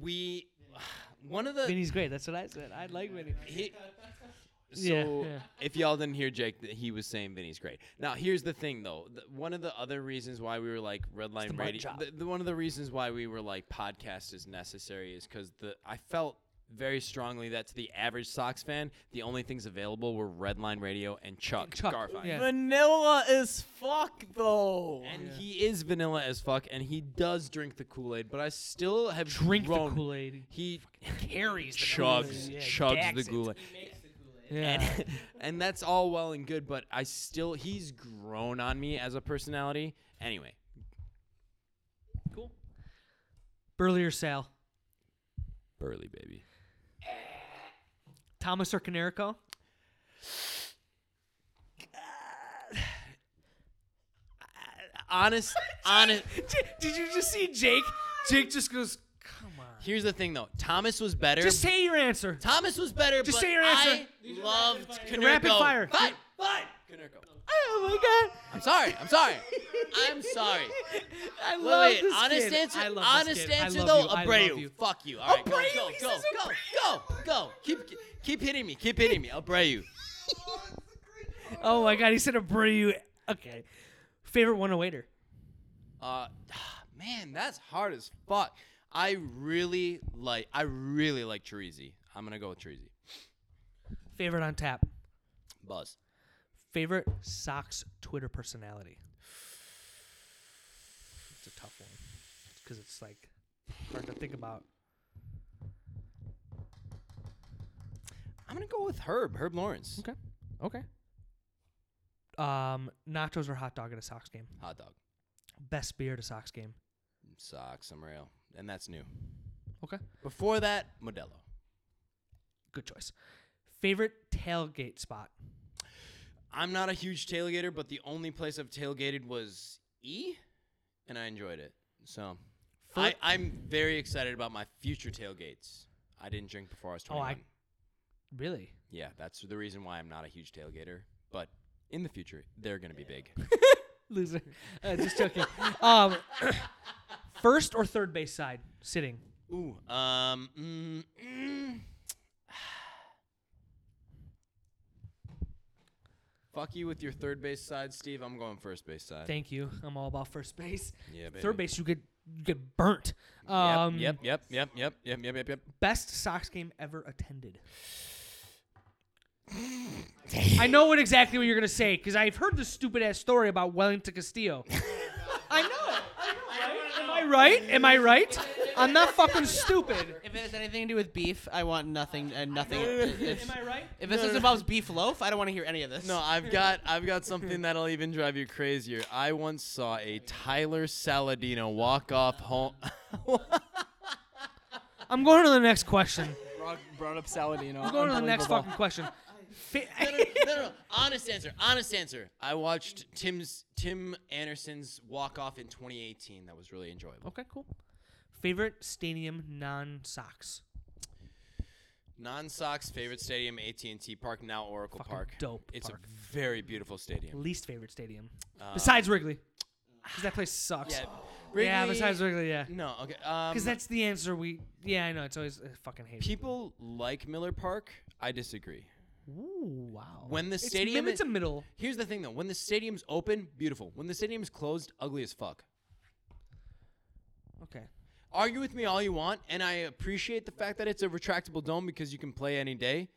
C: We. [SIGHS] One of the.
A: Vinny's great. That's what I said. I like Vinny. [LAUGHS]
C: he-
A: Yeah,
C: so
A: yeah.
C: if y'all didn't hear Jake, th- he was saying Vinny's great. Now here's the thing though. Th- one of the other reasons why we were like
A: the
C: Redline
A: mud
C: Radio.
A: job.
C: The, the, one of the reasons why we were like podcast is necessary is because the I felt very strongly that to the average Sox fan, the only things available were Redline Radio and Chuck,
A: Chuck,
C: Garfine.
A: yeah.
B: Vanilla as fuck though.
C: And he is vanilla as fuck, and he does drink the Kool Aid. But I still have
A: Drink the
C: grown.
A: Kool Aid.
C: He
A: Carries the
C: chugs,
A: Kool-Aid. Yeah,
C: chugs
A: gags
C: the
A: it.
C: Kool Aid.
A: [LAUGHS]
C: and, and that's all well and good, but I still he's grown on me as a personality. Anyway,
A: Burley or Sal?
H: Burley, baby.
A: Thomas or Canerico? [LAUGHS]
C: Honest, honest.
A: Did, did you just see Jake? Jake just goes, "Come on."
C: Here's the thing, though. Thomas was better.
A: Just say your answer.
C: Thomas was better.
A: Just
C: but
A: say your answer.
C: I loved Konerko.
A: Rapid fire.
C: Fine, fine. Konerko. Oh my god. I'm sorry. I'm sorry.
A: [LAUGHS]
C: I'm sorry.
A: I
C: Wait,
A: love
C: wait,
A: this
C: honest
A: kid.
C: answer.
A: I love this
C: honest
A: kid. I
C: answer
A: love
C: though.
A: you. I
C: Abreu.
A: love you.
C: Fuck you. All right, go,
A: Abreu,
C: go,
A: he
C: go,
A: says
C: go, go, go. Keep, keep hitting me. Keep hitting me. Abreu.
A: Oh my god, he said Abreu. Okay. Favorite 108er.
C: Uh, [SIGHS] man, that's hard as fuck. I really like. I really like Chirizi. I'm gonna go with Chirizi.
A: Favorite on tap.
C: Buzz.
A: Favorite Sox Twitter personality. It's a tough one because it's like hard to think about.
C: I'm gonna go with Herb. Herb Lawrence.
B: Okay. Okay.
A: Um, nachos or hot dog at a Sox game.
C: Hot dog.
A: Best beer at a Sox game.
C: Socks. Some rail. And that's new.
A: Okay.
C: Before that, Modelo.
A: Good choice. Favorite tailgate spot.
C: I'm not a huge tailgater, but the only place I've tailgated was E, and I enjoyed it. So I, I'm very excited about my future tailgates. I didn't drink before I was
A: Oh,
C: 21.
A: I- Really?
C: yeah, that's the reason why I'm not a huge tailgater. But in the future, they're going to be big.
A: Loser. Uh, just joking. um, [COUGHS] first or third base side sitting.
C: Ooh, um, mm, mm. [SIGHS] Fuck you with your third base side, Steve. I'm going first base side.
A: Thank you. I'm all about first base.
C: yeah, baby.
A: Third base, you get you get burnt.
C: Yep,
A: Um,
C: yep, yep, yep, yep, yep, yep, yep, yep.
A: Best Sox game ever
C: [SIGHS]
A: attended. I know what exactly what you're gonna say because I've heard the stupid ass story about Wellington Castillo. I know. I know, right? Am I right? Am I right? I'm not fucking stupid.
E: If it has anything to do with beef, I want nothing and nothing.
A: Am I right?
E: If this involves beef loaf, I don't want to hear any of this.
C: No, I've got I've got something that'll even drive you crazier. I once saw a Tyler Saladino walk off [LAUGHS] home.
A: I'm going to the next question.
B: Brought, brought up Saladino.
A: I'm going to the next fucking question. Fa-
C: [LAUGHS] no, no, honest answer, honest answer. I watched Tim's Tim Anderson's walk off in 2018. That was really enjoyable.
A: okay, cool. Favorite stadium non Sox.
C: Non Sox favorite stadium, AT&T Park, now Oracle
A: Fucking
C: Park.
A: dope
C: It's
A: park.
C: a very beautiful stadium.
A: Least favorite stadium
C: Uh,
A: besides Wrigley, because that place sucks.
C: yeah,
A: yeah,
C: Wrigley-
A: besides Wrigley, yeah.
C: no, okay. Um,
A: Because that's the answer we. Yeah, I know. It's always I fucking hate. it.
C: people like Miller Park. I disagree.
A: Ooh, wow.
C: When the
A: It's
C: stadium
A: mid- it's
C: i-
A: a middle.
C: Here's the thing though, when the stadium's open, beautiful. When the stadium's closed, ugly as fuck.
A: Okay.
C: Argue with me all you want, and I appreciate the fact that it's a retractable dome because you can play any day.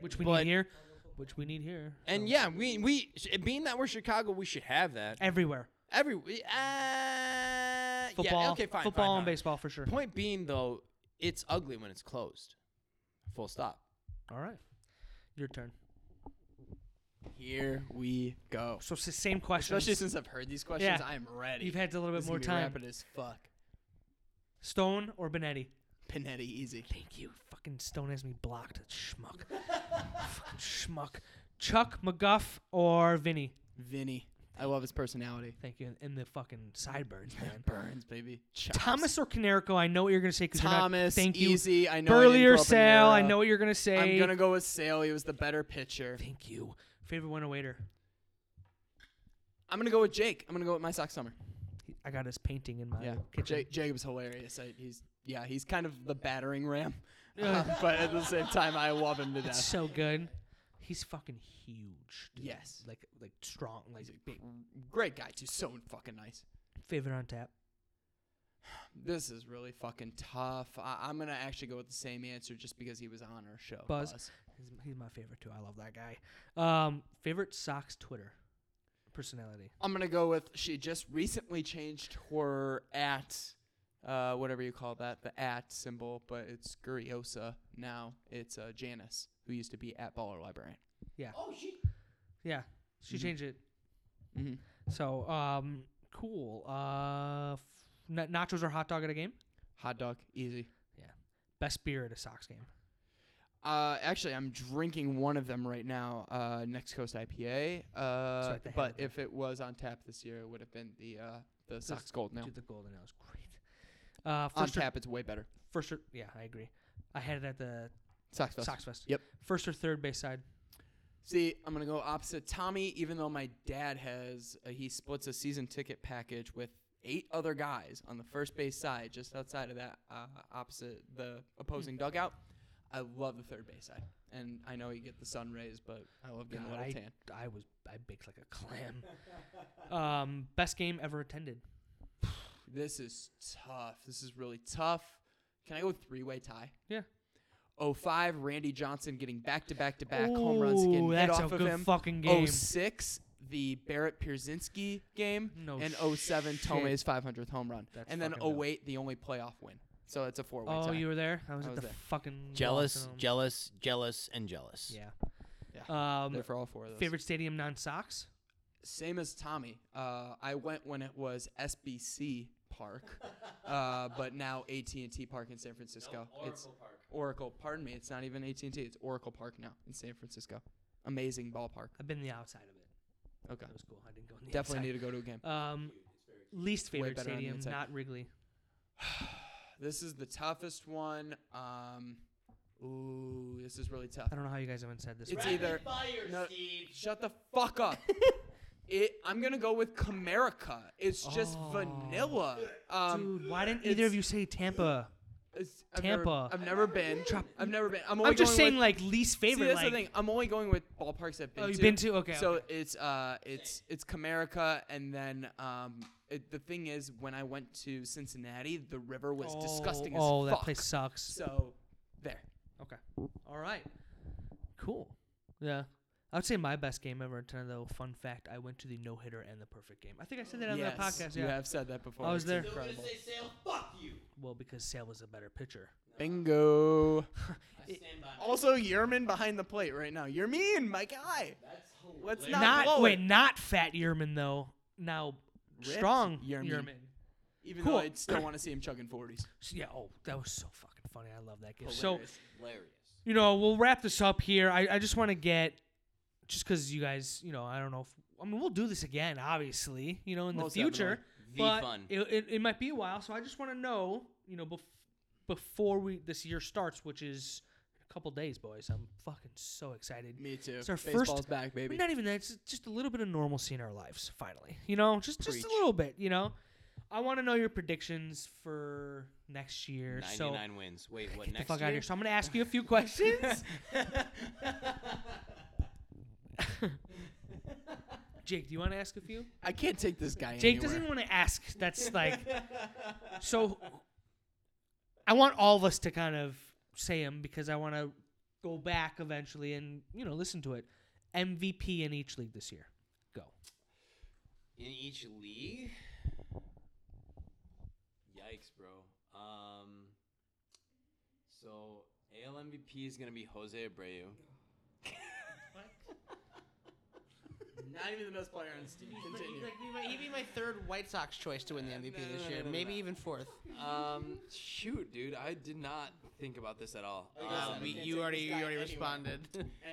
A: Which we
C: But-
A: need here. Which we need here.
C: And yeah, we we sh- being that we're Chicago, we should have that
A: Everywhere.
C: every we- uh,
A: Football.
C: Yeah, okay, fine.
A: football
C: fine,
A: and
C: fine.
A: baseball for sure.
C: Point being though, it's ugly when it's closed. Full stop.
A: All right. Your turn.
B: Here we go.
A: So s- same question.
B: Especially since I've heard these questions,
A: Yeah.
B: I am ready.
A: You've had a little bit
B: This is
A: more
B: gonna be
A: time.
B: Rapid as fuck.
A: Stone or Benetti?
B: Panetti, easy.
A: Thank you. Fucking Stone has me blocked. Schmuck. fucking schmuck. Chuck McGuff or Vinny?
B: Vinny, I love his personality.
A: Thank you. And the fucking sideburns,
B: [LAUGHS]
A: man.
B: Burns, baby. Chops.
A: Thomas or Canerico? I know what you're gonna say. 'cause you're not-
B: Thomas,
A: thank you.
B: easy. I know. I didn't
A: Burley
B: grow
A: or
B: up in the
A: Sale? I
B: era.
A: know what you're gonna say.
B: I'm gonna go with Sale. He was the better pitcher.
A: Thank you. Favorite winner waiter.
B: I'm gonna go with Jake. I'm gonna go with my sock summer.
A: He- I got his painting in my
B: Yeah,
A: kitchen.
B: Jake, Jacob's hilarious. I, he's yeah, he's kind of the
A: [LAUGHS]
B: battering ram, Uh, but at the same time, I love him to
A: It's
B: death.
A: so good. He's fucking huge. Dude.
B: Yes.
A: Like like strong. Like
B: He's a
A: big.
B: Great guy too. So fucking nice.
A: Favorite on tap.
B: This is really fucking tough. I, I'm gonna actually go with the same answer just because he was on our show.
A: Buzz. He's, he's my favorite too. I love that guy. Um, favorite Sox Twitter personality.
B: I'm gonna go with she just recently changed her at uh, whatever you call that, the at symbol, but it's Guriosa now. It's uh, Janice, who used to be at Baller Librarian.
A: Yeah, she
B: Mhm.
A: changed it.
B: Mm-hmm.
A: So um, cool. Uh, f- na- nachos or hot dog at a game.
B: Hot dog, easy.
A: Best beer at a Sox game.
B: Uh, actually, I'm drinking one of them right now. Uh, Next Coast IPA. Uh,
A: at the
B: but
A: hand.
B: if it was on tap this year, it would have been the uh, the Sox Gold now.
A: Dude, the golden ale is great. Uh,
B: On
A: first or,
B: tap, it's way better.
A: first or yeah, I agree. I had it at the
B: Sox Fest.
A: Sox Fest.
B: Yep.
A: First or third base side.
B: See, I'm gonna go opposite Tommy. Even though my dad has, uh, he splits a season ticket package with eight other guys on the first base side, just outside of that uh, opposite the
A: Hmm.
B: opposing dugout. I love the third base side, and I know you get the sun rays, but I love getting
A: God,
B: a
A: I,
B: little tan.
A: I was I baked like a clam. [LAUGHS] um, best game ever attended.
B: This is tough. This is really tough. Can I go three way tie?
A: Yeah.
B: 05, Randy Johnson getting back to back to back home runs getting
A: Ooh,
B: hit
A: that's
B: off
A: a
B: of
A: good
B: him. Oh,
A: fucking game.
B: 06, the Barrett Pierzynski game.
A: No
B: and 07,
A: Oh, shit.
B: Tome's 500th home run.
A: That's
B: and then
A: fucking dope.
B: 08, the only playoff win. So it's a four way
A: oh,
B: tie.
A: you were there. I was
B: I
A: at
B: was
A: the
B: there.
A: fucking
D: Jealous,
A: Boston.
D: jealous, jealous, and jealous.
A: Yeah. yeah. Um,
B: There for all four of those.
A: favorite stadium non Sox.
B: Same as Tommy. Uh, I went when it was SBC
A: [LAUGHS]
B: Park, uh, but now AT&T Park in San Francisco. it's
C: Park.
B: Oracle. Pardon me. It's not even AT&T. It's Oracle Park now in San Francisco. Amazing ballpark.
A: I've been the outside of it.
B: Okay.
A: That was cool. I didn't go in the
B: Definitely need
A: outside.
B: to go to a game.
A: Um, least
B: Way
A: favorite
B: better on the
A: stadium,
B: inside.
A: not Wrigley.
B: This is the toughest one. Um, ooh, this is really tough.
A: I don't know how you guys haven't said this.
B: It's
A: one.
B: either no, shut the
A: [LAUGHS]
B: fuck up. it. I'm gonna go with Comerica. It's just
A: Oh.
B: vanilla. Um,
A: Dude, why didn't either of
B: it's-
A: you say Tampa?
B: it's- I've never-
A: Tampa.
B: I've
A: [LAUGHS]
B: never been. I've never been. I'm, only
A: I'm just
B: going
A: saying,
B: with-
A: like least favorite.
B: See, that's
A: like,
B: the thing. I'm only going with ballparks I've been
A: Oh,
B: to.
A: you've been to? Okay,
B: So
A: okay.
B: it's uh, it's it's Comerica, and then um, it, the thing is, when I went to Cincinnati, the river was disgusting as
A: Oh,
B: fuck.
A: that place sucks.
B: So there.
A: Okay. All right. Cool. Yeah. I would say my best game ever attended, though. Fun fact: I went to the no hitter and the perfect game. I think I said that on
B: yes,
A: the podcast.
B: you
A: Yeah.
B: have said that before.
A: I was
B: It's
A: there.
B: Incredible.
A: Well, because Sale was a better pitcher. [LAUGHS]
B: Bingo. also, Yerman behind the plate right now. You're mean, my guy. Let's not,
A: Not,
B: blow
A: wait,
B: it.
A: not Fat Yerman though. Now
B: Ripped
A: strong
B: Yerman.
A: Yerman.
B: Even
A: Cool.
B: though I'd still want to see him chugging 40s.
A: So, yeah. Oh, that was so fucking funny. I love that game. So
B: Hilarious.
C: Hilarious.
A: you know, we'll wrap this up here. I, I just want to get, just because you guys, you know, I don't know if, I mean, we'll do this again, obviously, you know, in
B: Most
A: the future.
C: The
A: But
C: fun.
A: It, it, it might be a while. So I just want to know, you know, bef- before we this year starts, which is a couple days, boys. I'm fucking so excited.
B: Me too.
A: It's our first-
B: Baseball's back, baby.
A: Not even that. It's just a little bit of normalcy in our lives, finally. You know, just just a
B: Preach.
A: little bit. You know, I want to know your predictions for next year. so
C: 99 wins. Wait, what
A: get the
C: next
A: fuck
C: year?
A: out of here. So I'm gonna ask you a few
C: [LAUGHS]
A: questions. Jake, do you want to ask a few?
B: I can't take this guy
A: Jake
B: anywhere.
A: doesn't even want to ask. That's
C: [LAUGHS]
A: like so. I want all of us to kind of say them because I want to go back eventually and you know listen to it. MVP in each league this year. Go.
C: In each league? Yikes, bro. Um, so, AL MVP is going to be
B: [LAUGHS]
C: Jose Abreu.
B: Not even the best player on this team. Continue.
E: He'd be my third White Sox choice to win the MVP
C: no,
E: this
C: no,
E: year,
C: no, no,
E: maybe
C: no.
E: even fourth.
C: Um, shoot, dude. I did not think about this at all.
B: I guess
C: Um,
B: I
E: we-
B: can't
E: you
B: take
E: already,
B: this
E: you
B: guy
E: already
B: anywhere.
E: [LAUGHS] responded.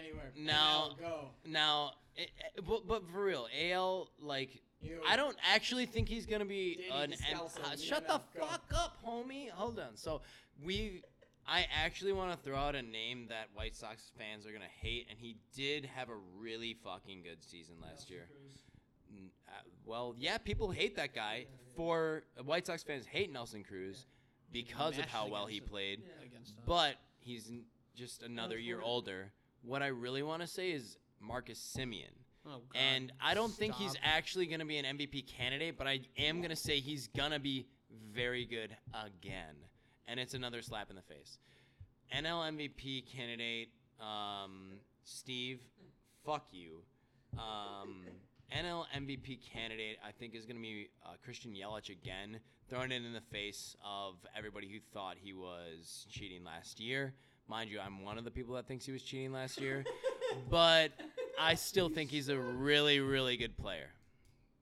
B: Anywhere.
C: Now-
B: go.
C: Now, eh, eh, but, but for real, AL like
B: You.
C: I don't actually think he's gonna be
B: Danny
C: an.
B: Descalzo,
C: M- uh,
B: you
C: shut the
B: know, go.
C: fuck up, homie. Hold on. So we, I actually want to throw out a name that White Sox fans are gonna hate, and he did have a really fucking good season last year. N- uh, well, yeah, people hate that guy. For uh, White Sox fans, hate Nelson Cruz because of
E: Mashed
C: how well he
E: against him.
C: played
E: Against us.
C: but he's n- just another year older. What I really want to say is Marcus Simeon.
E: Oh, God.
C: And I don't think he's
E: Stop.
C: actually going to be an MVP candidate, but I am going to say he's going to be very good again. And it's another slap in the face. NL MVP candidate, um, Steve, fuck you. Um, NL MVP candidate, I think, is going to be uh, Christian Yelich again, throwing it in the face of everybody who thought he was cheating last year. Mind you, I'm one of the people that thinks he was cheating last
E: [LAUGHS]
C: year, but I still think he's a really, really good player.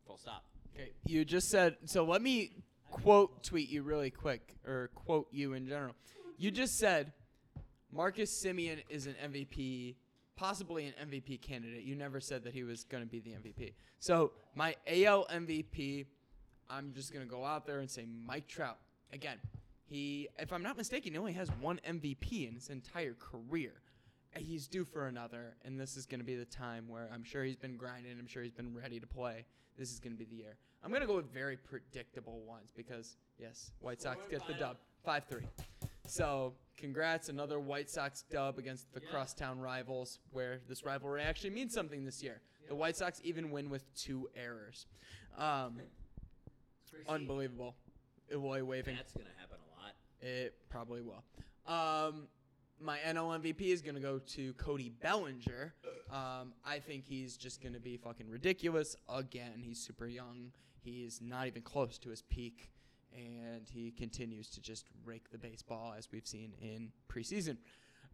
C: Full stop.
B: Okay, you just said so. Let me quote tweet you really quick, or quote you in general. You just said Marcus Simeon is an MVP, possibly an MVP candidate. You never said that he was going to be the MVP. So my AL MVP, I'm just going to go out there and say Mike Trout. Again, he, if I'm not mistaken, he only has one MVP in his entire career. And He's due for another, and this is going to be the time where I'm sure he's been grinding. I'm sure he's been ready to play. This is going to be the year. I'm going to go with very predictable ones because, yes, White Sox get the dub 5 3. So, congrats, another White Sox dub against the crosstown rivals, where this rivalry actually means something this year. The White Sox even win with two errors. Um, unbelievable. Eloy waving.
D: That's gonna happen a lot.
B: It probably will. Um, my NL MVP is going to go to Cody Bellinger. Um, I think he's just going to be fucking ridiculous again. He's super young. He's not even close to his peak. And he continues to just rake the baseball as we've seen in preseason.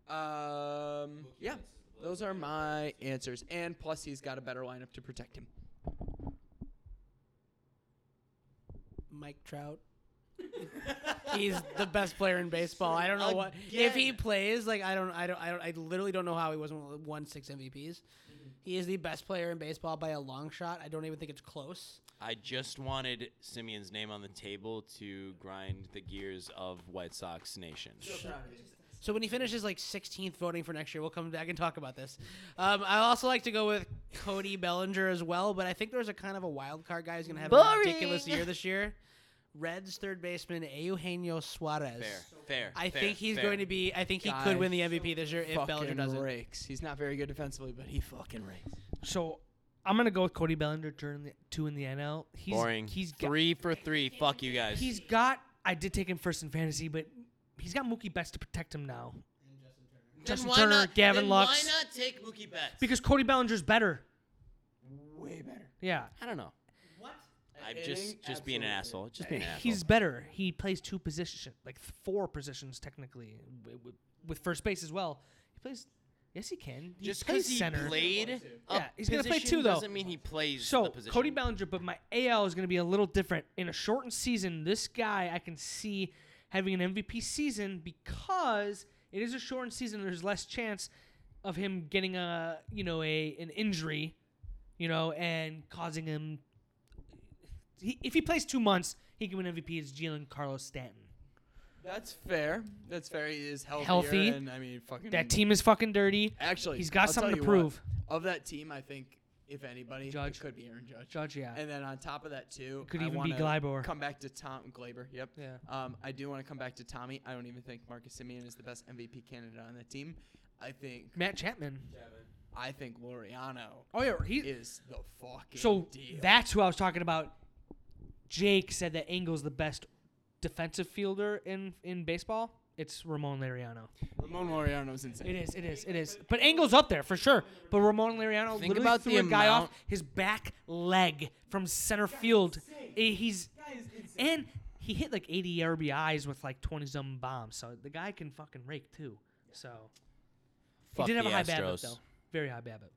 B: Um, yeah, those are my answers. And plus, he's got a better lineup to protect him.
E: Mike Trout. [LAUGHS] He's the best player in baseball. I don't know what if he plays. Like I don't, I don't, I don't. I literally don't know how he wasn't won six MVPs. He is the best player in baseball by a long shot. I don't even think it's close.
C: I just wanted Simeon's name on the table to grind the gears of White Sox Nation.
E: So when he finishes like 16th voting for next year, we'll come back and talk about this. Um, I also like to go with Cody Bellinger as well, but I think there's a kind of a wild card guy who's going to have a ridiculous year this year. Reds third baseman Eugenio Suarez.
C: Fair, fair.
E: I
C: fair,
E: think he's
C: fair.
E: going to be. I think he
B: Guy.
E: could win the MVP this year if Bellinger
B: Fucking
E: doesn't.
B: rakes. He's not very good defensively, but he fucking rakes.
A: So I'm gonna go with Cody Bellinger during the two in the NL. He's,
C: boring.
A: He's got,
C: three for three. Fuck you guys.
A: He's got. I did take him first in fantasy, but he's got Mookie Betts to protect him now. Justin
D: why
A: Turner,
D: not,
A: Gavin
D: then
A: Lux,
D: Why not take Mookie Betts?
A: because Cody Bellinger's better.
B: Way better.
A: Yeah,
C: I don't know. What? I'm just just being an asshole.
A: [LAUGHS]
C: Just being an asshole.
A: he's better. He plays two positions, like th- four positions technically, w- w- with first base as well. He plays. Yes, he can. He
C: just
A: plays
C: because he
A: center.
C: played. A
A: Yeah, he's gonna play
C: position
A: two, though.
C: Doesn't mean he plays.
A: So
C: the position.
A: Cody Bellinger, but my AL is going to be a little different. In a shortened season, this guy I can see having an MVP season because it is a shortened season. There's less chance of him getting a you know a an injury, you know, and causing him. He, if he plays two months, he can win MVP. It's Jalen Carlos Stanton.
B: That's fair. That's fair. He is healthier,
A: Healthy.
B: and I mean, fucking
C: Mm.
A: That team is fucking dirty.
B: Actually,
A: He's got
B: I'll
A: something
B: tell
A: to
B: you what,
A: prove.
B: of that team, I think if anybody,
A: Judge.
B: it could be Aaron Judge.
A: Judge, yeah.
B: And then on top of that too,
A: Could
B: I
A: even be
B: wanna
A: Gleyber.
B: Come back to Tom Glaber. Yep.
A: Yeah.
B: Um, I do want to come back to Tommy. I don't even think Marcus Simeon is the best MVP candidate on that team. I think
A: Matt Chapman.
B: I think Loriano
A: Oh yeah, he
B: is the fucking
A: So
B: deal.
A: that's who I was talking about. Jake said that Engel's the best defensive fielder in in baseball. It's Ramon Lariano.
B: Ramon Loriano is insane.
A: It is, it is, it is. But Engel's up there for sure. But Ramon Lariano
C: Think
A: literally
C: about
A: threw
C: the
A: a guy off
C: amount-
A: his back leg from center field. Eh, He's and he hit like 80 RBIs with like 20 some bombs. So the guy can fucking rake too. So
C: Fuck
A: he did have
C: the
A: a high
C: Astros.
A: BABIP though, very high BABIP.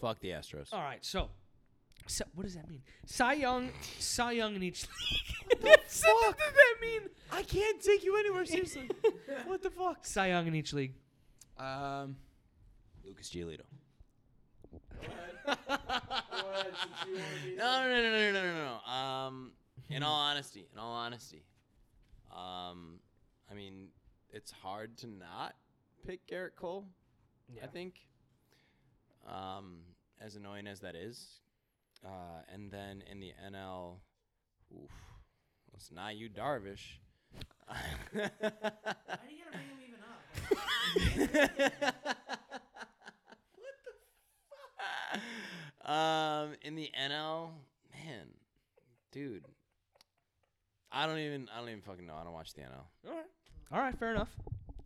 C: Fuck the Astros.
A: All right, so, so what does that mean? Cy Young, Cy Young in
B: [LAUGHS]
A: each league. [LAUGHS] what the fuck what does that mean?
B: I can't take you anywhere
A: [LAUGHS]
B: seriously. what the fuck?
A: Cy Young in each league.
B: Um.
C: Lucas Giolito.
B: What?
C: No, no, no, no, no, no, no, no. Um, in all honesty, in all honesty, um, I mean, it's hard to not pick Garrett Cole. I think, um, as annoying as that is, uh, and then in the NL, oof, it's not you, Darvish. um, in the NL, man, dude, I don't even, I don't even fucking know. I don't watch the NL.
A: All right, all right, fair enough.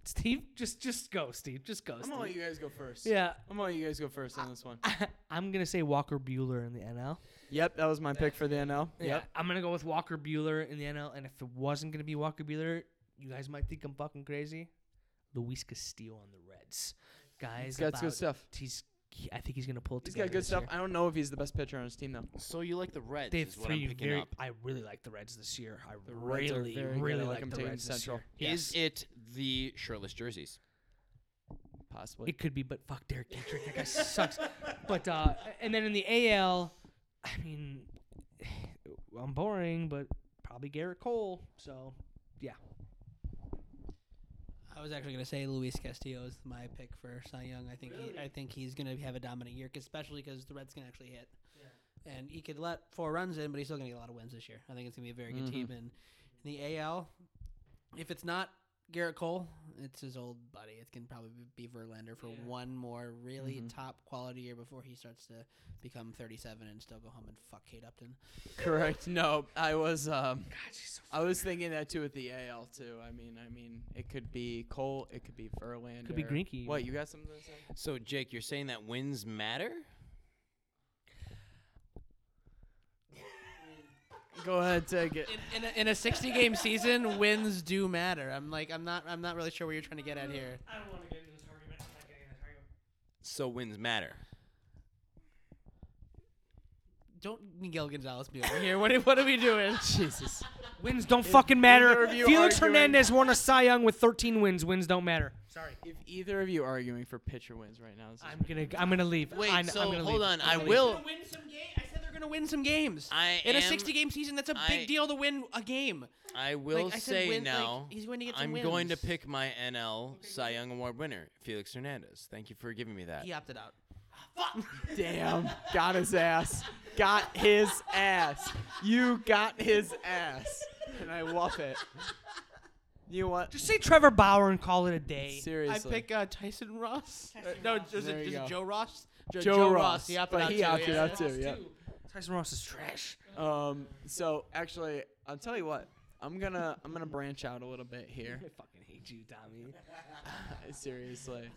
A: Steve, just just go, Steve. Just go,
B: I'm gonna let
A: Steve.
B: you guys go first.
A: Yeah,
B: I'm gonna let you guys go first on this one.
A: [LAUGHS] I'm gonna say Walker Bueller in the NL.
B: Yep, that was my pick for the NL.
A: Yeah, I'm gonna go with Walker Bueller in the NL. And if it wasn't gonna be Walker Bueller, you guys might think I'm fucking crazy. Luis Castillo on the Reds, guys.
B: He's got
A: about-
B: good stuff.
A: He's he- I think he's gonna pull it
B: He's
A: together.
B: got good
A: this
B: stuff.
A: year.
B: I don't know if he's the best pitcher on his team though.
D: So you like the Reds?
A: They have
D: is what I'm
A: three
D: picking
A: very.
D: up.
A: I really like the Reds this year. I
B: The Reds are
A: really,
B: very good.
A: really
B: I like
A: like,
B: them
A: the
B: taking
A: Reds this
B: Central.
A: year. Yes.
D: Is it the shirtless jerseys?
B: Possibly.
A: It could be, but fuck Derek Dietrich. That guy [LAUGHS] sucks. But uh, and then in the AL, I mean, I'm boring, but probably Garrett Cole. So yeah,
E: I was actually going to say Luis Castillo is my pick for Cy Young. I think he, I think he's going to have a dominant year, 'cause- especially because the Reds can actually hit. And he could let four runs in, but he's still going to get a lot of wins this year. I think it's going to be a very good team. And in the AL, if it's not Garrett Cole, it's his old buddy. It can probably be Verlander for one more really top quality year before he starts to become 37 and still go home and fuck Kate Upton.
B: [LAUGHS] Correct. No, I was um, I was thinking that too with the AL too. I mean, I mean, it could be Cole, it could be Verlander,
A: Could be Greinke.
B: What you got something to say?
D: So Jake, you're saying that wins matter?
B: Go ahead, take it.
E: In, in, a, in a 60 game season, wins do matter. I'm like I'm not I'm not really sure what you're trying to get at here.
A: I don't want to get into this argument. I'm not getting into this argument.
D: So wins matter.
E: Don't Miguel Gonzalez be over here. What are, what are we [LAUGHS] doing? [LAUGHS] Jesus.
A: Wins don't fucking matter.
B: either of you
A: Felix
B: arguing-
A: Hernandez won a Cy Young with 13 wins. Wins don't matter. Sorry,
B: If either of you are arguing for pitcher wins right now, this is
A: I'm gonna I'm gonna leave.
D: Wait,
A: I,
D: so
A: am gonna
D: hold
A: leave.
D: on. I will.
E: Gonna win some game. I said they're gonna win some games.
D: I
E: in a
D: am-
E: 60 game season, that's a
D: I-
E: big deal to win a game.
D: I will
E: Like, I said
D: say
E: win- like,
D: now.
E: he's going to get some
D: I'm going to
E: wins.
D: pick my NL Cy Young Award winner, Felix Hernandez. Thank you for giving me that.
E: He opted out.
B: [LAUGHS] Damn, got his ass. Got his ass. You got his ass. And I love it. You know what?
A: Just say Trevor Bauer and call it a day.
B: Seriously.
E: I pick uh, Tyson Ross. Uh, no, was
B: There you
E: it, was
B: go.
E: it Joe Ross? Jo-
B: Joe
E: Joe
B: Ross,
E: He opted
B: but
E: out
B: he
E: too,
B: opted
E: yeah.
B: out too, yeah.
A: Tyson Ross is trash.
B: Um so actually I'll tell you what. I'm gonna I'm gonna branch out a little bit here. [LAUGHS]
A: I fucking hate you, Tommy.
B: Seriously.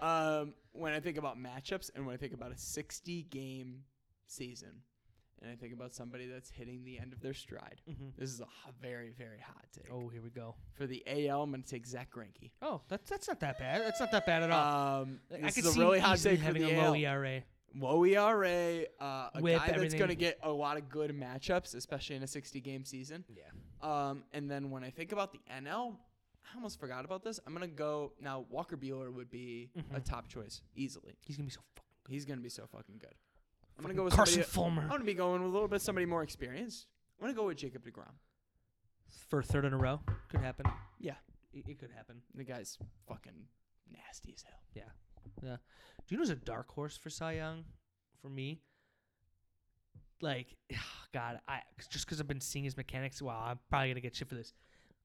B: Um when I think about matchups and when I think about a sixty game season and I think about somebody that's hitting the end of their stride. This is a h- very, very hot take.
A: Mm-hmm. Oh, here we go.
B: For the AL, I'm going to take Zach Greinke.
A: Oh, that's that's not that bad. That's not that bad at all.
B: Um,
A: Like,
B: this
A: I could
B: is
A: see
B: a really hot
A: easily
B: take for
A: having
B: the
A: a low
B: AL.
A: ERA.
B: low ERA, uh, a
A: Whip,
B: guy that's going to
A: everything.
B: get a lot of good matchups, especially in a 60 game season.
A: Yeah.
B: Um, and then when I think about the NL, I almost forgot about this. I'm going to go now. Walker Bueller would be
A: Mm-hmm.
B: a top choice easily.
A: He's gonna be so fucking.
B: He's going to be so fucking good. I'm going to go with
A: Good. Carson
B: somebody, uh,
A: Fulmer
B: I'm going to be going with a little bit somebody more experienced. I'm going to go with Jacob DeGrom.
A: for a third in a row could happen.
B: Yeah.
A: It, it could happen.
B: The guy's fucking nasty as hell.
A: Yeah. Yeah. Do you know who's a dark horse for Cy Young? For me? Like, [SIGHS] God, I just because I've been seeing his mechanics, wow, I'm probably going to get shit for this.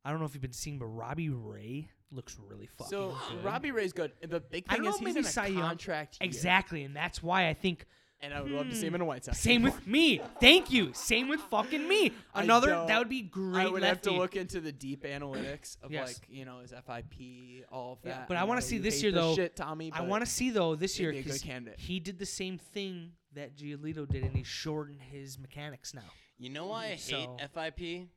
A: I don't know if you've been seeing, but Robbie Ray looks really fucking
B: So
A: good.
B: Robbie Ray's good. And the big
A: I
B: thing
A: don't
B: is
A: know,
B: he's
A: maybe
B: in
A: Cy
B: a
A: Young.
B: contract. year,
A: Exactly, and that's why I think
B: And I would love to see him in a White Sox.
A: Mm-hmm. same with me. Thank you. Same with fucking me.
B: [LAUGHS] I
A: Another
B: don't-
A: that would be great.
B: I would
A: lefty.
B: have to look into the deep analytics of
A: Yes.
B: like you know his FIP, all of that.
A: Yeah, but I
B: know
A: wanna see
B: you
A: this
B: hate
A: year, though.
B: Shit, Tommy.
A: I want to see though this
B: He'd
A: year
B: be a good
A: 'cause
B: candidate.
A: he did the same thing that Giolito did, and he shortened his mechanics now.
D: You know why I hate
A: Mm, So-
D: FIP?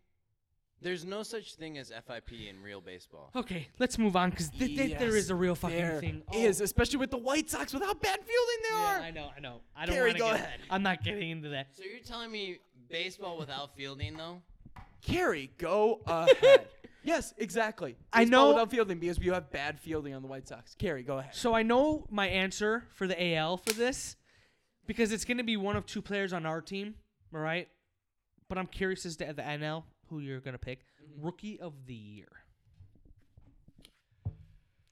D: There's no such thing as FIP in real baseball.
A: Okay, let's move on because there is a real fucking
B: there
A: thing. Oh.
B: Is especially with the White Sox with how bad fielding they
A: Yeah,
B: are.
A: I know, I know. I don't
B: Gary,
A: want to
B: go
A: get.
B: ahead.
A: I'm not getting into that.
D: So you're telling me baseball without fielding though?
B: Carry,
A: [LAUGHS]
B: go ahead. yes, exactly.
A: I
B: Baseball
A: know-
B: without fielding because you have bad fielding on the White Sox. Carry, go ahead.
A: So I know my answer for the AL for this because it's going to be one of two players on our team, all right? But I'm curious as to the NL who you're going to pick.
D: Mm-hmm.
A: Rookie of the year.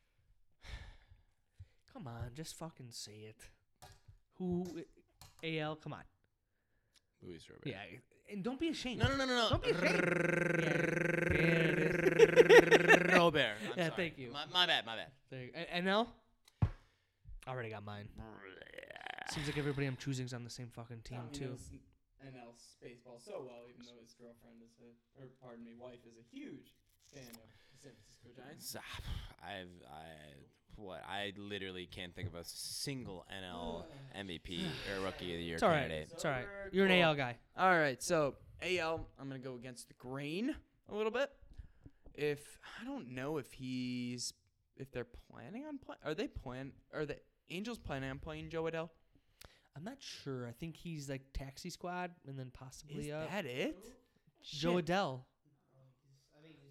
A: [SIGHS] Come on, just fucking say it. Who AL, come on.
D: Luis Robert.
A: Yeah, and don't be ashamed.
D: No, no, no, no, no.
A: Don't be ashamed. Yeah, there it is.
D: [LAUGHS] Robert. I'm
A: [LAUGHS] Yeah,
D: sorry.
A: thank you.
D: My, my bad. My bad.
A: There you go. A- NL? I already got mine. Seems like everybody I'm choosing is on the same fucking team, too.
B: NL baseball so well, even though his girlfriend is a, or pardon me, wife is a huge fan of the San Francisco Giants.
D: Zap. I've I what I literally can't think of a single NL
A: [SIGHS]
D: MVP or Rookie of the Year
A: It's all right.
D: candidate.
A: It's all right. You're an AL guy.
B: All right, so AL, I'm gonna go against the grain a little bit. If I don't know if he's if they're planning on play, are they plan? Are they Angels planning on playing Joe Adell.
A: I'm not sure. I think he's like Taxi Squad, and then possibly uh,
B: that it?
A: Joe
B: Shit.
A: Adele.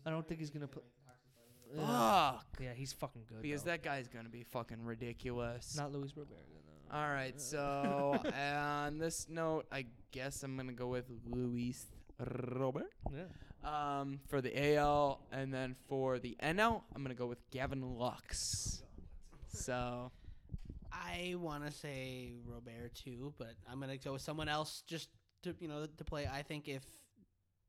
A: I don't think he's gonna put.
B: Fuck.
A: Yeah, he's fucking good.
B: Because
A: though.
B: that guy's gonna be fucking ridiculous.
A: not Luis Robert. though.
B: All right, so on this note, I guess I'm gonna go with Luis Robert
A: Yeah.
B: um, for the AL, and then for the NL, I'm gonna go with Gavin Lux. So
E: I want to say Robert too, but I'm gonna go with someone else just to you know to play. I think if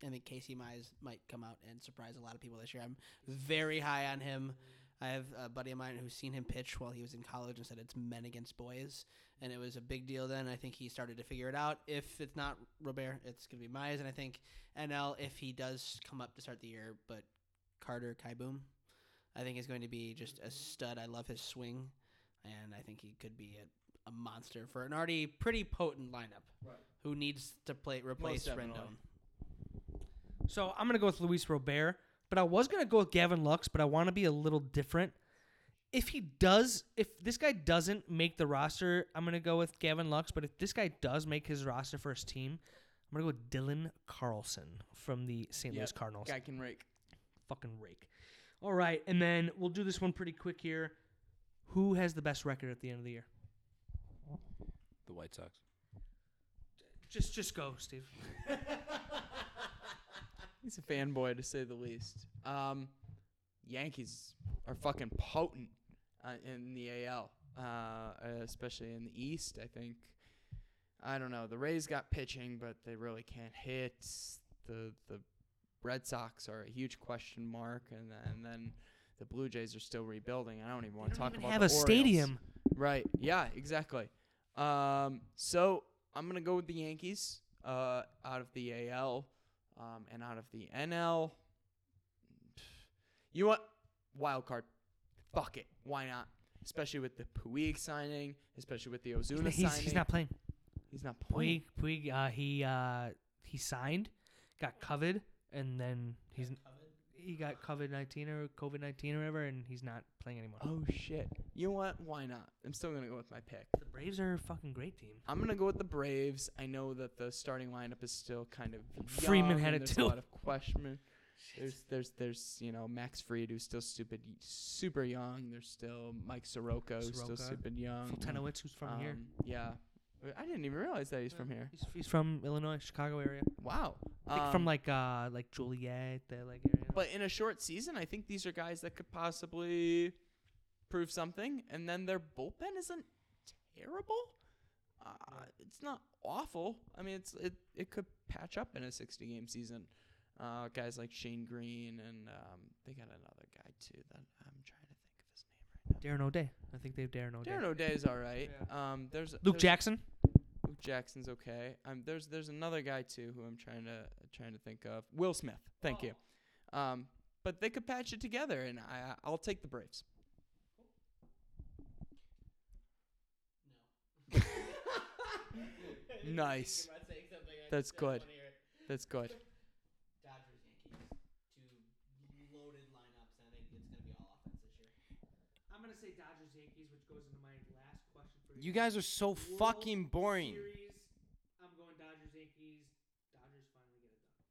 E: I think Casey Mize might come out and surprise a lot of people this year. I'm very high on him. I have a buddy of mine who's seen him pitch while he was in college and said it's men against boys, and it was a big deal then. I think he started to figure it out. If it's not Robert, it's gonna be Mize, and I think NL if he does come up to start the year, but Carter Kyboom, I think is going to be just a stud. I love his swing and I think he could be a, a monster for an already pretty potent lineup. Who needs to play replace
B: definitely.
E: Rendon?
A: So I'm gonna go with Luis Robert, but I was gonna go with Gavin Lux, but I want to be a little different. If he does, if this guy doesn't make the roster, I'm gonna go with Gavin Lux. But if this guy does make his roster first team, I'm gonna go with Dylan Carlson from the St. Louis
B: Yep.
A: Cardinals.
B: guy can rake.
A: Fucking rake. All right, and then we'll do this one pretty quick here. Who has the best record at the end of the year?
C: The White Sox.
A: Just, just go, Steve.
B: He's a fanboy to say the least. Um, Yankees are fucking potent uh, in the AL, uh, especially in the East. I think. I don't know. The Rays got pitching, but they really can't hit. The the Red Sox are a huge question mark, and then, and then the Blue Jays are still rebuilding. I don't even want to talk about
A: Have
B: the
A: a
B: Orioles.
A: stadium.
B: Right. Yeah, exactly. Um, so I'm going to go with the Yankees uh, out of the AL um, and out of the NL. You want wild card? Fuck it. Why not? Especially with the Puig signing, especially with the Ozuna
A: He's,
B: signing.
A: he's not playing.
B: He's not playing.
A: Puig, Puig, uh, he uh, he signed, got COVID, and then he's he got COVID nineteen or COVID nineteen or whatever, and he's not playing anymore.
B: Oh shit. You know what? Why not? I'm still gonna go with my pick.
A: The Braves are a fucking great team.
B: I'm gonna go with the Braves. I know that the starting lineup is still kind of
A: Freeman
B: young
A: had
B: and
A: it
B: there's
A: too.
B: A lot of question. There's there's there's you know Max Fried who's still stupid super young. There's still Mike Soroka who's still
A: Soroka.
B: stupid young.
A: Fultenowicz, who's from here,
B: Um, Yeah, I didn't even realize that he's from here.
A: he's, he's from Illinois, Chicago area.
B: Wow.
A: I think from
B: Um,
A: like uh like Juliet, that like area.
B: But in a short season, I think these are guys that could possibly prove something. And then their bullpen isn't terrible. Uh, it's not awful. I mean, it's it it could patch up in a 60 game season. Uh, guys like Shane Green and um, they got another guy too that I'm trying to think of his name
A: Darren O'Day, I think they have Darren O'Day.
B: right now. Darren O'Day is all right. Um, there's
A: Luke
B: there's-
A: Jackson.
B: Luke Jackson's okay. Um, there's there's another guy too who I'm trying to trying to think of. Will Smith. Thank you. Um, but they could patch it together, and I I'll take the Braves.
D: [LAUGHS]
B: nice. That's good. That's good.
E: Dodgers, Yankees, two loaded lineups, and I think it's gonna be all offense this year.
A: I'm gonna say Dodgers Yankees, which goes into my last question for
D: You guys are so fucking boring.
A: I'm going Dodgers Yankees. Dodgers finally get it done.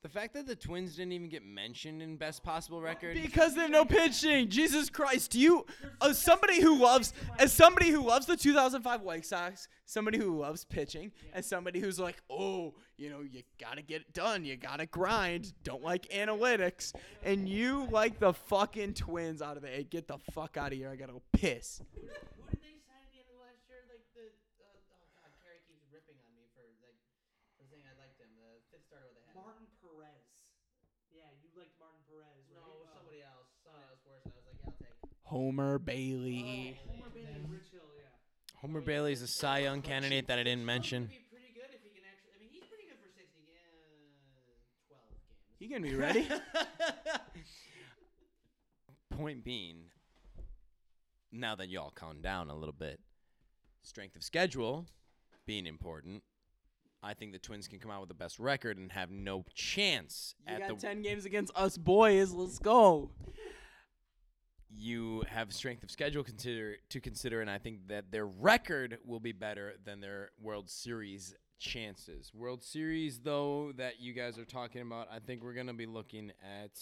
C: The fact that the Twins didn't even get mentioned in Best Possible Record.
B: Because they have no pitching. Jesus Christ, you as somebody who loves as somebody who loves the 2005 White Sox, somebody who loves pitching, and somebody who's like, "Oh, you know, you got to get it done. You got to grind. Don't like analytics." And you like the fucking Twins out of the eight. Get the fuck out of here. I got to go piss.
E: Who did they sign at the end of last year? Like the uh, oh god, Carrie keeps ripping on me for like for saying I liked him. The fifth starter they had.
A: Martin Perez. Yeah, you liked Martin Perez. Oh.
E: No, somebody else. Somebody else worse. And I was like, yeah, I'll take.
B: Homer Bailey.
A: Homer Bailey and Rich Hill, yeah.
D: Homer Bailey is a Cy Young candidate that I didn't mention.
E: He'd be pretty good if he can actually. I mean, he's pretty good for 60 ga- uh, 12 games.
B: You going to be [LAUGHS] ready?
E: [LAUGHS]
D: [LAUGHS] Point being, now that y'all calm down a little bit, strength of schedule being important, I think the Twins can come out with the best record and have no chance
B: you
D: at
B: got
D: the.
B: 10 games against us boys. Let's go.
C: you have strength of schedule consider to consider, and I think that their record will be better than their World Series chances. World Series, though, that you guys are talking about, I think we're gonna be looking at.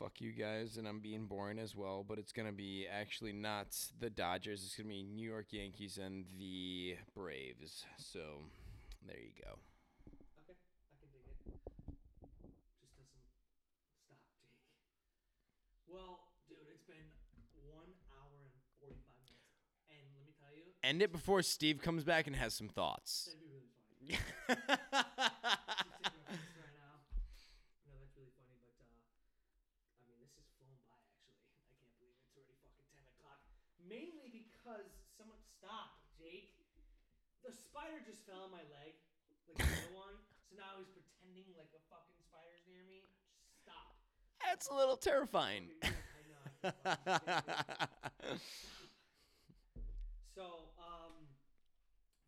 C: Fuck you guys, and I'm being boring as well, but it's gonna be actually not the Dodgers. It's gonna be New York Yankees and the Braves. So there you go.
A: I can dig it. Just doesn't stop, Jake. Well, dude, it's been one hour and forty-five minutes, and let me tell you,
C: End it before Steve comes back and has some thoughts.
A: that'd be really funny. Just taking a
C: I
A: rest right now. No, that's really funny, but uh, I mean, this has flown by. Actually, I can't believe it. it's already fucking ten o'clock. Mainly because someone stop, Jake. The spider just fell on my leg, like the other one. So now he's pretending like a fucking spider's near me. Just stop.
I: That's a little terrifying.
C: [LAUGHS]
A: I know. I can't fucking stand it. So, um,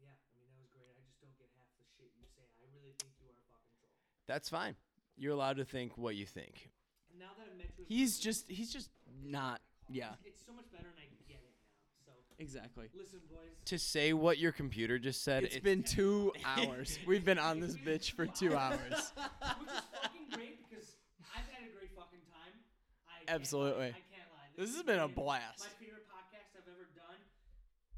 A: yeah, I mean that was great. I just don't get half the shit you say. I really think you are a fucking troll.
I: That's fine. You're allowed to think what you think.
A: And now that I met you, in
B: He's
A: person,
B: just he's just not. Yeah,
A: It's so much better, and I get it now. So,
B: exactly.
A: listen, boys. [LAUGHS]
I: To say what your computer just said,
B: it's [LAUGHS] been two hours. We've been on this bitch for [LAUGHS] two hours.
A: which is fucking great because I've had a great fucking time. I can't
B: Absolutely.
A: Lie. I can't lie.
B: This
A: has
B: has been a
A: favorite-
B: blast.
A: My favorite podcast I've ever done.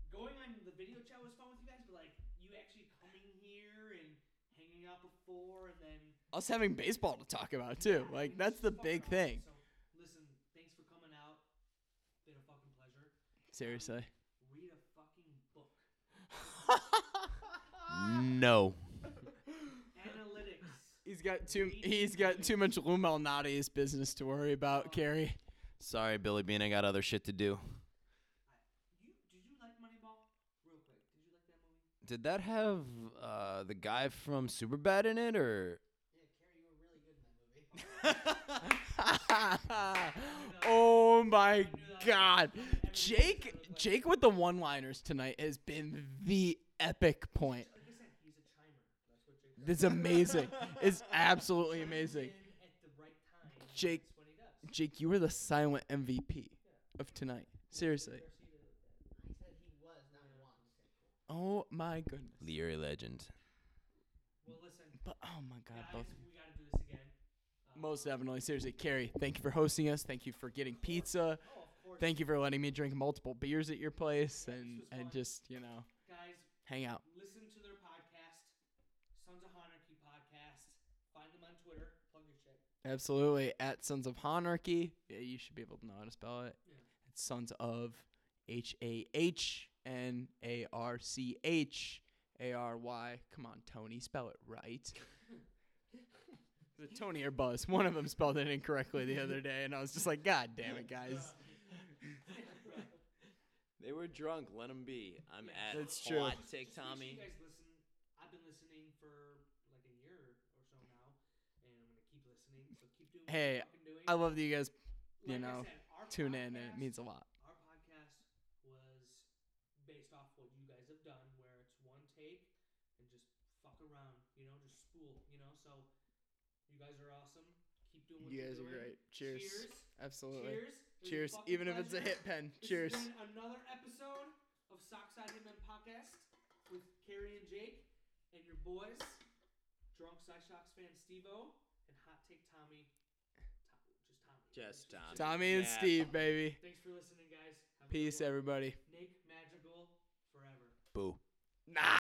A: Going on the video chat was fun with you guys, but like you actually coming here and hanging out before, and then
B: Us having baseball to talk about too. Like that's the
A: Fucking
B: big
A: awesome.
B: thing.
A: So, listen, thanks for coming out. Been a fucking pleasure.
B: Seriously.
A: Read a fucking book.
B: [LAUGHS]
I: no.
A: Analytics.
B: He's got too he's got too much Lumel Nadi's business to worry about, Carrie.
I: Sorry, Billy Bean. I got other shit to do.
A: You did you like Moneyball? Real quick, did you like that movie?
I: Did that have uh, the guy from Superbad in it, or?
A: [LAUGHS]
B: [LAUGHS] oh my god. Jake Jake with the one-liners tonight has been the epic point.
A: Like I said, he's a chimer. That's what Jake does.
B: It's amazing. It's absolutely amazing.
A: In at the right time.
B: Jake-
A: That's what he does.
B: Jake, you were the silent MVP of tonight. Seriously. Oh my goodness.
I: The Eerie Legend.
A: Well, listen,
B: But oh my god, both.
A: guys, we got to do this again. Uh,
B: Most definitely. Seriously, Carrie, thank you for hosting us. Thank you for getting pizza.
A: Oh, of course,
B: Thank you for letting me drink multiple beers at your place and
A: was
B: and
A: fun.
B: just, you know,
A: guys.
B: hang out.
A: Listen to their podcast, Sons of Honarchy podcast. Find them on Twitter. Plug your shit.
B: Absolutely. At Sons of Honarchy. Yeah, you should be able to know how to spell it.
A: Yeah.
B: It's Sons of H A H N A R C H A R Y. Come on, Tony, spell it [LAUGHS] right. Is it Tony or Buzz? One of them spelled it incorrectly the other day, and I was just like, God damn it, guys.
I: They were drunk. Let them be. [LAUGHS] I'm at
B: That's true.
I: Hot Take
A: Just make sure
I: Tommy.
A: you guys listen. I've been listening for like a year or so now, and I'm gonna keep listening. So keep doing. what
B: Hey,
A: you're fucking doing.
B: I love that you guys you
A: Like I
B: know,
A: said, our
B: tune in, and it
A: podcast-
B: means a lot.
A: our podcast was based off what you guys have done, where it's one take and just fuck around, you know, just spool, you know. So you guys are awesome. Keep doing what are
B: You guys are
A: doing.
B: great. Cheers.
A: Cheers.
B: Absolutely.
A: It was a
B: Cheers.
A: fucking
B: Even if it's a
A: pleasure.
B: hit pen.
A: This has
B: Cheers.
A: been another episode of Sockside Hitman Podcast with Carrie and Jake and your boys, Drunk Side Shocks fan Stevo and Hot Take Tommy. Tom-
I: Just Tommy.
B: Tommy and
I: Yeah.
B: Steve, baby.
A: Thanks for listening, guys. Have a good
B: Peace,
A: one.
B: everybody.
A: Nick Magical forever.
I: Boo.
B: Nah.